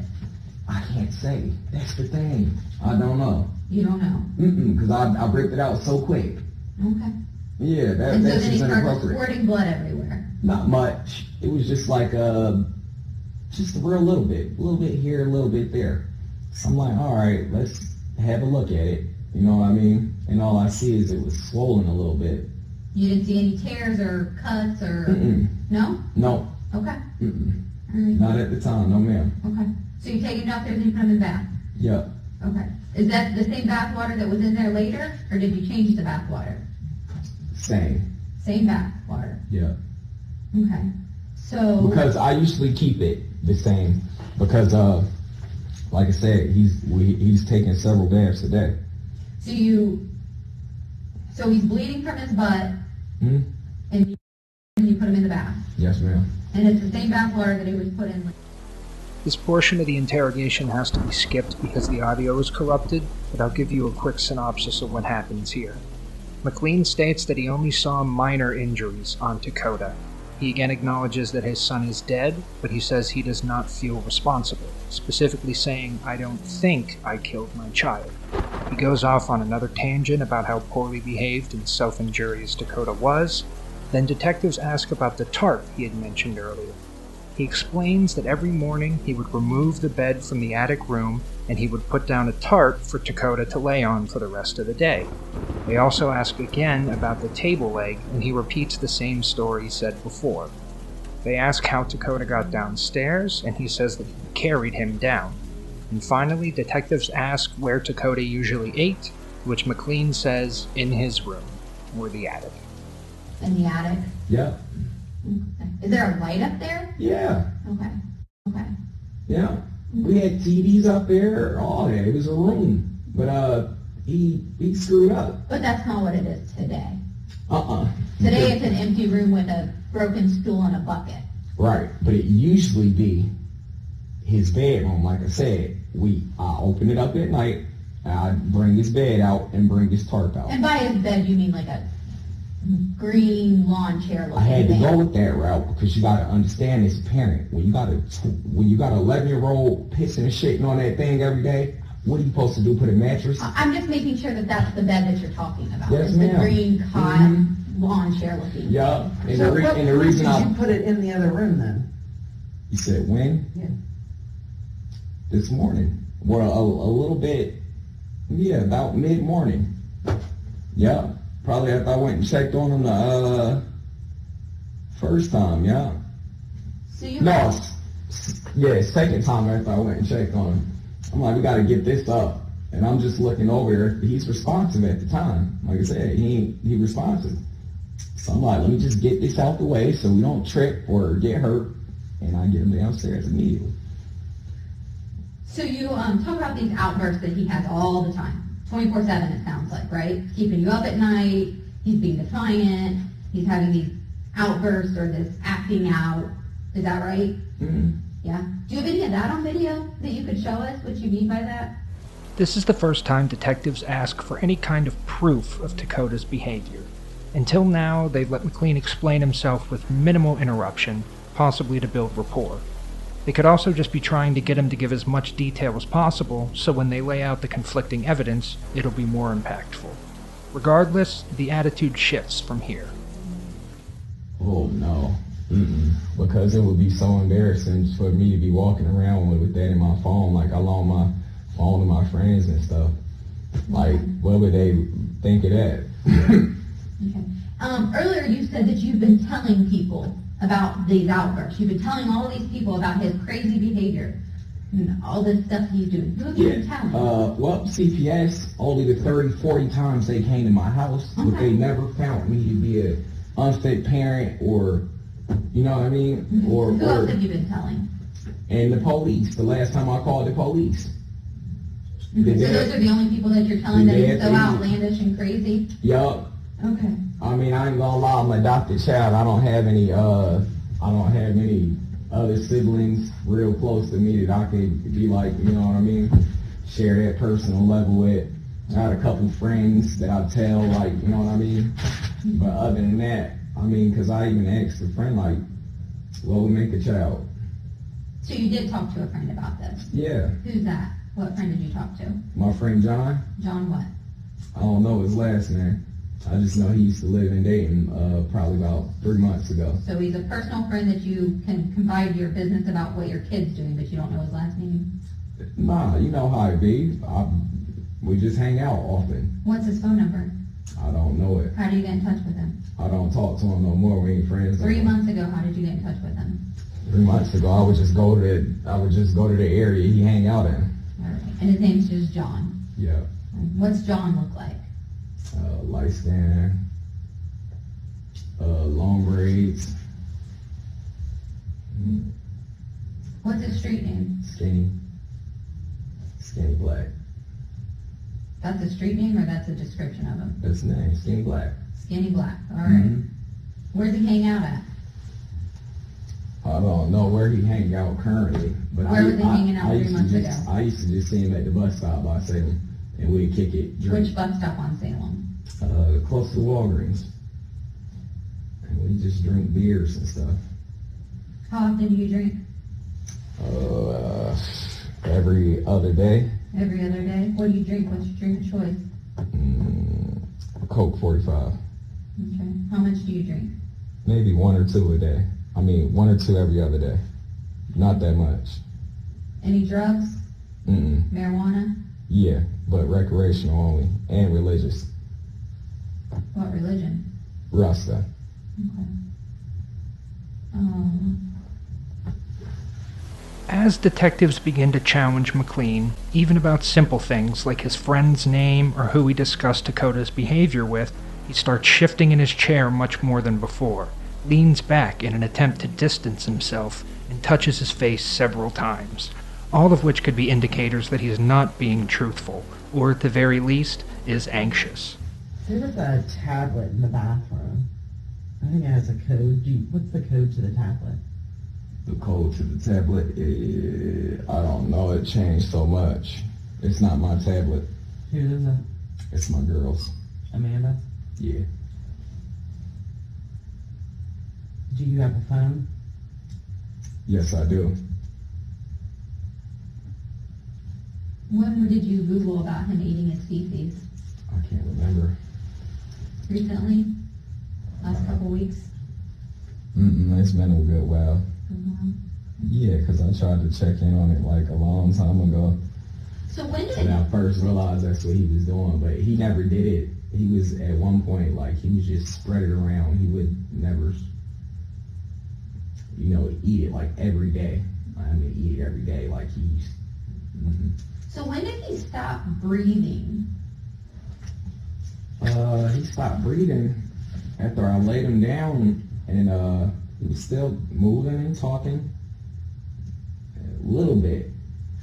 Speaker 1: I can't say. That's the thing. I don't know.
Speaker 5: You don't know?
Speaker 1: Mm-mm, because I, I ripped it out so quick.
Speaker 5: Okay.
Speaker 1: Yeah, that,
Speaker 5: And so
Speaker 1: that's
Speaker 5: then
Speaker 1: just
Speaker 5: he started
Speaker 1: inappropriate.
Speaker 5: squirting blood everywhere.
Speaker 1: Not much. It was just like uh, just a real little bit. A little bit here, a little bit there. So I'm like, all right, let's have a look at it. You know what I mean? And all I see is it was swollen a little bit.
Speaker 5: You didn't see any tears or cuts or
Speaker 1: Mm-mm.
Speaker 5: no?
Speaker 1: No,
Speaker 5: Okay.
Speaker 1: mm-mm.
Speaker 5: All right.
Speaker 1: not at the time. No, ma'am.
Speaker 5: Okay. So you take it out there and you put him in the bath.
Speaker 1: Yep.
Speaker 5: Okay. Is that the same bath water that was in there later, or did you change the bath water?
Speaker 1: Same.
Speaker 5: Same bath water.
Speaker 1: Yep.
Speaker 5: Okay. So
Speaker 1: because I usually keep it the same because uh like I said he's we, he's taking several baths a day.
Speaker 5: so you so he's bleeding from his butt,
Speaker 1: Hmm?
Speaker 5: and you, and you put him in the bath,
Speaker 1: Yes, ma'am.
Speaker 5: and it's the same bath water that he was put in. later.
Speaker 2: This portion of the interrogation has to be skipped because the audio is corrupted, but I'll give you a quick synopsis of what happens here. McLean states that he only saw minor injuries on Dakota. He again acknowledges that his son is dead, but he says he does not feel responsible, specifically saying, I don't think I killed my child. He goes off on another tangent about how poorly behaved and self injurious Dakota was. Then detectives ask about the tarp he had mentioned earlier. He explains that every morning he would remove the bed from the attic room and he would put down a tarp for Dakota to lay on for the rest of the day. They also ask again about the table leg, and he repeats the same story said before. They ask how Dakota got downstairs, and he says that he carried him down. And finally, detectives ask where Dakota usually ate, which McLean says in his room, or the attic.
Speaker 5: in the attic.
Speaker 1: Yep.
Speaker 5: Is there a light up there?
Speaker 1: Yeah.
Speaker 5: Okay, okay.
Speaker 1: Yeah. We had TVs up there all day. It was a room. But uh, he he screwed up.
Speaker 5: But that's not what it is today.
Speaker 1: Uh-uh.
Speaker 5: Today it's an empty room with a broken stool and a bucket.
Speaker 1: Right, but it usually be his bedroom. Like I said, we I open it up at night. and I bring his bed out and bring his tarp out.
Speaker 5: And by his bed, you mean like a green lawn chair
Speaker 1: I
Speaker 5: looking
Speaker 1: had to
Speaker 5: thing.
Speaker 1: go with that route because you gotta understand as a parent when you got a when you got an eleven year old pissing and shitting on that thing every day. What are you supposed to do? Put a mattress?
Speaker 5: I- I'm just making sure that that's the bed that you're talking about.
Speaker 1: Yes,
Speaker 5: It's the
Speaker 1: ma'am.
Speaker 5: green cot
Speaker 1: Mhm.
Speaker 5: lawn chair looking.
Speaker 1: Yeah. And the,
Speaker 3: So
Speaker 1: re-
Speaker 3: what
Speaker 1: and the
Speaker 3: point
Speaker 1: reason
Speaker 3: did you
Speaker 1: I
Speaker 3: put it in the other room then?
Speaker 1: you said when
Speaker 3: Yeah.
Speaker 1: this morning, well a, a little bit, yeah, about mid morning. Yeah, probably after I went and checked on him the uh, first time. Yeah.
Speaker 5: So you
Speaker 1: No, s- s- yeah, second time after I went and checked on him. I'm like, we gotta get this up. And I'm just looking over here. He's responsive at the time. Like I said, he ain't, he responsive. So I'm like, let me just get this out the way so we don't trip or get hurt. And I get him downstairs immediately.
Speaker 5: so you um, talk about these outbursts that he has all the time, 24/7. It sounds like, right? It's keeping you up at night. He's being defiant. He's having these outbursts or this acting out. Is that right?
Speaker 1: Mhm.
Speaker 5: Yeah. Do you have any of that on video that you could show us? What you mean by that?
Speaker 2: This is the first time detectives ask for any kind of proof of Dakota's behavior. Until now, they've let McLean explain himself with minimal interruption, possibly to build rapport. They could also just be trying to get him to give as much detail as possible, so when they lay out the conflicting evidence, it'll be more impactful. Regardless, the attitude shifts from here.
Speaker 1: Oh no. Mm-mm. Because it would be so embarrassing for me to be walking around with, with that in my phone. Like I loan my phone to my friends and stuff. Like what would they think of that?
Speaker 5: Okay. Um, earlier, you said that you've been telling people about these outbursts. You've been telling all these people about his crazy behavior and all this stuff he's doing. Who have you been telling?
Speaker 1: Uh, well, CPS, only the 30, 40 times they came to my house, but they never found me to be a unfit parent or, you know what I mean? Or,
Speaker 5: Who else
Speaker 1: or,
Speaker 5: have you been telling?
Speaker 1: and the police, the last time I called the police.
Speaker 5: So
Speaker 1: Did
Speaker 5: those
Speaker 1: that?
Speaker 5: are the only people that you're telling that he's
Speaker 1: Did
Speaker 5: so
Speaker 1: they-
Speaker 5: outlandish and crazy?
Speaker 1: Yup.
Speaker 5: Okay.
Speaker 1: I mean, I ain't gonna lie, I'm an adopted child. I don't have any, uh, I don't have any other siblings real close to me that I could be like, you know what I mean? Share that personal level with. I had a couple friends that I tell, like, you know what I mean? But other than that, I mean, cause I even asked a friend, like, what would make a child?
Speaker 5: So you did talk to a friend about this.
Speaker 1: Yeah,
Speaker 5: Who's that? What friend did you talk to?
Speaker 1: my friend John,
Speaker 5: John what?
Speaker 1: I don't know his last name. I just know he used to live in Dayton, uh, probably about three months ago.
Speaker 5: So he's a personal friend that you can confide your business about what your kid's doing, but you don't know his last name.
Speaker 1: Nah, you know how it be. I, we just hang out often.
Speaker 5: What's his phone number?
Speaker 1: I don't know it.
Speaker 5: How do you get in touch with him?
Speaker 1: I don't talk to him no more. We ain't friends. no
Speaker 5: Three
Speaker 1: more.
Speaker 5: months ago, how did you get in touch with him?
Speaker 1: Three months ago, I would just go to the, I would just go to the area he hang out in.
Speaker 5: All right. And his name's just John.
Speaker 1: Yeah,
Speaker 5: What's John look like?
Speaker 1: uh, light skin, uh, long braids,
Speaker 5: What's his street name?
Speaker 1: skinny, skinny black.
Speaker 5: That's a street name or that's a description of him?
Speaker 1: That's his name, skinny black.
Speaker 5: Skinny black. All right.
Speaker 1: Mhm.
Speaker 5: Where does he hang out at?
Speaker 1: I don't know where he hang out currently, but I,
Speaker 5: Where was he
Speaker 1: I,
Speaker 5: hanging out
Speaker 1: I
Speaker 5: three
Speaker 1: used
Speaker 5: months
Speaker 1: to just,
Speaker 5: ago?
Speaker 1: I used to just see him at the bus stop by Salem, and we'd kick it, drink.
Speaker 5: Which bus stop on Salem?
Speaker 1: uh, close to Walgreens. And we just drink beers and stuff.
Speaker 5: How often do you drink?
Speaker 1: Uh, every other day,
Speaker 5: Every other day? What do you drink? What's your drink of choice?
Speaker 1: mm, Coke 45.
Speaker 5: Okay. How much do you drink?
Speaker 1: Maybe one or two a day. I mean, one or two every other day. Not that much.
Speaker 5: Any drugs?
Speaker 1: Mm-mm.
Speaker 5: Marijuana?
Speaker 1: Yeah, but recreational only and religious.
Speaker 5: What religion?
Speaker 1: Rasta.
Speaker 5: Okay. Um,
Speaker 2: As detectives begin to challenge McLean, even about simple things like his friend's name or who he discussed Dakota's behavior with, he starts shifting in his chair much more than before, leans back in an attempt to distance himself, and touches his face several times, all of which could be indicators that he is not being truthful, or at the very least, is anxious.
Speaker 3: There was a tablet in the bathroom. I think it has a code. Do you, what's the code to the tablet?
Speaker 1: The code to the tablet, eh, I don't know. It changed so much. It's not my tablet.
Speaker 3: Who is it?
Speaker 1: It's my girl's.
Speaker 3: Amanda?
Speaker 1: Yeah.
Speaker 3: Do you have a phone?
Speaker 1: Yes, I do.
Speaker 5: when did you Google about him eating his feces?
Speaker 1: I can't remember.
Speaker 5: Recently? Last couple weeks?
Speaker 1: Mm-mm, Mm-hmm, it's been a good while.
Speaker 5: Mhm.
Speaker 1: Yeah, 'cause I tried to check in on it like a long time ago.
Speaker 5: So when
Speaker 1: And
Speaker 5: did
Speaker 1: I first realized that's what he was doing, but he never did it. He was at one point like he was just spread it around. He would never, you know, eat it like every day. I mean, eat it every day like he's. mm
Speaker 5: so when did he stop breathing?
Speaker 1: Uh, he stopped breathing after I laid him down, and uh, he was still moving and talking a little bit.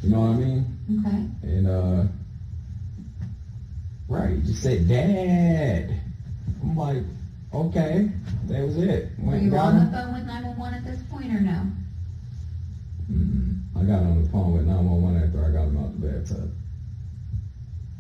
Speaker 1: You know what I mean?
Speaker 5: Okay.
Speaker 1: And uh right, you just said dad. I'm like, okay, that was it.
Speaker 5: Were
Speaker 1: Went and
Speaker 5: you
Speaker 1: got
Speaker 5: on the
Speaker 1: him.
Speaker 5: phone with 911 at this point or no?
Speaker 1: Mm, I got on the phone with 911 after I got him out the bathtub.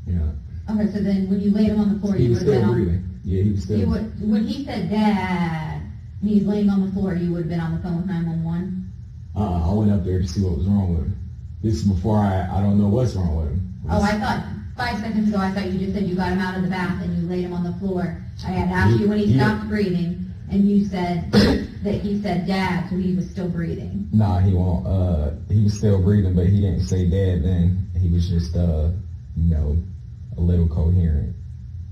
Speaker 1: Yeah,
Speaker 5: Okay, so then when you laid him on the floor,
Speaker 1: he
Speaker 5: Oh, you
Speaker 1: was
Speaker 5: would have been
Speaker 1: still
Speaker 5: on.
Speaker 1: breathing. Yeah, he was still.
Speaker 5: You would, when he said dad, and he's laying on the floor, you would have been on the phone with 911.
Speaker 1: uh, I went up there to see what was wrong with him. This is before I, I don't know what's wrong with him.
Speaker 5: Oh, I thought five seconds ago, I thought you just said you got him out of the bath and you laid him on the floor. I had asked you when he
Speaker 1: Yeah.
Speaker 5: stopped breathing, and you said that he said dad, so he was still breathing.
Speaker 1: Nah, he won't. Uh, he was still breathing, but he didn't say dad then. He was just, uh, you know, a little coherent.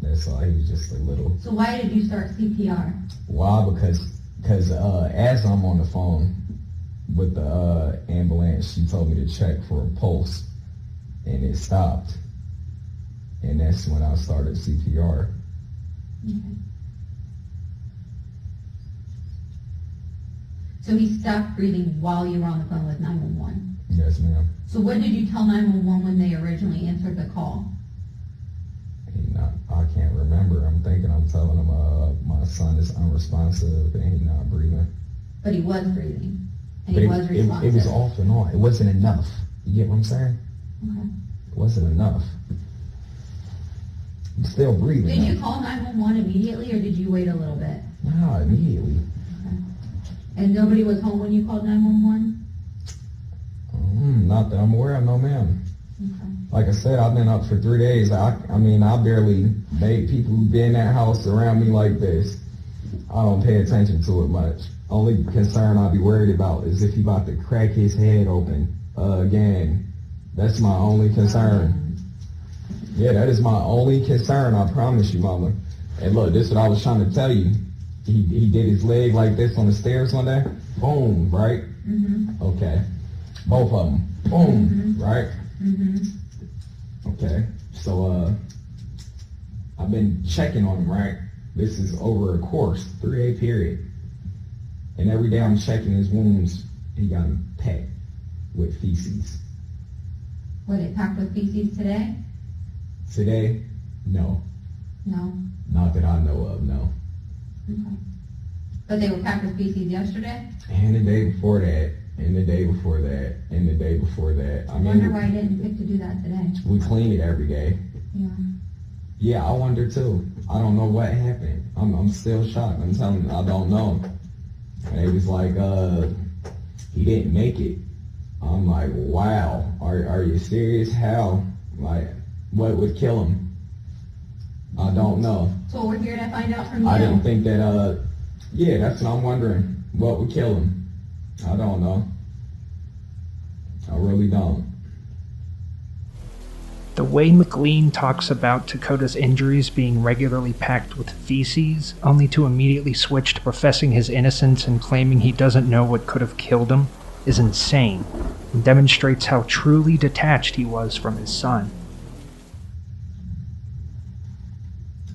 Speaker 1: That's all. He was just a little.
Speaker 5: So why did you start CPR?
Speaker 1: Why? Because because uh, as I'm on the phone with the uh, ambulance, she told me to check for a pulse, and it stopped. And that's when I started CPR.
Speaker 5: So he stopped breathing while you were on the phone with 911.
Speaker 1: Yes, ma'am.
Speaker 5: So what did you tell 911 when they originally answered the call?
Speaker 1: He not. I can't remember. I'm thinking I'm telling him uh, my son is unresponsive and he's not breathing.
Speaker 5: But he was breathing, and
Speaker 1: But
Speaker 5: he
Speaker 1: it,
Speaker 5: was
Speaker 1: it,
Speaker 5: responsive.
Speaker 1: it was off and on. It wasn't enough. You get what I'm saying?
Speaker 5: Okay.
Speaker 1: It wasn't enough. I'm still
Speaker 5: Did
Speaker 1: breathing.
Speaker 5: you call 911 immediately, or did you wait a little bit?
Speaker 1: No, immediately.
Speaker 5: And nobody was home when you called 911?
Speaker 1: Mm, not that I'm aware of, no ma'am.
Speaker 5: Okay.
Speaker 1: Like I said, I've been up for three days. I, I mean, I barely made people who been in that house around me like this. I don't pay attention to it much. Only concern I'd be worried about is if he about to crack his head open uh, again. That's my only concern. Yeah, that is my only concern. I promise you, Mama. And look, this is what I was trying to tell you. He, he did his leg like this on the stairs one day. Boom, right?
Speaker 5: Mm-hmm,
Speaker 1: Okay. Both of them. Boom, right?
Speaker 5: mm-hmm.
Speaker 1: Okay. So uh I've been checking on him, right? This is over a course, three day period. And every day I'm checking his wounds, he got them packed with feces.
Speaker 5: What, it packed with feces today?
Speaker 1: Today, no.
Speaker 5: No?
Speaker 1: Not that I know of, no.
Speaker 5: Okay. But they were packed with feces yesterday?
Speaker 1: And the day before that, and the day before that, and the day before that. I
Speaker 5: I wonder
Speaker 1: mean
Speaker 5: why you didn't pick to do that today.
Speaker 1: we clean it every day.
Speaker 5: Yeah.
Speaker 1: Yeah, I wonder too. I don't know what happened. I'm I'm still shocked. I'm telling you, I don't know. And it was like, uh, he didn't make it. I'm like, wow. Are are you serious? How? Like, what would kill him? I don't know.
Speaker 5: So we're here to find out from
Speaker 1: I didn't
Speaker 5: you.
Speaker 1: think that. Uh, yeah, that's what I'm wondering. What would kill him? I don't know. I really don't.
Speaker 2: The way McLean talks about Dakota's injuries being regularly packed with feces, only to immediately switch to professing his innocence and claiming he doesn't know what could have killed him, is insane and demonstrates how truly detached he was from his son.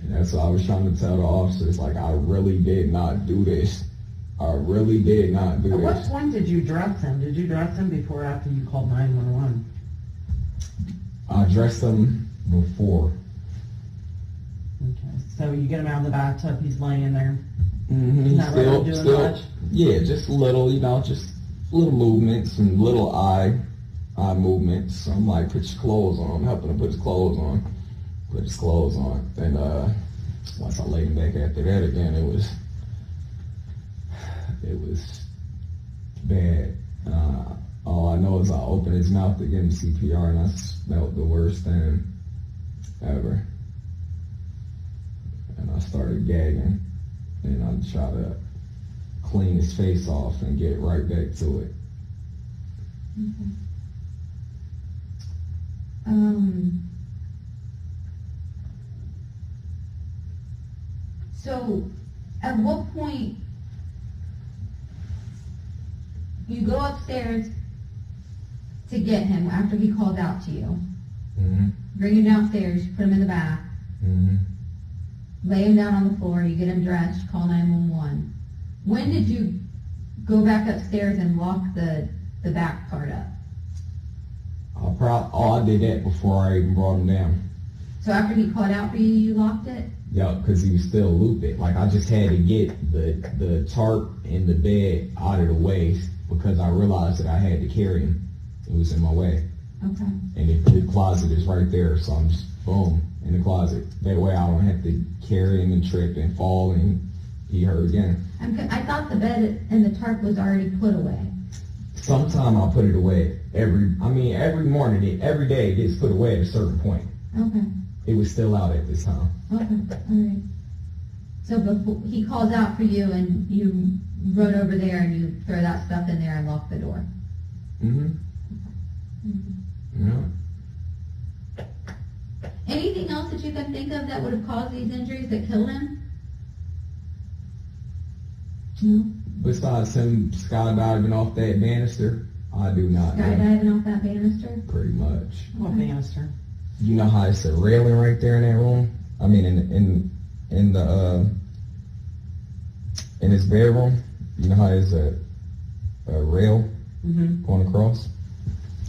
Speaker 1: And that's what I was trying to tell the officers. Like, I really did not do this. I really did not do
Speaker 3: At what
Speaker 1: this.
Speaker 3: point did you dress him? Did you dress him before or after you called 911?
Speaker 1: I dressed them before.
Speaker 3: Okay, so you get him out of the bathtub, he's laying there.
Speaker 1: Mm-hmm.
Speaker 3: Not really doing much?
Speaker 1: Yeah, just little, you know, just little movements and little eye, eye movements. So I'm like, put your clothes on. I'm helping him put his clothes on. Put his clothes on. And uh, once I laid him back after that again, it was, it was bad. Uh, all I know is I opened his mouth to give him CPR, and I smelled the worst thing ever. And I started gagging and I try to clean his face off and get right back to it.
Speaker 5: Um. So, at what point you go upstairs to get him after he called out to you?
Speaker 1: Mm-hmm.
Speaker 5: Bring him downstairs, put him in the bath,
Speaker 1: Mm-hmm.
Speaker 5: lay him down on the floor, you get him dressed, call 911. When did you go back upstairs and lock the, the back part up?
Speaker 1: I prob- oh, I did that before I even brought him down.
Speaker 5: So after he called out for you, you locked it?
Speaker 1: Yeah, because he was still looping. Like I just had to get the the tarp and the bed out of the way because I realized that I had to carry him. It was in my way.
Speaker 5: Okay.
Speaker 1: And the, the closet is right there, so I'm just boom in the closet. That way I don't have to carry him and trip and fall and he hurt again.
Speaker 5: I'm, co- I thought the bed and the tarp was already put away.
Speaker 1: Sometime I put it away every. I mean, every morning, it, every day it gets put away at a certain point.
Speaker 5: Okay,
Speaker 1: It was still out at this time.
Speaker 5: okay, all right. So before, he calls out for you and you run over there and you throw that stuff in there and lock the door.
Speaker 1: Mm-hmm. Yeah.
Speaker 5: Anything else that you can think of that would have caused these injuries that killed him? No?
Speaker 1: Besides him skydiving off that banister, I do not know.
Speaker 5: Skydiving off that banister?
Speaker 1: Pretty much.
Speaker 3: What banister?
Speaker 1: You know how it's a railing right there in that room. I mean, in in in the uh, in his bedroom. You know how it's a a rail
Speaker 3: Mm-hmm.
Speaker 1: going across.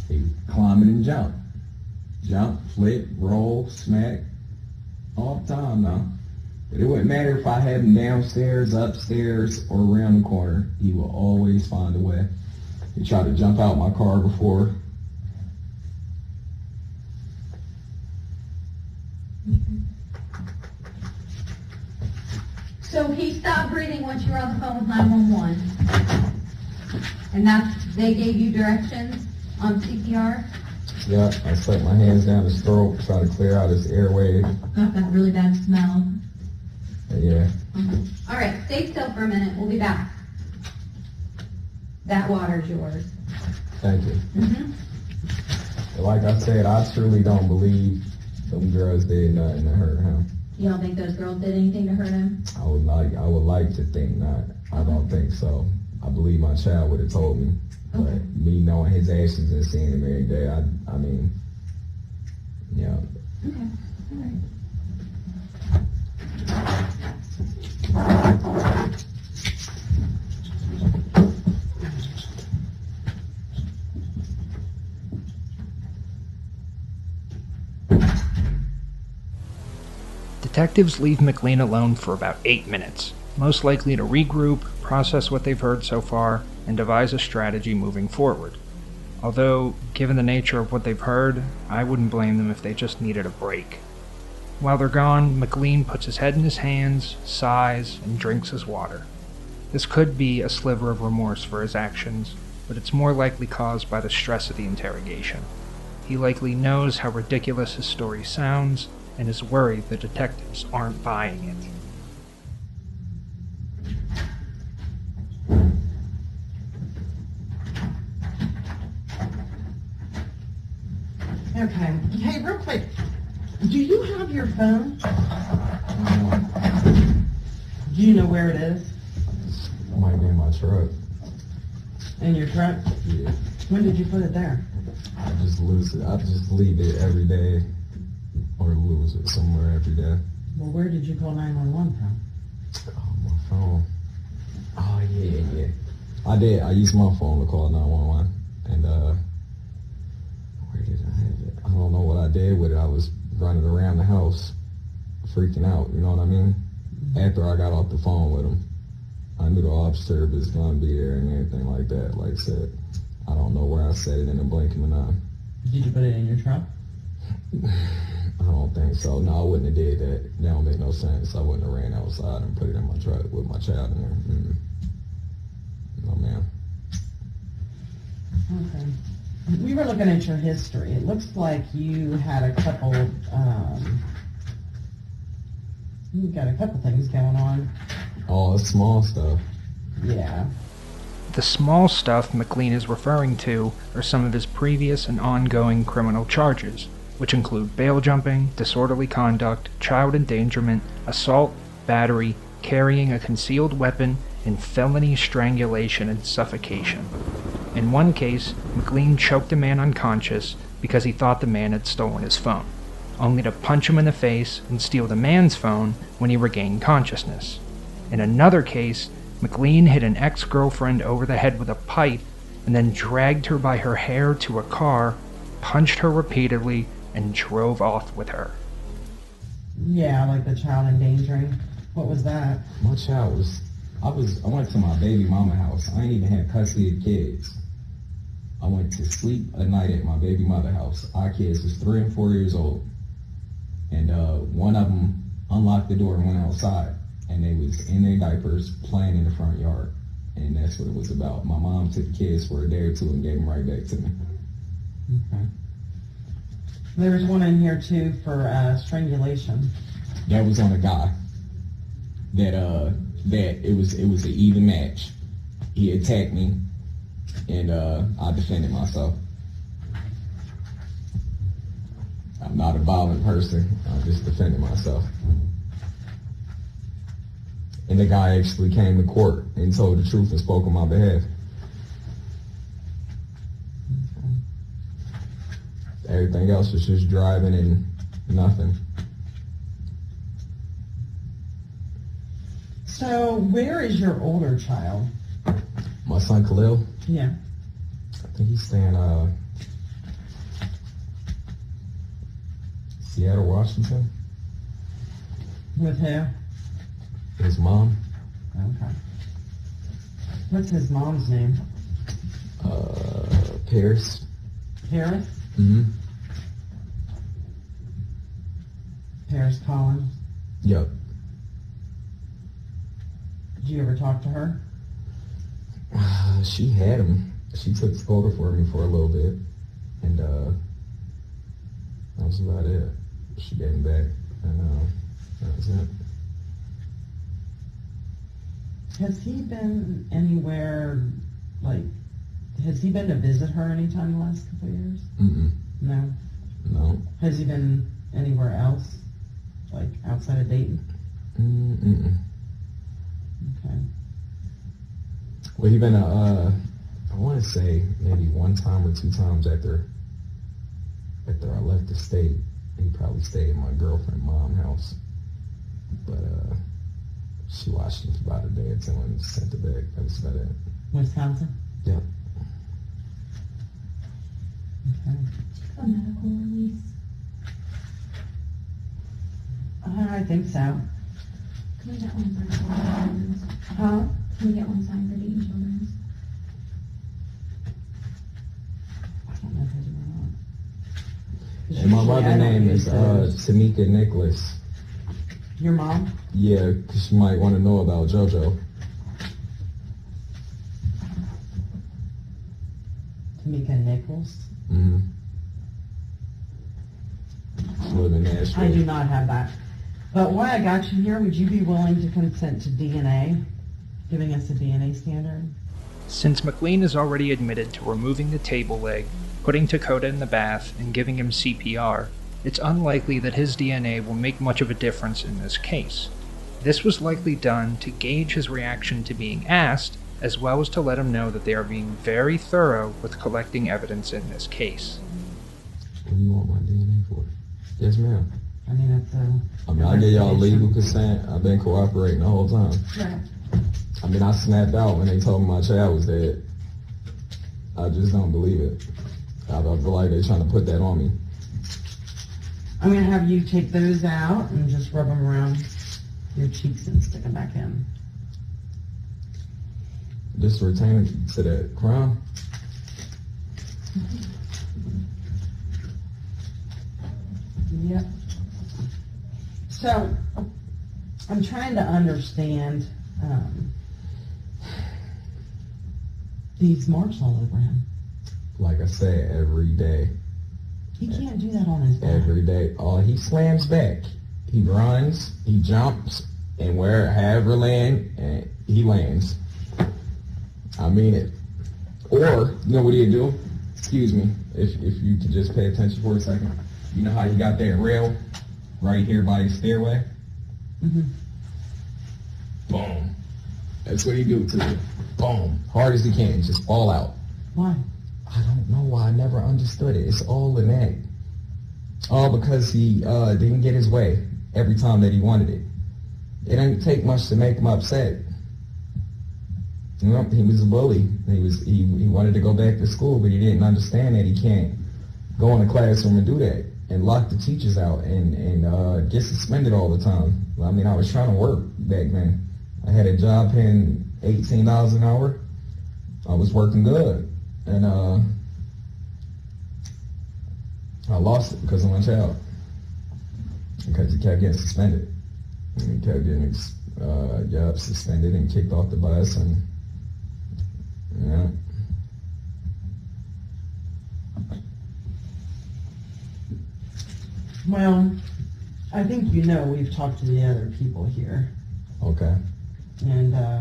Speaker 1: He climbing and jump. Jump, flip, roll, smack. All the time now. But it wouldn't matter if I had him downstairs, upstairs, or around the corner. He will always find a way. He tried to jump out my car before.
Speaker 5: So he stopped breathing once you were on the phone with 911. And that's, they gave you directions on CPR?
Speaker 1: Yep, I stuck my hands down his throat, try to clear out his airway.
Speaker 5: Got that really bad smell.
Speaker 1: Yeah.
Speaker 5: Mm-hmm. All right, stay still for a minute. We'll be back. That water's yours.
Speaker 1: Thank you.
Speaker 5: Mm-hmm.
Speaker 1: Like I said, I truly don't believe them girls did nothing to hurt him.
Speaker 5: You don't think those girls did anything to hurt him?
Speaker 1: I would like I would like to think not. I don't think so. I believe my child would have told me.
Speaker 5: Okay.
Speaker 1: But me knowing his actions and seeing him every day, I I mean yeah.
Speaker 5: Okay. All right.
Speaker 2: Detectives leave McLean alone for about eight minutes, most likely to regroup, process what they've heard so far, and devise a strategy moving forward. Although, given the nature of what they've heard, I wouldn't blame them if they just needed a break. While they're gone, McLean puts his head in his hands, sighs, and drinks his water. This could be a sliver of remorse for his actions, but it's more likely caused by the stress of the interrogation. He likely knows how ridiculous his story sounds and is worried the detectives aren't buying it.
Speaker 3: Okay, hey, real quick, do you have your phone?
Speaker 1: Um,
Speaker 3: Do you know where it is?
Speaker 1: I might be in my truck.
Speaker 3: In your truck?
Speaker 1: Yeah.
Speaker 3: When did you put it there?
Speaker 1: I just lose it. I just leave it every day or lose it somewhere every day.
Speaker 3: Well, where did you call 911 from?
Speaker 1: Oh, my phone. Oh, yeah, yeah. I did. I used my phone to call 911. And, uh, where did I have it? I don't know what I did with it. I was running around the house freaking out, you know what I mean? After I got off the phone with him, I knew the ops service was going to be there and everything like that. Like I said, I don't know where I said it in the blink of an eye.
Speaker 3: Did you put it in your truck?
Speaker 1: I don't think so. No, I wouldn't have did that. That don't make no sense. I wouldn't have ran outside and put it in my truck with my child in there. Mm. No, ma'am.
Speaker 3: Okay. We were looking at your history. It looks like you had a couple, um, you got a couple things going on.
Speaker 1: All the small stuff.
Speaker 3: Yeah.
Speaker 2: The small stuff McLean is referring to are some of his previous and ongoing criminal charges, which include bail jumping, disorderly conduct, child endangerment, assault, battery, carrying a concealed weapon, and felony strangulation and suffocation. In one case, McLean choked a man unconscious because he thought the man had stolen his phone, only to punch him in the face and steal the man's phone when he regained consciousness. In another case, McLean hit an ex girlfriend over the head with a pipe and then dragged her by her hair to a car, punched her repeatedly, and drove off with her.
Speaker 3: Yeah, like the child endangering. What was that?
Speaker 1: My child was. I was. I went to my baby mama house. I ain't even had custody of kids. I went to sleep a night at my baby mother house. Our kids was three and four years old, and uh, one of them unlocked the door and went outside, and they was in their diapers playing in the front yard, and that's what it was about. My mom took the kids for a day or two and gave them right back to me.
Speaker 3: Okay. There was one in here too for uh, strangulation.
Speaker 1: that was on a guy that uh that it was it was an even match. He attacked me and uh I defended myself. I'm not a violent person. I just defended myself. And the guy actually came to court and told the truth and spoke on my behalf. Everything else was just driving and nothing.
Speaker 3: So where is your older child?
Speaker 1: My son Khalil,
Speaker 3: Yeah.
Speaker 1: I think he's staying uh Seattle, Washington.
Speaker 3: With who?
Speaker 1: His mom.
Speaker 3: Okay. What's his mom's name?
Speaker 1: Uh Paris.
Speaker 3: Paris?
Speaker 1: Mm-hmm.
Speaker 3: Paris Collins.
Speaker 1: Yep.
Speaker 3: Did you ever talk to her?
Speaker 1: Uh, she had him. She took the photo for me for a little bit. And uh that was about it. She gave him back and uh that was it.
Speaker 3: Has he been anywhere, like, has he been to visit her anytime in the last couple of years?
Speaker 1: Mm-mm.
Speaker 3: No.
Speaker 1: No.
Speaker 3: Has he been anywhere else, like outside of Dayton?
Speaker 1: Mm-mm.
Speaker 3: Okay.
Speaker 1: Well, he been a, uh, I want to say maybe one time or two times after after I left the state. He probably stayed at my girlfriend mom house, but uh, she watched him for about a day or two and sent it back. That's about it.
Speaker 3: Wisconsin?
Speaker 1: Yep.
Speaker 3: Okay.
Speaker 5: A medical release.
Speaker 3: Uh, I think so.
Speaker 5: Can we get one signed for Dayton Children's?
Speaker 3: Huh?
Speaker 5: Can we get one signed for Dayton Children's?
Speaker 3: I don't know if there's one.
Speaker 1: And my
Speaker 3: Usually I
Speaker 1: mother's
Speaker 3: don't
Speaker 1: name
Speaker 3: use
Speaker 1: is uh,
Speaker 3: those.
Speaker 1: Tamika Nicholas.
Speaker 3: Your mom?
Speaker 1: Yeah, 'cause you might want to know about JoJo.
Speaker 3: Tamika Nichols?
Speaker 1: Mm-hmm. She live in Nashville.
Speaker 3: I do not have that. But why I got you here, would you be willing to consent to DNA? Giving us a DNA standard?
Speaker 2: Since McLean has already admitted to removing the table leg, putting Dakota in the bath, and giving him CPR, it's unlikely that his DNA will make much of a difference in this case. This was likely done to gauge his reaction to being asked, as well as to let him know that they are being very thorough with collecting evidence in this case.
Speaker 1: What do you want my DNA for? Yes, ma'am.
Speaker 3: I mean, it's a.
Speaker 1: I mean, I gave y'all legal consent. I've been cooperating the whole time.
Speaker 5: Right.
Speaker 1: I mean, I snapped out when they told me my child was dead. I just don't believe it. I, I feel like they're trying to put that on me.
Speaker 3: I'm gonna have you take those out and just rub them around your cheeks and stick them back in.
Speaker 1: Just retaining to that crime.
Speaker 3: Yep. So, I'm trying to understand, um, these marks all over him.
Speaker 1: Like I said, every day,
Speaker 3: He can't do that on his back.
Speaker 1: every day. All he slams back. He runs. He jumps. And where however land, and he lands. I mean it. Or you know what he'd do? Excuse me. If if you could just pay attention for a second. You know how he got that rail right here by the stairway.
Speaker 3: Mhm.
Speaker 1: Boom. That's what he do to you. Boom. Hard as he can. Just fall out.
Speaker 3: Why?
Speaker 1: I don't know why I never understood it. It's all in that. All because he uh, didn't get his way every time that he wanted it. It didn't take much to make him upset. You know, he was a bully. He was he, he wanted to go back to school, but he didn't understand that he can't go in the classroom and do that and lock the teachers out and and uh, get suspended all the time. I mean, I was trying to work back then. I had a job paying eighteen dollars an hour. I was working good, and uh, I lost it because of my child. Because he kept getting suspended, and he kept getting uh, job suspended and kicked off the bus, and yeah.
Speaker 3: Well, I think you know we've talked to the other people here,
Speaker 1: Okay.
Speaker 3: and uh,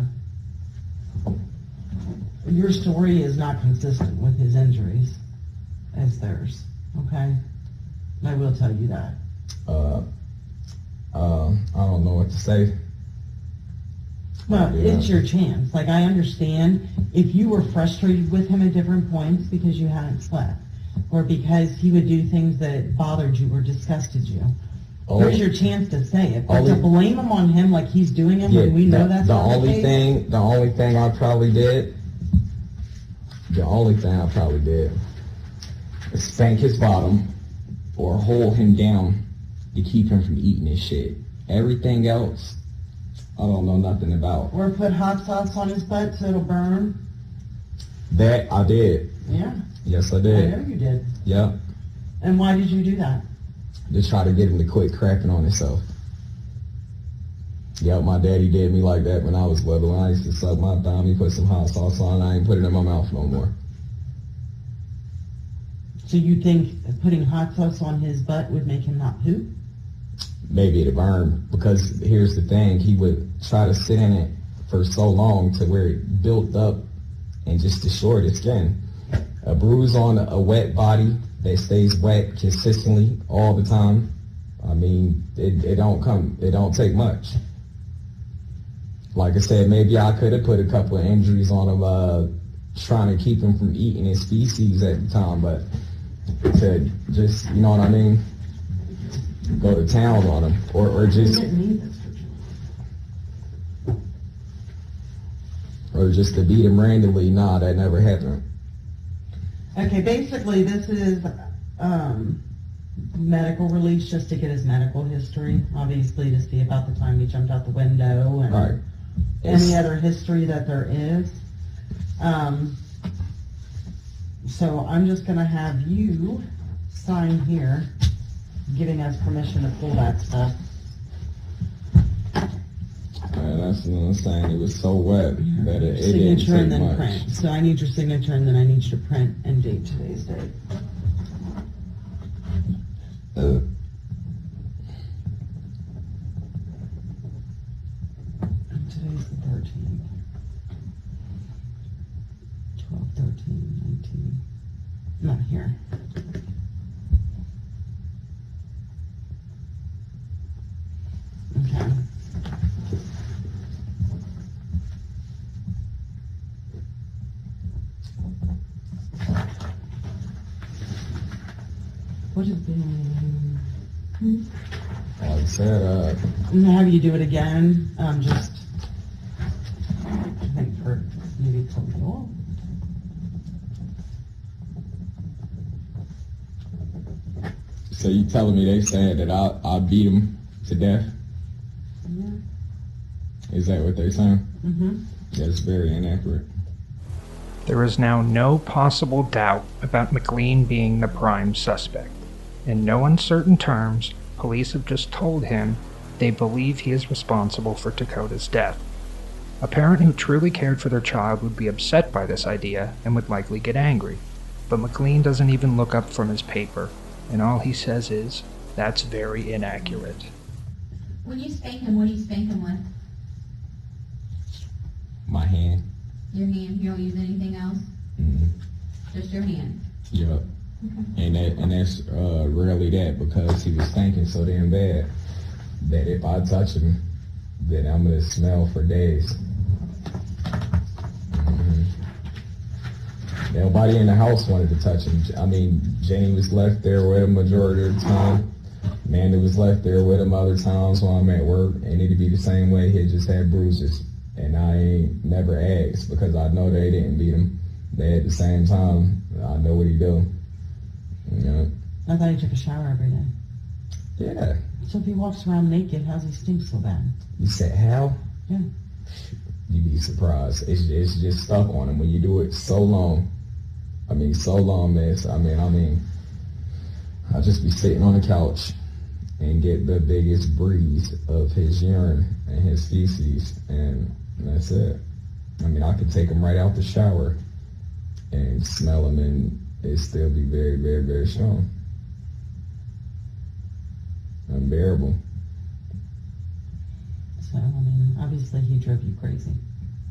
Speaker 3: your story is not consistent with his injuries as theirs. Okay, I will tell you that.
Speaker 1: Uh, uh, I don't know what to say.
Speaker 3: Well,
Speaker 1: Yeah.
Speaker 3: it's your chance. Like I understand if you were frustrated with him at different points because you hadn't slept, or because he would do things that bothered you or disgusted you.
Speaker 1: Oh,
Speaker 3: There's your chance to say it, but to
Speaker 1: Only-
Speaker 3: blame him on him like he's doing it when we know
Speaker 1: the,
Speaker 3: that's
Speaker 1: the
Speaker 3: not
Speaker 1: only
Speaker 3: the case.
Speaker 1: thing. The only thing I probably did. The only thing I probably did is spank his bottom or hold him down to keep him from eating his shit. Everything else, I don't know nothing about.
Speaker 3: Or put hot sauce on his butt so it'll burn.
Speaker 1: That I did.
Speaker 3: Yeah,
Speaker 1: Yes, I
Speaker 3: I know
Speaker 1: did.
Speaker 3: you did.
Speaker 1: Yep.
Speaker 3: And why did you do that?
Speaker 1: Just try to get him to quit cracking on himself. Yep, my daddy did me like that when I was little. When I used to suck my thumb, he put some hot sauce on. I ain't put it in my mouth no more.
Speaker 3: So you think putting hot sauce on his butt would make him not poop?
Speaker 1: maybe it'd burn because here's the thing he would try to sit in it for so long to where it built up and just destroyed his skin a bruise on a wet body that stays wet consistently all the time i mean it, it don't come it don't take much like i said maybe i could have put a couple of injuries on him uh trying to keep him from eating his feces at the time but to just you know what i mean go to town on him or, or
Speaker 3: You
Speaker 1: just
Speaker 3: didn't need this for you.
Speaker 1: or just to beat him randomly nah that never happened
Speaker 3: Okay, basically this is um, medical release just to get his medical history, obviously to see about the time he jumped out the window and
Speaker 1: right
Speaker 3: any
Speaker 1: It's-
Speaker 3: other history that there is. Um, so I'm just gonna have you sign here, giving us permission to pull that stuff.
Speaker 1: Man, that's what I'm saying. It was so wet that it, it didn't
Speaker 3: Signature
Speaker 1: take
Speaker 3: and then
Speaker 1: much.
Speaker 3: print. So I need your signature and then I need you to print and date today's date.
Speaker 1: Uh,
Speaker 3: And today's the thirteenth. Twelve, thirteen, nineteen. Not here. What is the?
Speaker 1: Like I said, uh,
Speaker 3: And have you do it again, um, just, I think for maybe total.
Speaker 1: so you telling me they said that I I beat them to death?
Speaker 3: Yeah.
Speaker 1: Is that what they saying?
Speaker 3: Mm-hmm.
Speaker 1: That's very inaccurate.
Speaker 2: There is now no possible doubt about McLean being the prime suspect. In no uncertain terms, police have just told him they believe he is responsible for Dakota's death. A parent who truly cared for their child would be upset by this idea and would likely get angry. But McLean doesn't even look up from his paper, and all he says is, That's very inaccurate.
Speaker 5: When you spank him, what do you spank him with?
Speaker 1: My hand.
Speaker 5: Your hand. You don't use anything else.
Speaker 1: Mm,
Speaker 5: Just your hand.
Speaker 1: yep. And that and that's uh, really that because he was thinking so damn bad that if I touch him, then I'm gonna smell for days. Mhm. Nobody in the house wanted to touch him. I mean, Jenny was left there with him majority of the time. Amanda was left there with him other times while I'm at work, and it'd be the same way. He just had bruises, and I ain't never asked because I know they didn't beat him. They at the same time, I know what he do. You know?
Speaker 3: I thought he took a shower every day.
Speaker 1: Yeah.
Speaker 3: So if he walks around naked, how's he stink so bad?
Speaker 1: You said how?
Speaker 3: Yeah.
Speaker 1: You'd be surprised. It's it's just stuck on him when you do it so long. I mean, so long, man. So, I mean, I mean, I'll just be sitting on the couch and get the biggest breeze of his urine and his feces, and that's it. I mean, I could take him right out the shower and smell him, and it still be very, very, very strong, unbearable.
Speaker 3: So, I mean, obviously he drove you crazy.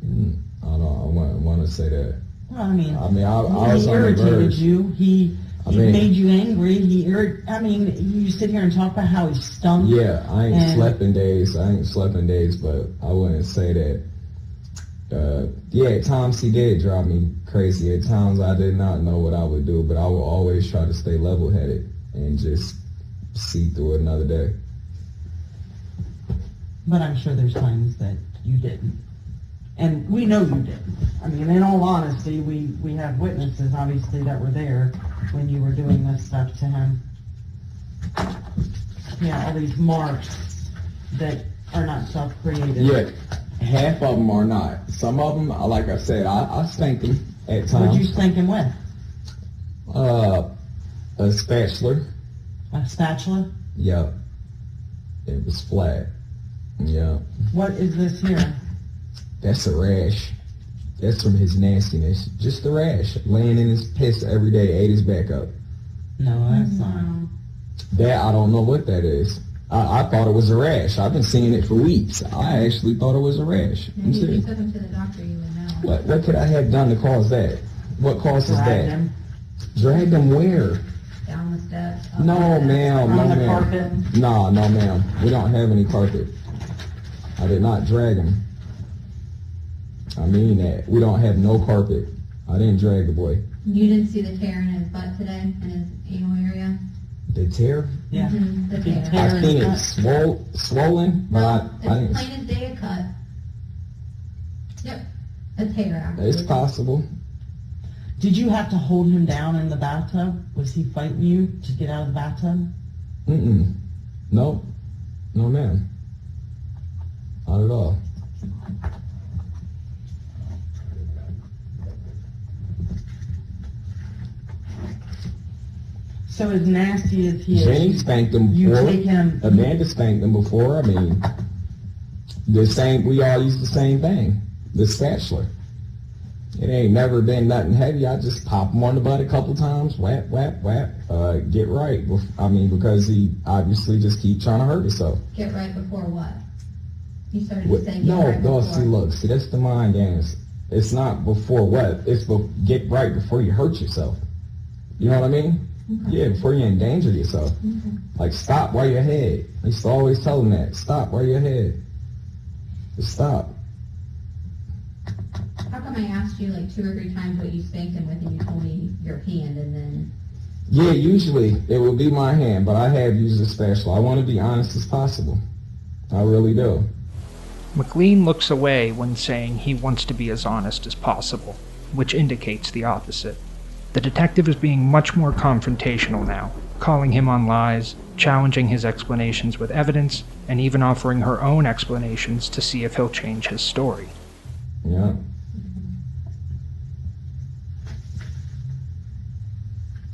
Speaker 1: Mm, I don't. I want, want to say that.
Speaker 3: Well, I mean,
Speaker 1: I mean, I, I was
Speaker 3: he
Speaker 1: on the
Speaker 3: irritated
Speaker 1: verge.
Speaker 3: you. He,
Speaker 1: I
Speaker 3: he
Speaker 1: mean-
Speaker 3: made you angry. He irrit- I mean, you sit here and talk about how he stunk.
Speaker 1: Yeah, I ain't
Speaker 3: And-
Speaker 1: slept in days. I ain't slept in days, but I wouldn't say that. Uh, yeah, at times he did drive me crazy. At times I did not know what I would do, but I would always try to stay level-headed and just see through another day.
Speaker 3: But I'm sure there's times that you didn't. And we know you did. I mean, in all honesty, we, we have witnesses, obviously, that were there when you were doing this stuff to him. Yeah, all these marks that are not self-created.
Speaker 1: Yeah, half of them are not. Some of them, like I said, I, I stank them at
Speaker 3: What'd you
Speaker 1: times.
Speaker 3: stink him with?
Speaker 1: Uh, a spatula.
Speaker 3: A spatula?
Speaker 1: Yeah. It was flat. Yeah.
Speaker 3: What is this here?
Speaker 1: That's a rash. That's from his nastiness. Just a rash. Laying in his piss every day, ate his back up.
Speaker 3: No, that's not.
Speaker 1: That, I don't know what that is. I, I thought it was a rash. I've been seeing it for weeks. I actually thought it was a rash. I'm
Speaker 5: Maybe if you
Speaker 1: serious.
Speaker 5: took him to the doctor, you would know.
Speaker 1: What, what could I have done to cause that? What causes
Speaker 3: Dragged
Speaker 1: that?
Speaker 3: him
Speaker 1: Dragged him where?
Speaker 5: Down the steps. up
Speaker 1: No,
Speaker 5: the steps.
Speaker 1: ma'am. No,
Speaker 3: on the
Speaker 1: ma'am.
Speaker 3: carpet.
Speaker 1: No, no, ma'am. We don't have any carpet. I did not drag him. I mean that. We don't have no carpet. I didn't drag the boy.
Speaker 5: You didn't see the tear in his butt today, in his anal area?
Speaker 1: The tear?
Speaker 3: Yeah.
Speaker 5: Mhm, The
Speaker 3: Big
Speaker 5: tear.
Speaker 3: tear.
Speaker 1: I seen it swole, swollen, but I, I
Speaker 5: It's
Speaker 1: didn't.
Speaker 5: plain as day a cut. Yep, a tear actually.
Speaker 1: It's possible.
Speaker 3: Did you have to hold him down in the bathtub? Was he fighting you to get out of the bathtub?
Speaker 1: Mm-mm. No. No, ma'am. Not at all.
Speaker 3: So as nasty as he is,
Speaker 1: Jenny spanked him
Speaker 3: you
Speaker 1: before.
Speaker 3: take him.
Speaker 1: Amanda spanked them before. I mean, the same. We all use the same thing, the spatula. It ain't never been nothing heavy. I just pop him on the butt a couple times, whap, whap, whap. Uh, get right. Bef- I mean, because he obviously just keep trying to hurt himself.
Speaker 5: Get right before what? You started
Speaker 1: What-
Speaker 5: to say get
Speaker 1: No,
Speaker 5: right
Speaker 1: no.
Speaker 5: before.
Speaker 1: See, look, see, that's the mind games. It's not before what. It's be- get right before you hurt yourself. You know what I mean?
Speaker 5: Mm-hmm.
Speaker 1: Yeah, before you endanger yourself.
Speaker 5: Mhm.
Speaker 1: Like stop while you're ahead. I used to always tell them that. Stop while you're ahead. Just stop.
Speaker 5: How come I asked you like two or three times what you spanked him with and you told me your hand and then
Speaker 1: Yeah, usually it would be my hand, but I have used a spatula. I want to be honest as possible. I really do.
Speaker 2: McLean looks away when saying he wants to be as honest as possible, which indicates the opposite. The detective is being much more confrontational now, calling him on lies, challenging his explanations with evidence, and even offering her own explanations to see if he'll change his story.
Speaker 1: Yeah.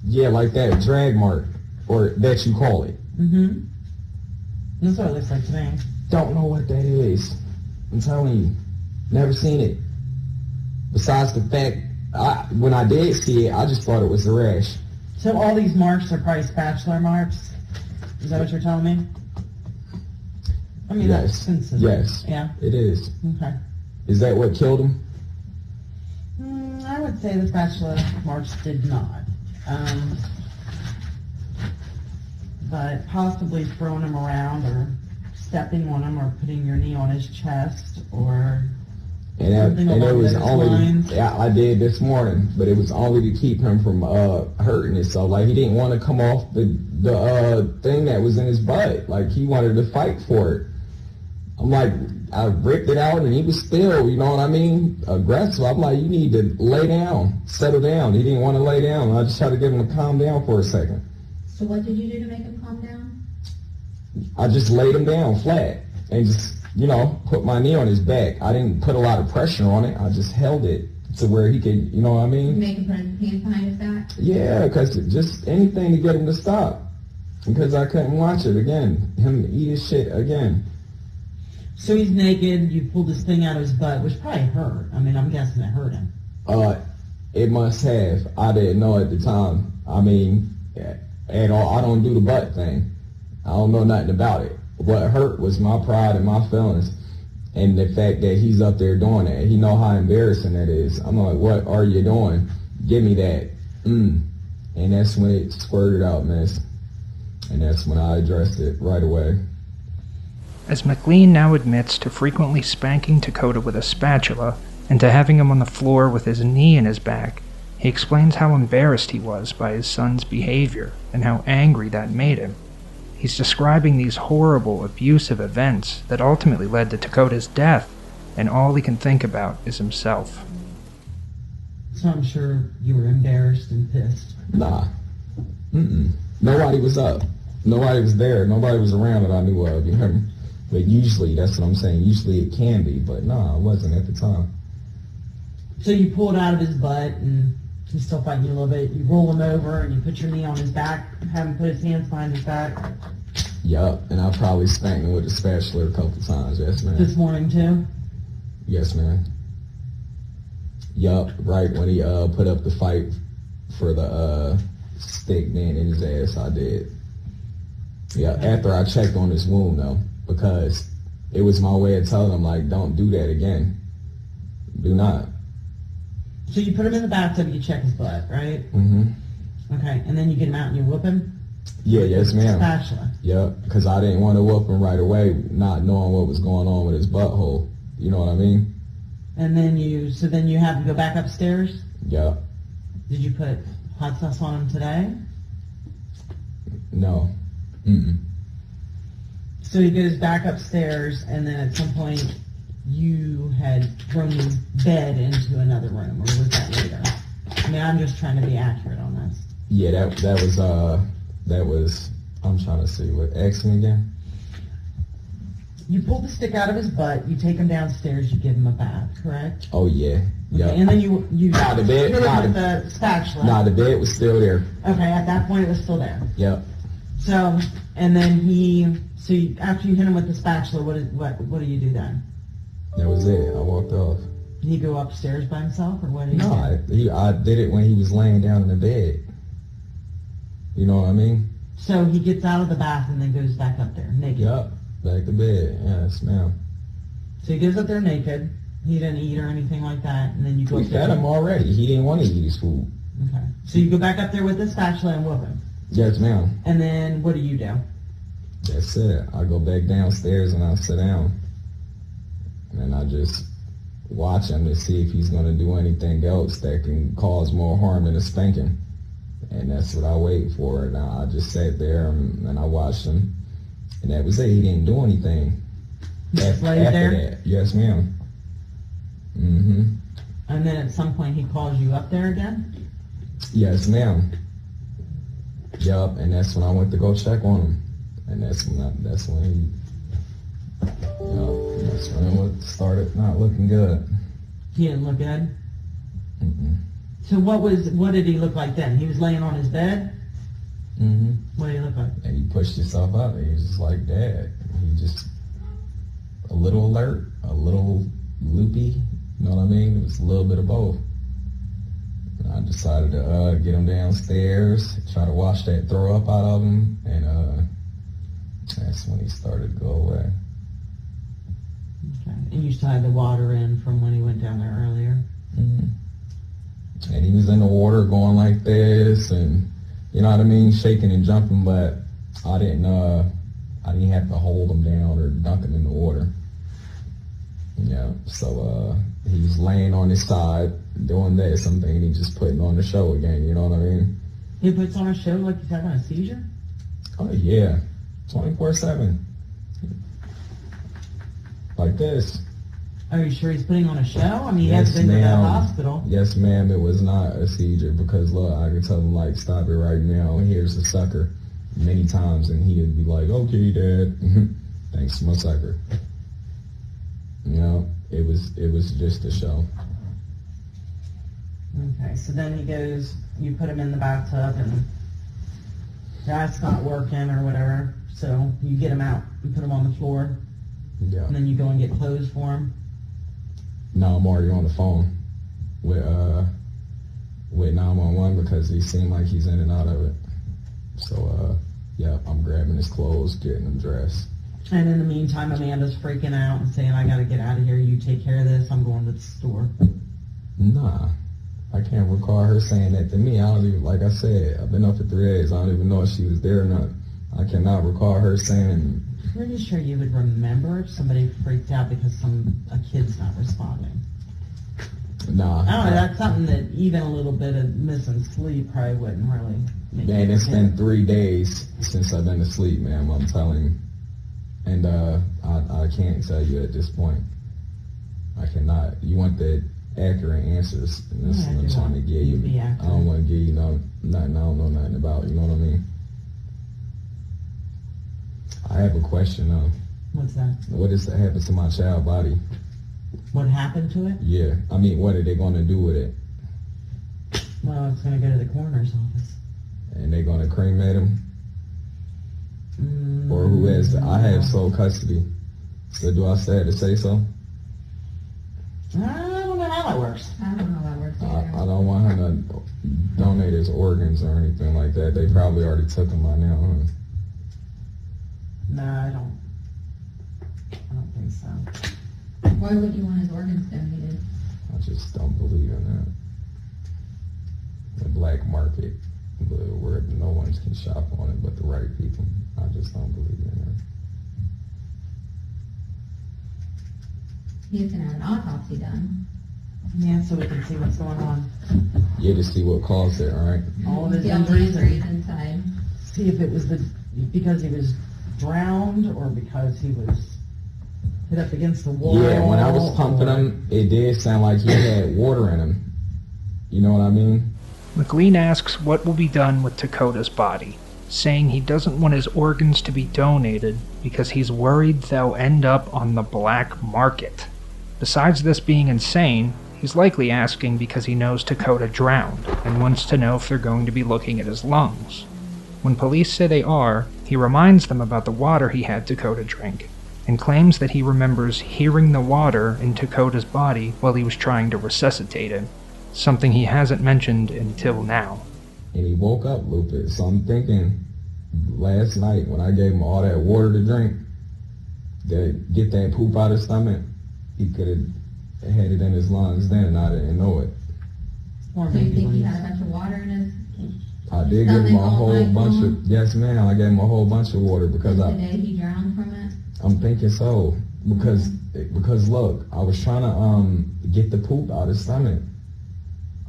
Speaker 1: Yeah, like that drag mark, or that you call it.
Speaker 3: Mm-hmm. That's what it looks like to me.
Speaker 1: Don't know what that is. I'm telling you, never seen it. Besides the fact, I, when I did see it, I just thought it was a rash.
Speaker 3: So all these marks are probably spatula marks? Is that what you're telling me? I mean, that's
Speaker 1: Yes.
Speaker 3: sensitive.
Speaker 1: Yes.
Speaker 3: Yeah,
Speaker 1: It is.
Speaker 3: okay.
Speaker 1: Is that what killed him?
Speaker 3: Mm, I would say the spatula marks did not. Um, but possibly throwing him around or stepping on him or putting your knee on his chest or
Speaker 1: And, I,
Speaker 3: Something
Speaker 1: and it
Speaker 3: along
Speaker 1: was
Speaker 3: those
Speaker 1: only
Speaker 3: lines.
Speaker 1: yeah, I did this morning, but it was only to keep him from uh, hurting himself. Like he didn't want to come off the the uh, thing that was in his butt. Like he wanted to fight for it. I'm like, I ripped it out, and he was still, you know what I mean, aggressive. I'm like, you need to lay down, settle down. He didn't want to lay down. I just tried to get him to calm down for a second.
Speaker 5: So what did you do to make him calm down?
Speaker 1: I just laid him down flat and just, you know, put my knee on his back. I didn't put a lot of pressure on it. I just held it to where he could, you know what I
Speaker 5: You
Speaker 1: mean?
Speaker 5: make him put his hands behind his back?
Speaker 1: Yeah, because just anything to get him to stop. Because I couldn't watch it again. Him eat his shit again.
Speaker 3: So he's naked, you pulled this thing out of his butt, which probably hurt. I mean, I'm guessing it hurt him.
Speaker 1: Uh, it must have. I didn't know at the time. I mean, at all. I don't do the butt thing. I don't know nothing about it. What hurt was my pride and my feelings, and the fact that he's up there doing that. He know how embarrassing that is. I'm like, what are you doing? Give me that. Mm. And that's when it squirted out, miss. And that's when I addressed it right away.
Speaker 2: As McLean now admits to frequently spanking Dakota with a spatula and to having him on the floor with his knee in his back, he explains how embarrassed he was by his son's behavior and how angry that made him. He's describing these horrible, abusive events that ultimately led to Dakota's death, and all he can think about is himself.
Speaker 3: So I'm sure you were embarrassed and pissed.
Speaker 1: Nah. Mm-mm. Nobody was up. Nobody was there. Nobody was around that I knew of. You hear me? But usually, that's what I'm saying. Usually it can be, but nah, I wasn't at the time.
Speaker 3: So you pull it out of his butt and he's still fighting you a little bit. You roll him over and you put your knee on his back, have him put his hands behind his back
Speaker 1: Yup, and I probably spanked him with a spatula a couple times.
Speaker 3: this
Speaker 1: Yes, ma'am.
Speaker 3: morning too.
Speaker 1: Yes, ma'am. Yup, right when he uh put up the fight for the uh stick being in his ass, I did. Yeah, after I checked on his wound though, because it was my way of telling him like, don't do that again. Do not.
Speaker 3: So you put him in the bathtub, you check his butt, right?
Speaker 1: Mm-hmm.
Speaker 3: Okay, and then you get him out and you whip him.
Speaker 1: Yeah, yes, ma'am.
Speaker 3: Spatula.
Speaker 1: Yep, because I didn't want to whoop him right away, not knowing what was going on with his butthole. You know what I mean?
Speaker 3: And then you, so then you have him go back upstairs.
Speaker 1: Yep.
Speaker 3: Did you put hot sauce on him today?
Speaker 1: No. Mm-mm.
Speaker 3: So he goes back upstairs, and then at some point, you had thrown his bed into another room, or was that later? I mean, I'm just trying to be accurate on this.
Speaker 1: Yeah, that that was uh, that was. I'm trying to see what X me again.
Speaker 3: You pull the stick out of his butt, you take him downstairs, you give him a bath, correct?
Speaker 1: Oh yeah.
Speaker 3: Okay, and
Speaker 1: Yep.
Speaker 3: then you you
Speaker 1: Nah, the bed-
Speaker 3: hit him
Speaker 1: nah,
Speaker 3: with
Speaker 1: the-
Speaker 3: the spatula.
Speaker 1: Nah, the bed was still there.
Speaker 3: Okay, at that point it was still there.
Speaker 1: Yep.
Speaker 3: So, and then he, so you, after you hit him with the spatula, what is, what what do you do then?
Speaker 1: That was it. I walked off.
Speaker 3: Did he go upstairs by himself, or what? Did he
Speaker 1: No,
Speaker 3: do?
Speaker 1: I, he, I did it when he was laying down in the bed. You know what I mean?
Speaker 3: So he gets out of the bath and then goes back up there naked.
Speaker 1: Yep. Back to bed. Yes, ma'am.
Speaker 3: So he goes up there naked. He didn't eat or anything like that, and then you go
Speaker 1: We
Speaker 3: up there.
Speaker 1: fed him already. He didn't want to eat his food.
Speaker 3: Okay. So you go back up there with the spatula and whoop him.
Speaker 1: Yes, ma'am.
Speaker 3: And then what do you do?
Speaker 1: That's it. I go back downstairs and I sit down. And I just watch him to see if he's going to do anything else that can cause more harm than a spanking. and that's what I waited for. And I, I just sat there and, and I watched him, and that was it. He didn't do anything.
Speaker 3: Just
Speaker 1: Af-
Speaker 3: laid
Speaker 1: after
Speaker 3: there?
Speaker 1: that, yes, ma'am. Mm-hmm.
Speaker 3: And then at some point he calls you up there again?
Speaker 1: Yes, ma'am. Yup, and that's when I went to go check on him, and that's when I, that's when he. Yup, that's when it looked- started not looking good.
Speaker 3: He didn't look good?
Speaker 1: Mm-mm.
Speaker 3: So what was, what did he look like then? He was laying on his bed?
Speaker 1: Mm-hmm.
Speaker 3: What did he look like?
Speaker 1: And he pushed himself up. And he was just like that. He just a little alert, a little loopy. You know what I mean? It was a little bit of both. And I decided to uh, get him downstairs, try to wash that throw up out of him, and uh, that's when he started to go away.
Speaker 3: Okay. And you still had the water in from when he went down there earlier?
Speaker 1: And Mm-hmm. he was in the water going like this and you know what I mean, shaking and jumping, but I didn't uh I didn't have to hold him down or dunk him in the water. You know, so uh he was laying on his side doing this, I'm thinking he just putting on the show again, you know what I mean?
Speaker 3: He puts on a show like he's having a seizure?
Speaker 1: Oh yeah. Twenty four seven. Like this.
Speaker 3: Are you sure he's putting on a show? I mean, he
Speaker 1: Yes,
Speaker 3: has been to the
Speaker 1: ma'am.
Speaker 3: hospital.
Speaker 1: Yes, ma'am, it was not a seizure because look, I could tell him like stop it right now. Here's the sucker many times and he'd be like, Okay, Dad, thanks for my sucker. You know, it was it was just a show.
Speaker 3: Okay, so then he goes, you put him in the bathtub and that's not working or whatever. So you get him out, you put him on the floor,
Speaker 1: Yeah.
Speaker 3: and then you go and get clothes for him.
Speaker 1: No, I'm already on the phone with uh with nine one one because he seemed like he's in and out of it. So uh yeah, I'm grabbing his clothes, getting him dressed.
Speaker 3: And in the meantime, Amanda's freaking out and saying, I gotta get out of here. You take care of this. I'm going to the store.
Speaker 1: Nah, I can't recall her saying that to me. I don't even, like I said, I've been up for three days. I don't even know if she was there or not. I cannot recall her saying,
Speaker 3: Pretty sure you would remember if somebody freaked out because some a kid's not responding.
Speaker 1: nah.
Speaker 3: I don't know, that's something that even a little bit of missing sleep probably wouldn't really make
Speaker 1: Man,
Speaker 3: you
Speaker 1: it's
Speaker 3: think.
Speaker 1: been three days since I've been asleep, ma'am. I'm telling you. And uh, I, I can't tell you at this point. I cannot. You want the accurate answers, and that's
Speaker 3: Yeah,
Speaker 1: what
Speaker 3: I
Speaker 1: I'm
Speaker 3: do
Speaker 1: trying to
Speaker 3: want
Speaker 1: get
Speaker 3: you
Speaker 1: you.
Speaker 3: to be
Speaker 1: I don't want to give you no, nothing I don't know nothing about. You know what I mean? I have a question though.
Speaker 3: What's that?
Speaker 1: What is that happens to my child body?
Speaker 3: What happened to it?
Speaker 1: Yeah, I mean, what are they gonna do with it?
Speaker 3: Well, it's gonna go to the coroner's office.
Speaker 1: And they gonna cremate him,
Speaker 3: Mm,
Speaker 1: or who has? I have sole custody. So do I say to say so?
Speaker 3: I don't know how that works.
Speaker 5: I don't know how that works
Speaker 1: I,
Speaker 5: either.
Speaker 1: I don't want him to donate his organs or anything like that. They probably already took him by now. Huh?
Speaker 3: No, I don't. I don't think so.
Speaker 5: Why would you want his organs donated?
Speaker 1: I just don't believe in that. The black market, the- where no one can shop on it but the right people. I just don't believe in
Speaker 5: He has to have an autopsy done.
Speaker 3: Yeah, so we can see what's going on.
Speaker 1: it. You had to see what caused it, all right?
Speaker 3: All of his
Speaker 5: See all the
Speaker 3: injuries and
Speaker 5: injuries inside.
Speaker 3: see if it was the because he was drowned or because he was hit up against the wall.
Speaker 1: Yeah, when I
Speaker 3: Oh.
Speaker 1: was pumping
Speaker 3: or-
Speaker 1: him, it did sound like he had water in him. You know what I mean?
Speaker 2: McLean asks what will be done with Dakota's body, saying he doesn't want his organs to be donated because he's worried they'll end up on the black market. Besides this being insane, he's likely asking because he knows Dakota drowned and wants to know if they're going to be looking at his lungs. When police say they are, he reminds them about the water he had Dakota drink and claims that he remembers hearing the water in Dakota's body while he was trying to resuscitate him something he hasn't mentioned until now.
Speaker 1: And he woke up lupus. So I'm thinking, last night when I gave him all that water to drink, to get that poop out of his stomach, he could have had it in his lungs then, and I didn't know it.
Speaker 3: Or
Speaker 5: So you
Speaker 3: maybe
Speaker 5: think
Speaker 3: when
Speaker 5: he
Speaker 3: he-
Speaker 5: had a bunch of water in his,
Speaker 1: I did give him a whole bunch of yes, ma'am. I gave him a whole bunch of water because uh,
Speaker 5: the
Speaker 1: I
Speaker 5: day he drowned from it?
Speaker 1: I'm thinking so because because look, I was trying to um get the poop out of his stomach.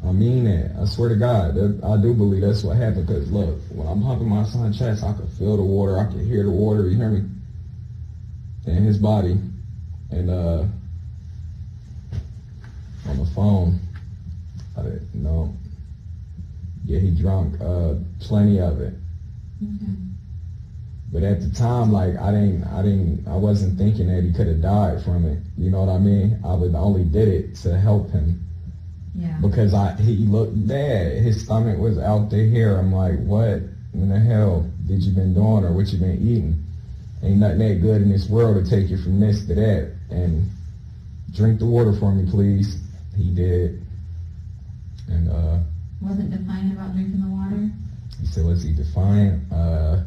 Speaker 1: I mean that. I swear to God, that, I do believe that's what happened. Cause look, when I'm hugging my son's chest, I could feel the water. I could hear the water. You hear me? In his body, and uh, on the phone, I didn't know. Yeah, he drunk uh plenty of it. But at the time, like I didn't, I didn't, I wasn't thinking that he could have died from it. You know what I mean? I would I only did it to help him
Speaker 5: Yeah.
Speaker 1: because I he looked bad. His stomach was out to here. I'm like, what in the hell did you been doing or what you been eating? Ain't nothing that good in this world to take you from this to that. And drink the water for me, please. He did. And uh,
Speaker 5: Wasn't defiant about drinking the water.
Speaker 1: he said, was he defiant? Uh,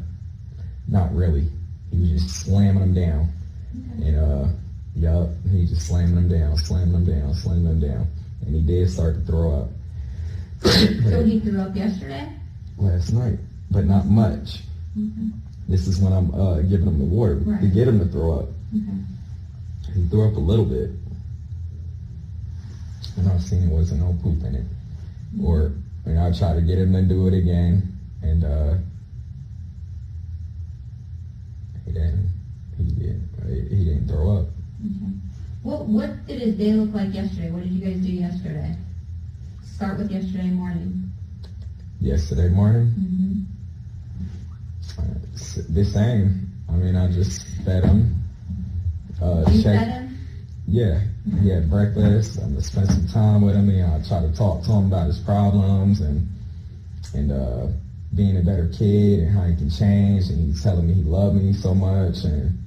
Speaker 1: not really. He was just slamming them down. And uh, yup, he just slamming them down, slamming them down, slamming them down. And he did start to throw up.
Speaker 5: So he threw up yesterday.
Speaker 1: last night, but not much. This is when I'm uh, giving him the water to
Speaker 5: Mm-hmm. Right.
Speaker 1: get him to throw up.
Speaker 5: Okay.
Speaker 1: He threw up a little bit, and I've seen it wasn't no poop in it.
Speaker 5: Mm-hmm.
Speaker 1: Or and I tried to get him to do it again, and uh, he didn't. He didn't. He didn't throw up.
Speaker 5: What What did his day look like yesterday? What did you guys do yesterday? Start with yesterday morning.
Speaker 1: Yesterday morning,
Speaker 5: Mm-hmm.
Speaker 1: uh, s- the same. I mean, I just fed him. Uh,
Speaker 5: You
Speaker 1: checked-
Speaker 5: fed him.
Speaker 1: Yeah, he had breakfast. I'm gonna spend some time with him. And I try to talk to him about his problems and and uh, being a better kid and how he can change. And he's telling me he loved me so much, and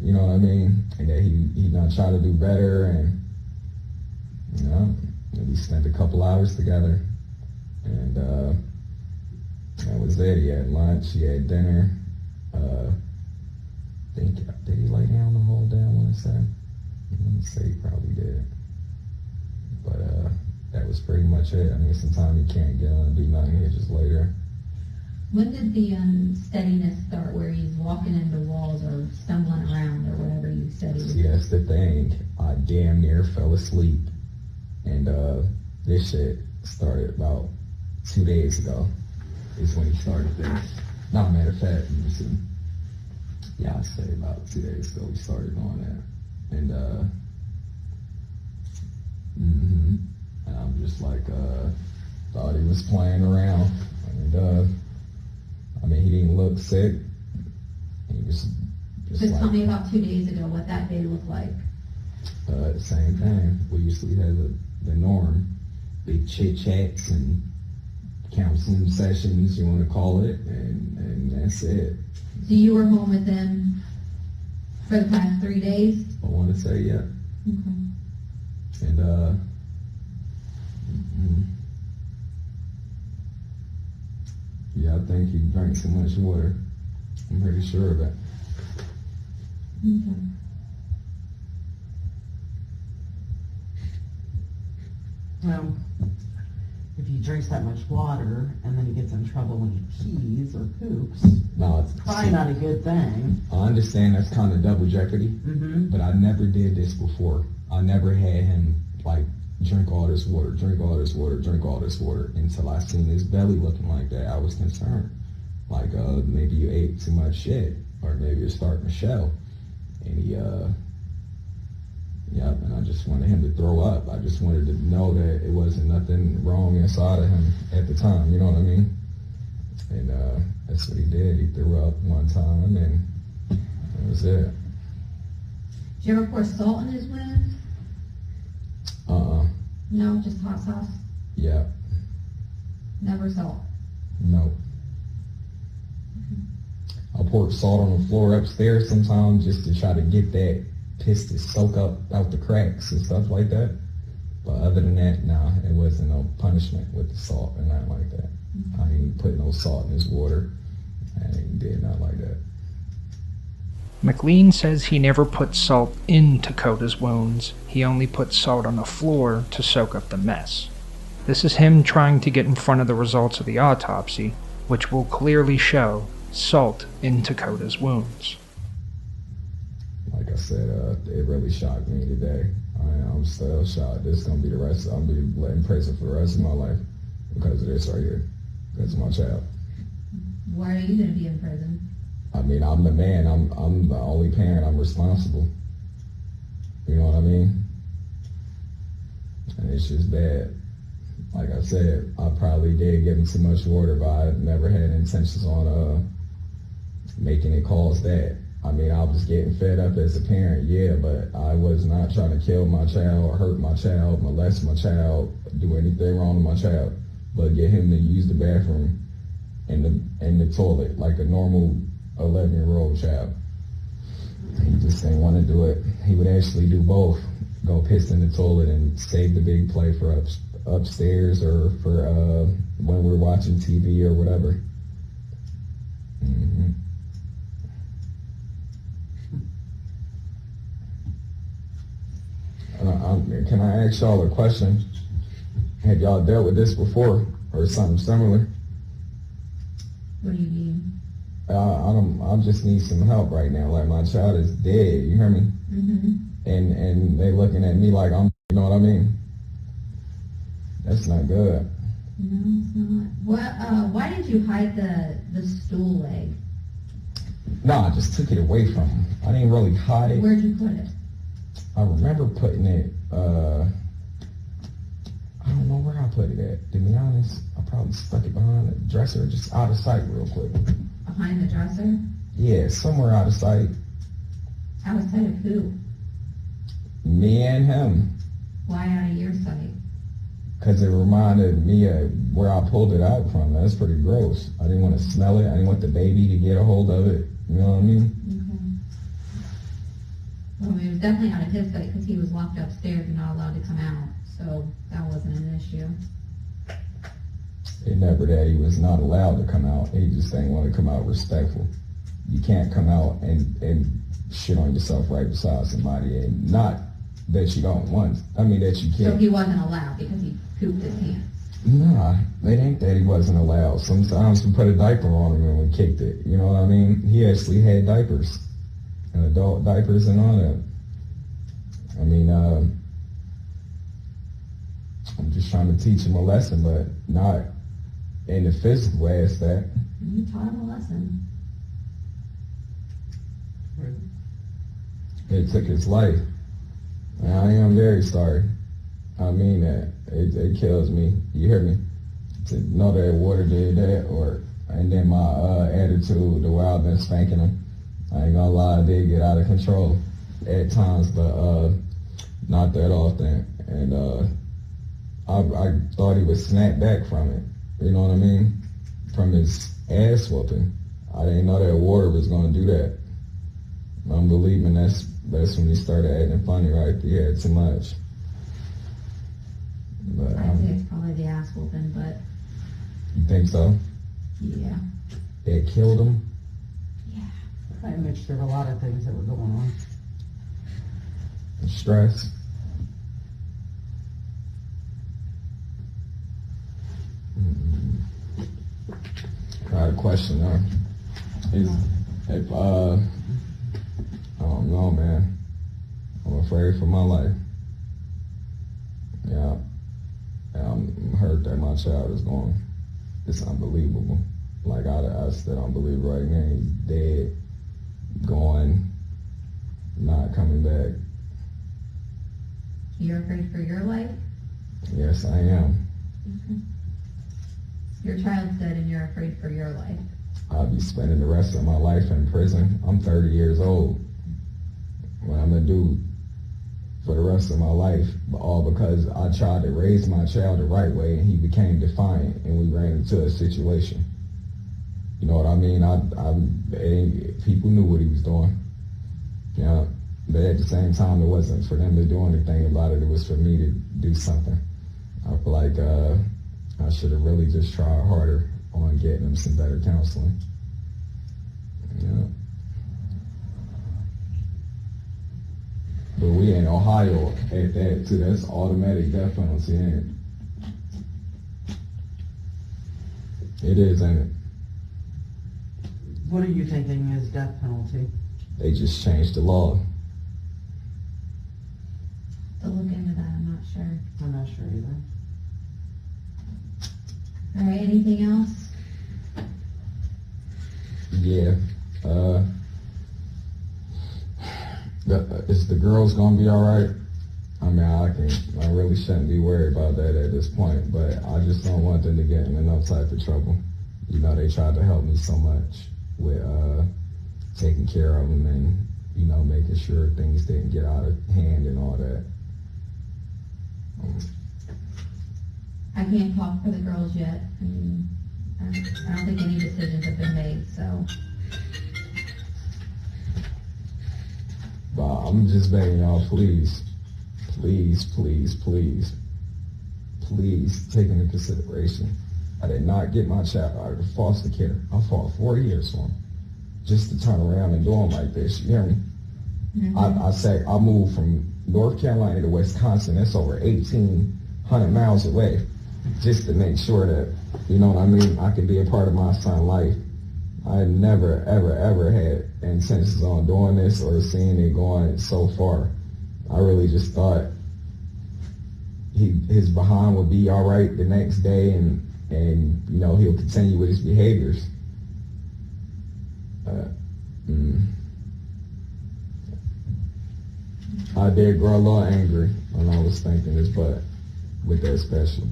Speaker 1: you know what I mean. And that he he gonna try to do better. And you know, and we spent a couple hours together, and uh, that was it. He had lunch. He had dinner. Uh, I think did he lay down the whole day? I want to say. Let me say he probably did. But uh, that was pretty much it. I mean, sometimes you can't get on and do nothing. Here just later.
Speaker 5: When did the unsteadiness start, where he's walking into walls or stumbling around or whatever you said he was?
Speaker 1: See, that's the thing. I damn near fell asleep, and uh, this shit started about two days ago. Is when he started this. Not matter of fact, let me see. Yeah, I say about two days ago we started on that, and uh, hmm and I'm just like, uh, thought he was playing around, and uh, I mean he didn't look sick. He was just
Speaker 5: Just
Speaker 1: like.
Speaker 5: tell me about two days ago what that day looked like.
Speaker 1: Uh, same thing. We usually have the, the norm, big chit chats and counseling sessions, you want to call it, and, and that's it.
Speaker 5: So you were home with him for the past three days.
Speaker 1: I want to say, yeah.
Speaker 5: Okay.
Speaker 1: And, uh, mm, yeah, I think he drank too much water. I'm pretty sure of it.
Speaker 5: Okay.
Speaker 3: Well, if he drinks that much water and then he gets in trouble when he pees or poops,
Speaker 1: No, it's,
Speaker 3: probably not a good thing.
Speaker 1: I understand that's kind of double jeopardy.
Speaker 3: Mm-hmm.
Speaker 1: but I never did this before. I never had him like drink all this water, drink all this water, drink all this water until I seen his belly looking like that. I was concerned, like uh, maybe you ate too much shit, or maybe you're starting to shell. And he, uh, yep. And I just wanted him to throw up. I just wanted to know that it wasn't nothing wrong inside of him at the time. You know what I mean? And uh, that's what he did. He threw up one time, and that was it.
Speaker 5: Did you ever pour salt in his wounds?
Speaker 1: Uh-uh.
Speaker 5: No, just hot sauce.
Speaker 1: Yeah.
Speaker 5: Never salt.
Speaker 1: No. I pour salt on the floor upstairs sometimes just to try to get that piss to soak up out the cracks and stuff like that. But other than that, nah, it wasn't no punishment with the salt or nothing like that. I ain't put no salt in his water. I ain't did nothing like that.
Speaker 2: McLean says he never put salt into Coda's wounds, he only put salt on the floor to soak up the mess. This is him trying to get in front of the results of the autopsy, which will clearly show salt into Coda's wounds.
Speaker 1: Like I said, uh, it really shocked me today. I, I'm still shocked. This is gonna be the rest. I'm gonna be in prison for the rest of my life because of this right here. Because of my child.
Speaker 5: Why are you gonna be in prison?
Speaker 1: I mean, I'm the man. I'm I'm the only parent. I'm responsible. You know what I mean? And it's just bad. Like I said, I probably did give him too much water, but I never had intentions on uh making it cause that. I mean, I was getting fed up as a parent, yeah, but I was not trying to kill my child or hurt my child, molest my child, do anything wrong to my child, but get him to use the bathroom and the and the toilet like a normal 11 year old child. He just didn't want to do it. He would actually do both, go piss in the toilet and save the big play for up, upstairs or for uh, when we're watching TV or whatever. hmm Uh, I'm- can I ask y'all a question? Have y'all dealt with this before or something similar?
Speaker 5: What do you mean?
Speaker 1: Uh, I don't. I just need some help right now. Like my child is dead. You hear me?
Speaker 5: Mm-hmm.
Speaker 1: And and they looking at me like I'm. You know what I mean? That's not good.
Speaker 5: No, it's not. What, uh, why did you hide the, the stool leg?
Speaker 1: No, I just took it away from him. I didn't really hide it.
Speaker 5: Where'd you put it?
Speaker 1: I remember putting it. Uh, I don't know where I put it at. To be honest, I probably stuck it behind the dresser, just out of sight, real quick.
Speaker 5: Behind the dresser?
Speaker 1: Yeah, somewhere out of sight.
Speaker 5: Outside of who?
Speaker 1: Me and him,
Speaker 5: Why out of your sight?
Speaker 1: because it reminded me of where I pulled it out from. That's pretty gross. I didn't want to smell it. I didn't want the baby to get a hold of it. You know what I mean?
Speaker 5: Okay. Well, it was definitely out of his sight because he was locked upstairs and not allowed to come out, so that wasn't an issue.
Speaker 1: It never that he was not allowed to come out. He just didn't want to come out respectful. You can't come out and and shit on yourself right beside somebody and not that you don't want. I mean that you
Speaker 5: So
Speaker 1: can't.
Speaker 5: he wasn't allowed because he pooped his pants.
Speaker 1: Nah, it ain't that he wasn't allowed. Sometimes we put a diaper on him and we kicked it. You know what I mean? He actually had diapers, and adult diapers and all that. I mean, um, I'm just trying to teach him a lesson, but not in the physical way. It's that
Speaker 5: And You taught him a lesson.
Speaker 1: it took his life. And I am very sorry. I mean that. It, it kills me. You hear me? To know that water did that or and then my uh, attitude, the way I've been spanking him. I ain't gonna lie, I did get out of control at times, but uh, not that often. And uh, I, I thought he would snap back from it. You know what I mean? From his ass whooping. I didn't know that water was gonna do that. I'm believing that's that's when he started acting funny, right? He had too much. But
Speaker 5: I'd say
Speaker 1: um,
Speaker 5: it's probably the ass whooping, but
Speaker 1: you think so?
Speaker 5: yeah.
Speaker 1: It killed him.
Speaker 3: Probably a mixture of a lot of things that were going on.
Speaker 1: Stress. Mm. I had a question though. Is if uh, I don't know, man. I'm afraid for my life. Yeah, Yeah, I'm hurt that my child is gone. It's unbelievable. Like I, I still don't believe right now he's dead, gone, not coming back.
Speaker 5: You're afraid for your life?
Speaker 1: Yes, I am.
Speaker 5: Your child's dead and you're afraid for your life.
Speaker 1: I'll be spending the rest of my life in prison. I'm 30 years old. What I'm gonna do for the rest of my life, but all because I tried to raise my child the right way and he became defiant and we ran into a situation. You know what I mean? I, I, it ain't- people knew what he was doing. Yeah, but at the same time, it wasn't for them to do anything about it. It was for me to do something. I feel like uh, I should have really just tried harder on getting him some better counseling. Yeah. But we in Ohio at that too. That's automatic death penalty, ain't it? It is, ain't it?
Speaker 3: What are you thinking is death penalty?
Speaker 1: They just changed the law.
Speaker 5: anything else?
Speaker 1: Yeah. Uh, the, is the girls gonna be all right? I mean, I can. I really shouldn't be worried about that at this point, but I just don't want them to get in enough type of trouble. You know, they tried to help me so much with uh, taking care of them and you know making sure things didn't get out of hand and all that.
Speaker 5: I can't talk for the girls yet. I mean, I don't- I don't think any decisions have been made, so.
Speaker 1: But I'm just begging y'all, please, please, please, please, please take into consideration. I did not get my child out of foster care. I fought four years for him just to turn around and do him like this. You hear me? I, I say I moved from North Carolina to Wisconsin. That's over 1,800 miles away just to make sure that, you know what I mean, I could be a part of my son's life. I never, ever, ever had intentions on doing this or seeing it going so far. I really just thought he his behind would be all right the next day, and and you know he'll continue with his behaviors. Uh, mm. I did grow a little angry when I was thinking this, but with that special,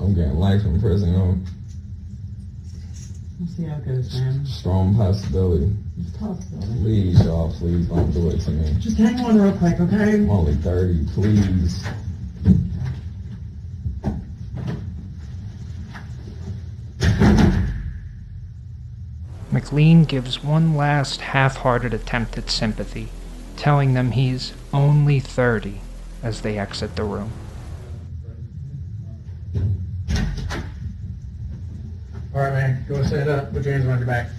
Speaker 1: I'm getting life in prison. You know,
Speaker 3: We'll see how it goes, man.
Speaker 1: strong possibility.
Speaker 3: It's possible.
Speaker 1: Please, y'all, please don't do it to me.
Speaker 3: Just hang on real quick, okay?
Speaker 1: I'm only 30, please.
Speaker 2: McLean gives one last half hearted attempt at sympathy, telling them he's only 30 as they exit the room.
Speaker 4: All right, man, go stand up, put your hands behind your back.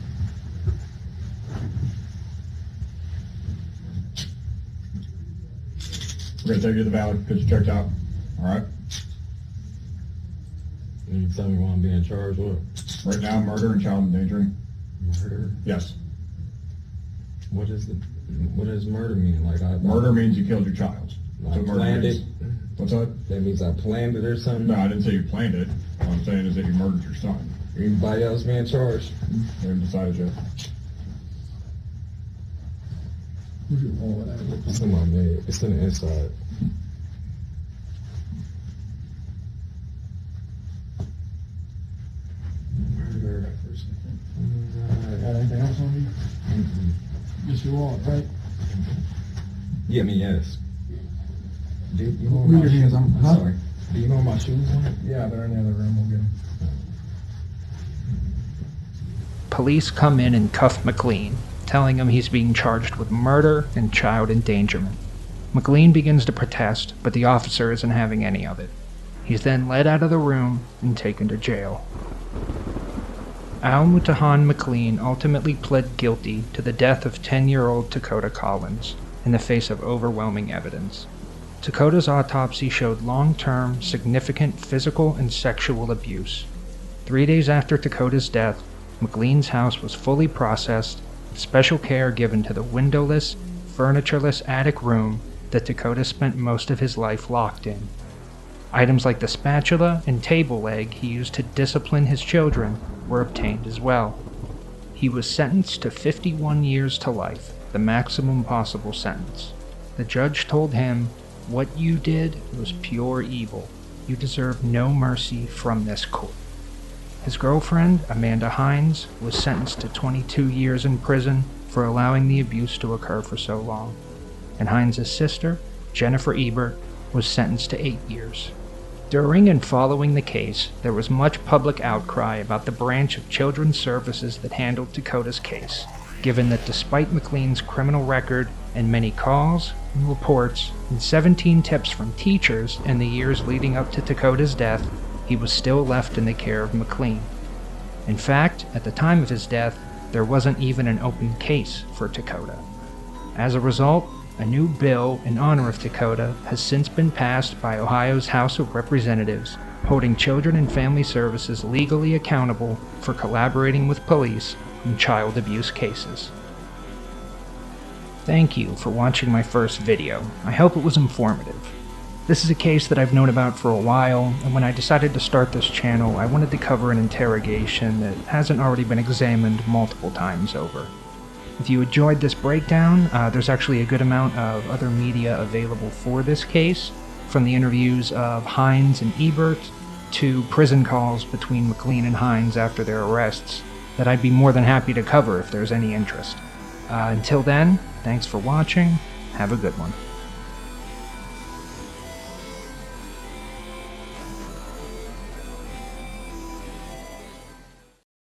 Speaker 4: We're gonna take you to the valley, get your church out, all right?
Speaker 1: You tell me why I'm being charged with
Speaker 4: Right now, murder and child endangering.
Speaker 1: murder.
Speaker 4: Yes.
Speaker 1: What is the what does murder mean? Like I
Speaker 4: Murder means you killed your child.
Speaker 1: I
Speaker 4: That's what murder
Speaker 1: planned
Speaker 4: means.
Speaker 1: it.
Speaker 4: What's that?
Speaker 1: That means I planned it or something.
Speaker 4: No, I didn't say you planned it. What I'm saying is that you murdered your son.
Speaker 1: Anybody else being charged?
Speaker 4: They haven't decided yet.
Speaker 1: It's in my mid. It's in the inside.
Speaker 4: Murder for a second. Got anything else on you? Just your wallet, right?
Speaker 1: Yeah, I mean yes. Do you want
Speaker 4: Move
Speaker 1: my
Speaker 4: your
Speaker 1: shoes?
Speaker 4: hands, I'm-
Speaker 1: I'm
Speaker 4: huh?
Speaker 1: sorry. Do you know my shoes on?
Speaker 4: Yeah, they're in the other room, we'll get them.
Speaker 2: Police come in and cuff McLean, telling him he's being charged with murder and child endangerment. McLean begins to protest, but the officer isn't having any of it. He's then led out of the room and taken to jail. Al Mutahan McLean ultimately pled guilty to the death of 10 year old Dakota Collins in the face of overwhelming evidence. Dakota's autopsy showed long term, significant physical and sexual abuse. Three days after Dakota's death, McLean's house was fully processed, with special care given to the windowless, furnitureless attic room that Dakota spent most of his life locked in. Items like the spatula and table leg he used to discipline his children were obtained as well. He was sentenced to 51 years to life, the maximum possible sentence. The judge told him, What you did was pure evil. You deserve no mercy from this court. His girlfriend, Amanda Hines, was sentenced to 22 years in prison for allowing the abuse to occur for so long. And Hines' sister, Jennifer Ebert, was sentenced to 8 years. During and following the case, there was much public outcry about the branch of Children's Services that handled Dakota's case, given that despite McLean's criminal record and many calls and reports and 17 tips from teachers in the years leading up to Dakota's death, he was still left in the care of McLean. In fact, at the time of his death, there wasn't even an open case for Dakota. As a result, a new bill in honor of Dakota has since been passed by Ohio's House of Representatives, holding Children and Family Services legally accountable for collaborating with police in child abuse cases. Thank you for watching my first video. I hope it was informative. This is a case that I've known about for a while, and when I decided to start this channel, I wanted to cover an interrogation that hasn't already been examined multiple times over. If you enjoyed this breakdown, uh, there's actually a good amount of other media available for this case, from the interviews of Hines and Ebert to prison calls between McLean and Hines after their arrests, that I'd be more than happy to cover if there's any interest. Uh, until then, thanks for watching. Have a good one.